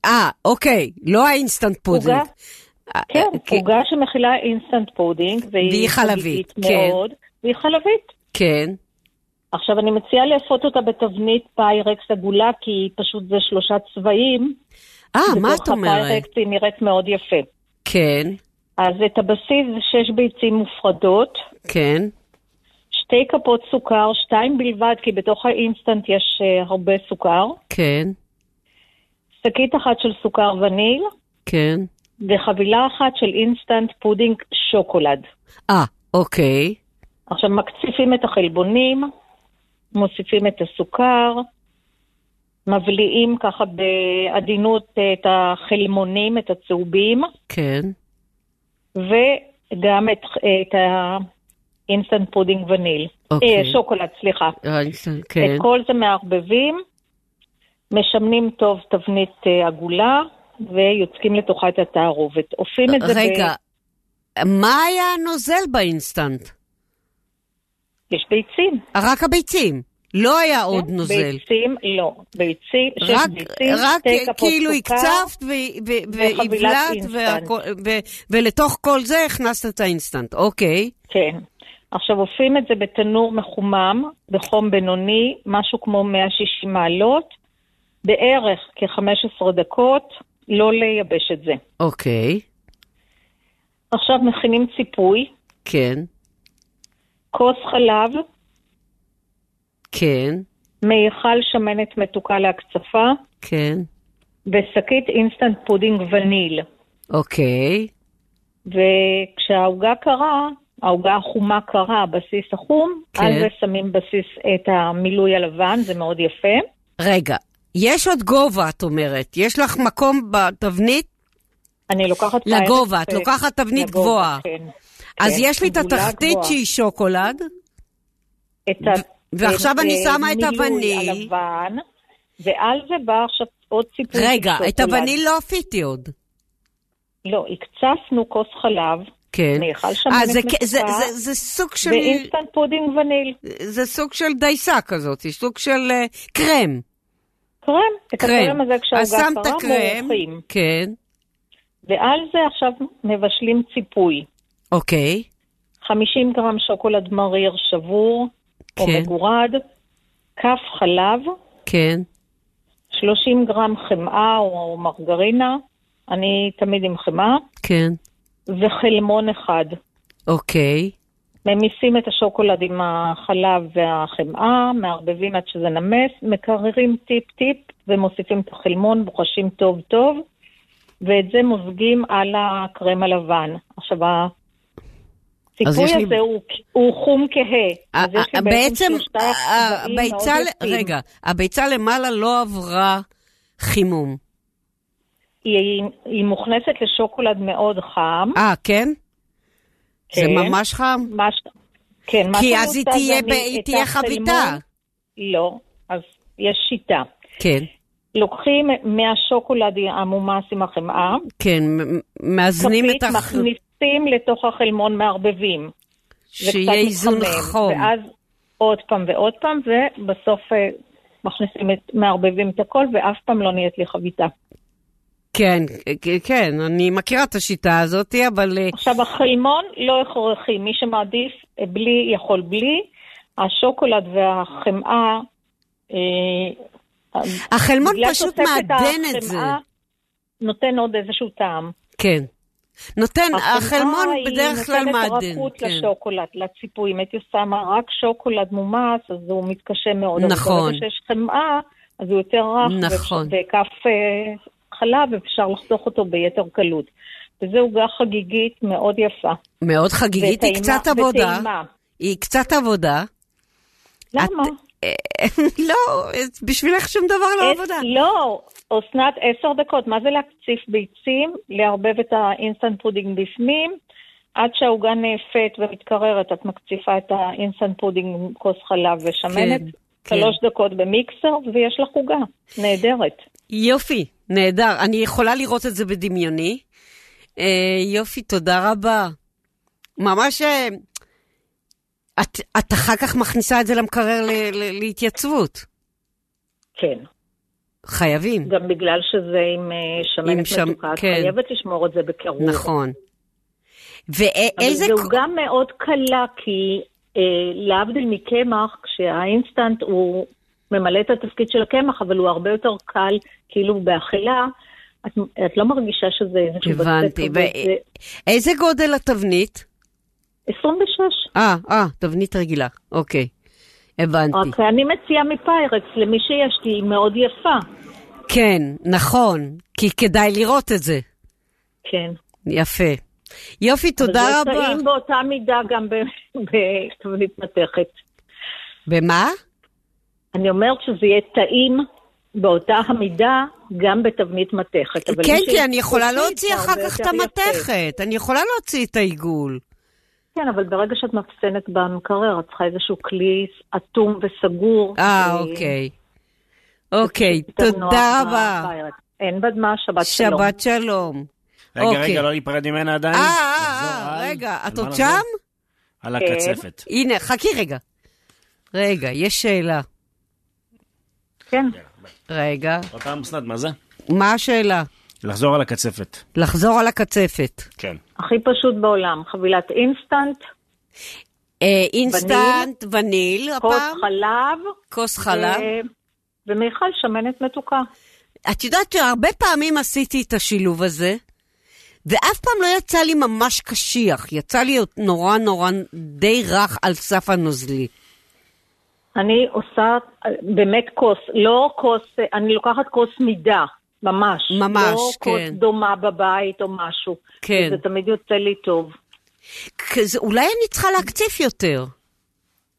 B: אה, אוקיי, לא האינסטנט אה, פודינג.
D: עוגה? כן, עוגה שמכילה אינסטנט פודינג,
B: והיא
D: והיא
B: חלבית,
D: חגיגית
B: כן.
D: מאוד, והיא חלבית.
B: כן.
D: עכשיו, אני מציעה לאפות אותה בתבנית פיירקס עגולה, כי פשוט זה שלושה צבעים.
B: אה, מה את אומרת?
D: בתוך הפיירקס היא נראית מאוד יפה.
B: כן,
D: אז את הבסיס זה שש ביצים מופרדות,
B: כן.
D: שתי כפות סוכר, שתיים בלבד, כי בתוך האינסטנט יש אה, הרבה סוכר,
B: כן,
D: שקית אחת של סוכר וניל,
B: כן.
D: וחבילה אחת של אינסטנט פודינג שוקולד.
B: אה, אוקיי.
D: עכשיו מקציפים את החלבונים, מוסיפים את הסוכר, מבליעים ככה בעדינות אה, את החלמונים, את הצהובים,
B: כן.
D: וגם את, אה, את האינסטנט פודינג וניל.
B: אוקיי.
D: אה, שוקולד, סליחה.
B: האינסטנט, כן.
D: את כל זה מערבבים, משמנים טוב תבנית אה, עגולה, ויוצקים לתוכה את התערובת. עושים את זה
B: רגע,
D: ב...
B: מה היה הנוזל באינסטנט?
D: יש ביצים.
B: רק הביצים. לא היה עוד
D: כן?
B: נוזל.
D: ביצים, לא. ביצים, שש
B: רק,
D: ביצים,
B: רק
D: שתי כפות
B: כאילו
D: סוכר.
B: הקצבת ו- ו-
D: וחבילת
B: והבלעת,
D: אינסטנט.
B: והכל- ו- ולתוך כל זה הכנסת את האינסטנט, אוקיי.
D: כן. עכשיו עופים את זה בתנור מחומם, בחום בינוני, משהו כמו 160 מעלות, בערך כ-15 דקות, לא לייבש את זה.
B: אוקיי,
D: עכשיו מכינים ציפוי,
B: כן,
D: כוס חלב,
B: כן,
D: מיכל שמנת מתוקה להקצפה,
B: כן,
D: ושקית אינסטנט פודינג וניל.
B: אוקיי,
D: וכשהעוגה קרה, העוגה החומה קרה, הבסיס החום,
B: כן.
D: על זה שמים בסיס את המילוי הלבן, זה מאוד יפה.
B: רגע, יש עוד גובה, את אומרת. יש לך מקום בתבנית?
D: אני לוקחת...
B: לגובה, את
D: אה,
B: לוקחת תבנית
D: לגובה,
B: גבוהה.
D: כן.
B: אז
D: כן,
B: יש לי את
D: עגולה
B: התחתית
D: גבוהה. כן,
B: שהיא שוקולד,
D: את ה...
B: ועכשיו אני
D: אה,
B: שמה את
D: מילוי
B: הווניל.
D: הלבן, ועל זה בא עכשיו עוד סיפור
B: רגע, את הווניל לא אפיתי עוד.
D: לא, הקצפנו כוס חלב.
B: כן.
D: מיכל
B: אה,
D: שמנת
B: זה כ- זה-
D: מתוקה,
B: זה- זה סוג של...
D: ואינסטנט פודינג וניל.
B: זה סוג של דייסה כזאת, סוג של אה, קרם.
D: קרם, את הקרם הזה
B: אז
D: כשהעוגה
B: שמת
D: קרה,
B: קרם,
D: מורחים.
B: כן,
D: ועל זה עכשיו מבשלים ציפוי.
B: אוקיי,
D: 50 גרם שוקולד מריר שבור או
B: כן.
D: מגורד, כף חלב,
B: כן,
D: 30 גרם חמאה או מרגרינה, אני תמיד עם חמאה,
B: כן,
D: וחלמון אחד.
B: אוקיי,
D: ממיסים את השוקולד עם החלב והחמאה, מערבבים עד שזה נמס, מקררים טיפ-טיפ ומוסיפים את החלמון, בוחשים טוב-טוב, ואת זה מוזגים על הקרם הלבן. עכשיו,
B: אז
D: הציפוי
B: יש לי-
D: הזה הוא, הוא חום כהה. אז
B: אה,
D: יש לי
B: אה,
D: בעצם שלושה
B: אה,
D: צבעים
B: הביצה,
D: מאוד
B: ל-
D: יפים.
B: רגע, הביצה למעלה לא עברה חימום.
D: היא, היא מוכנסת לשוקולד מאוד חם.
B: אה, כן? זה
D: כן.
B: ממש חם?
D: מש... כן, מה
B: כי
D: שאני
B: אז היא
D: עושה זה
B: תהיה
D: אני
B: ב- היא
D: את
B: תהיה
D: החלמון-
B: חביתה.
D: לא, אז יש שיטה.
B: כן,
D: לוקחים מהשוקולד המומס עם החמאה,
B: כן, מ- מ- מאזנים את
D: כפית
B: ה...
D: מכניסים לתוך החלמון מערבבים.
B: שיהיה
D: וקצת
B: איזון
D: מתחמם,
B: חום.
D: ואז עוד פעם ועוד פעם, ובסוף אה, מכניסים את, מערבבים את הכל, ואף פעם לא נהיית לי חביתה.
B: כן, כן, כן, אני מכירה את השיטה הזאת, אבל... אה,
D: עכשיו, החלמון לא הכרחי, מי שמעדיף אה, בלי, יכול בלי. השוקולד והחמאה... אה,
B: החלמון
D: בגלל
B: פשוט
D: תוספת
B: מעדן את זה.
D: החמאה, נותן עוד איזשהו טעם.
B: כן. נותן, כן,
D: החמאה
B: החלמון
D: היא
B: בדרך כלל
D: נותנת
B: מעדן.
D: רכות
B: כן.
D: לשוקולד, לציפוי. אם הייתי שמה רק שוקולד מומס, אז הוא מתקשה מאוד.
B: נכון.
D: אבל ברגע שיש חמאה, אז הוא יותר רך.
B: נכון.
D: ואפשר- וכף אה, חלב, אפשר לחתוך אותו ביתר קלות. וזו עוגה חגיגית מאוד יפה.
B: מאוד חגיגית, היא
D: וטעימה-
B: קצת עבודה.
D: וטעימה.
B: היא קצת עבודה.
D: למה?
B: לא, בשבילך שום דבר לא
D: את-
B: עבודה.
D: לא, אסנת עשר דקות, מה זה להקציף ביצים? לערבב את האינסטנט פודינג בפנים, עד שהעוגה נאפית ומתקררת, את מקציפה את האינסטנט פודינג עם כוס חלב ושמנת,
B: כן, כן.
D: שלוש דקות במיקסר, ויש לך עוגה, נהדרת.
B: יופי, נהדר. אני יכולה לראות את זה בדמיוני. אה, יופי, תודה רבה. ממש... אה, את, את אחר כך מכניסה את זה למקרר ל, ל, להתייצבות.
D: כן.
B: חייבים.
D: גם בגלל שזה עם אה,
B: עם
D: שמנת
B: שם-
D: מתוקה, את
B: כן.
D: חייבת לשמור את זה בקירור.
B: נכון.
D: אבל
B: ואיזה...
D: זהו גם מאוד קלה, כי אה, להבדיל מקמח, כשהאינסטנט הוא ממלא את התפקיד של הקמח, אבל הוא הרבה יותר קל, כאילו באכילה, את, את לא מרגישה שזה איזשהו... בצק
B: הבנתי.
D: כזה,
B: ו-
D: זה
B: איזה גודל התבנית?
D: 26.
B: אה, אה, תבנית רגילה. אוקיי. הבנתי.
D: אוקיי, אני מציעה מפיירקס למי שיש לי, היא מאוד יפה.
B: כן, נכון. כי כדאי לראות את זה.
D: כן.
B: יפה. יופי, תודה
D: אבל זה
B: רבה.
D: טעים באותה מידה גם ב- בתבנית מתכת.
B: במה?
D: אני אומרת שזה יהיה טעים באותה המידה גם בתבנית מתכת. אבל
B: כן,
D: מי
B: כי
D: שיש
B: אני יכולה
D: חופשית,
B: להוציא
D: זה
B: אחר
D: הרבה
B: כך את
D: יותר יפה.
B: המתכת. אני יכולה להוציא את העיגול.
D: כן, אבל ברגע שאת מאפסנת במקרר, את צריכה איזשהו כלי אטום וסגור.
B: אה,
D: אה,
B: אוקיי. אוקיי,
D: יותר
B: תודה
D: נוח
B: רבה.
D: בפיירקס. אין בד מה, שבת שלום.
B: שבת שלום.
C: רגע,
B: אוקיי.
C: רגע, לא להיפרד ממנה עדיין.
B: אה, אה,
C: נחזור
B: אה,
C: על-
B: רגע,
C: על
B: את
C: מה
B: עוד
C: נחזור?
B: שם?
C: על
D: כן.
C: הקצפת.
B: הנה, חכי רגע. רגע, יש שאלה.
D: כן.
B: רגע,
C: עוד פעם, אסנת, מה זה?
B: מה השאלה?
C: לחזור על הקצפת.
B: לחזור על הקצפת.
C: כן.
D: הכי פשוט בעולם, חבילת אינסטנט,
B: אה, אינסטנט, וניל
D: כוס אה,
B: הפעם,
D: חלב.
B: כוס חלב.
D: ו- ומיכל שמנת מתוקה.
B: את יודעת שהרבה פעמים עשיתי את השילוב הזה, ואף פעם לא יצא לי ממש קשיח, יצא לי נורא נורא די רך על סף הנוזלי.
D: אני עושה אה, באמת כוס, לא כוס, אה, אני לוקחת כוס מידה, ממש.
B: ממש,
D: לא לא
B: כן.
D: כוס דומה בבית או משהו.
B: כן.
D: זה תמיד יוצא לי טוב.
B: כזה- אולי אני צריכה להקציף יותר.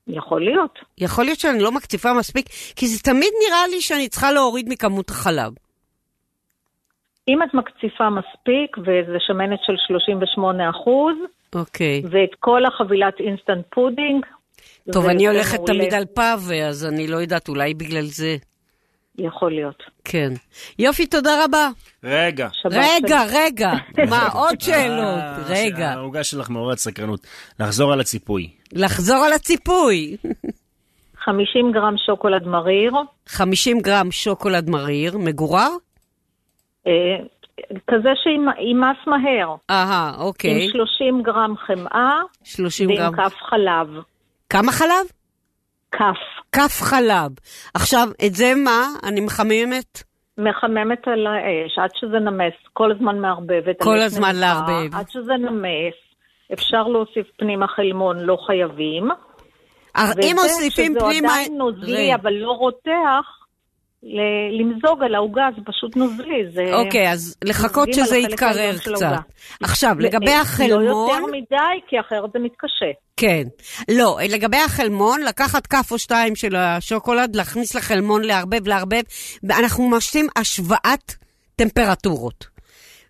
D: יכול להיות.
B: יכול להיות שאני לא מקציפה מספיק, כי זה תמיד נראה לי שאני צריכה להוריד מכמות החלב.
D: אם את מקציפה מספיק, וזה שמנת של 38 אחוז,
B: אוקיי.
D: ואת כל החבילת אינסטנט פודינג,
B: טוב,
D: זה
B: אני
D: יוצא
B: הולכת
D: מעולה.
B: תמיד על פאבה, אז אני לא יודעת, אולי בגלל זה.
D: יכול להיות.
B: כן. יופי, תודה רבה.
C: רגע.
D: שבת
B: רגע,
D: שלום.
B: רגע, מה, עוד שאלות?
C: אה,
B: רגע.
C: העוגה שלך מעוררת סקרנות. לחזור על הציפוי.
B: לחזור על הציפוי.
D: 50 גרם שוקולד מריר,
B: 50 גרם שוקולד מריר, מגורר?
D: אה, כזה שימאס מהר.
B: אהה,
D: עם
B: אוקיי.
D: 30 גרם חמאה
B: 30 גרם.
D: ועם כף חלב.
B: כמה חלב?
D: כף.
B: כף חלב. עכשיו, את זה מה? אני מחממת?
D: מחממת על האש עד שזה נמס, כל הזמן מערבבת.
B: כל
D: האש
B: הזמן
D: נמסה,
B: לערבב.
D: עד שזה נמס, אפשר להוסיף פנימה חלמון, לא חייבים.
B: אה, אם
D: וזה
B: מוסיפים פנימה...
D: שזה עדיין נוזלי,
B: רגע.
D: אבל לא רותח, ל- למזוג על העוגה זה פשוט נוזלי. זה...
B: אוקיי, אז לחכות
D: מזוגים על
B: שזה
D: החלק
B: יתקרר
D: העליון של
B: קצת.
D: העוגה.
B: עכשיו, לגבי
D: אה, לא יותר
B: החלמון...
D: מדי, כי אחרת זה מתקשה.
B: כן. לא, לגבי החלמון, לקחת כף או שתיים של השוקולד, להכניס לחלמון, לערבב, לערבב. אנחנו משתים השוואת טמפרטורות.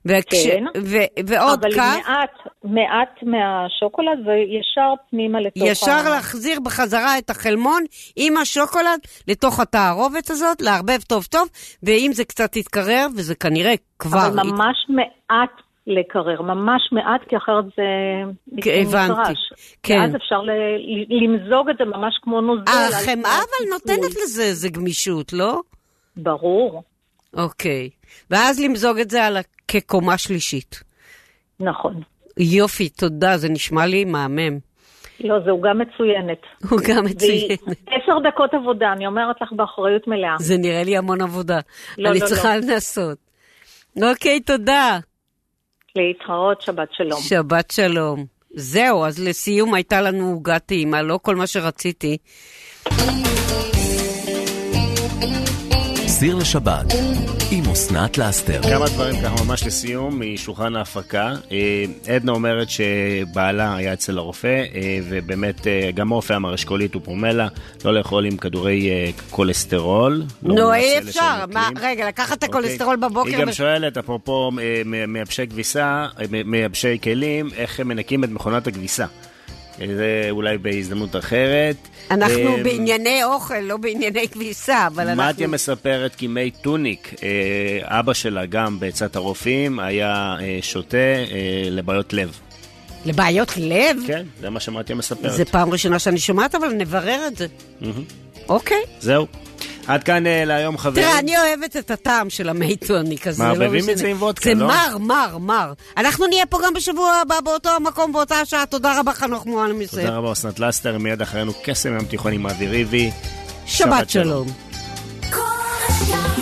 B: וכש...
D: כן.
B: ו... ועוד
D: אבל
B: כף,
D: מעט, מעט מהשוקולד זה ישר פנימה לתוך
B: ישר להחזיר בחזרה את החלמון עם השוקולד לתוך התערובת הזאת, לערבב טוב טוב, ואם זה קצת יתקרר, וזה כנראה כבר...
D: אבל ממש מעט לקרר, ממש מעט, כי אחרת זה...
B: הבנתי,
D: נקרש.
B: כן.
D: ואז אפשר ל- ל- למזוג את זה ממש כמו נוזל. על פני
B: החמאה אבל
D: הכיסוי.
B: נותנת לזה איזה גמישות, לא?
D: ברור,
B: אוקיי. ואז למזוג את זה על ה- כקומה שלישית.
D: נכון.
B: יופי, תודה, זה נשמע לי מהמם.
D: לא, זו עוגה מצוינת.
B: הוא גם
D: והיא
B: מצוין.
D: עשר דקות עבודה, אני אומרת לך באחריות מלאה.
B: זה נראה לי המון עבודה.
D: לא,
B: אני
D: לא,
B: צריכה לנסות. אוקיי, תודה.
D: להתראות, שבת שלום.
B: שבת שלום. זהו, אז לסיום הייתה לנו עוגה טעימה, לא כל מה שרציתי.
A: סיר לשבת עם אסנת לאסתר.
C: כמה דברים ככה ממש לסיום משולחן ההפקה. אה, עדנה אומרת שבעלה היה אצל הרופא, אה, ובאמת אה, גם הרופא אמר אשכולית ופרומלה, לא לאכול עם כדורי אה, כולסטרול. לא
B: נו,
C: מומלץ
B: אי
C: לאלה
B: אפשר.
C: שמקלים.
B: מה, רגע, לקחת את
C: אוקיי.
B: הכולסטרול בבוקר?
C: היא גם
B: ו-
C: שואלת, אפרופו אה, מ- מייבשי כביסה, אה, מ- מייבשי כלים, איך הם מנקים את מכונת הכביסה. אה, זה אולי בהזדמנות אחרת.
B: אנחנו
D: אמ,
C: אה,
B: בענייני אוכל, לא בענייני כביסה, אבל
C: מתיה
B: אנחנו...
C: מספרת כי מי טוניק, אה, אבא שלה גם בעצת הרופאים, היה אה, שותה אה, לבעיות לב.
B: לבעיות לב?
C: כן, זה מה שמתיה מספרת.
B: זה פעם ראשונה שאני שומעת, אבל נברר את זה.
C: מהמם.
B: אוקיי.
C: זהו. עד כאן אה, להיום, חברים.
B: תראה, אני אוהבת את הטעם של המי טוניק הזה, לא משנה.
C: מערבבים את זה עם וודקה,
B: זה
C: לא?
B: מר, מר, מר. אנחנו נהיה פה גם בשבוע הבא באותו המקום, באותה השעה. תודה רבה, חנוך מועלם יוסף.
C: תודה רבה, אסנת לסטר, מיד אחרינו קסם ים תיכון עם אבי ריבי.
B: שבת שלום.
J: כל השאר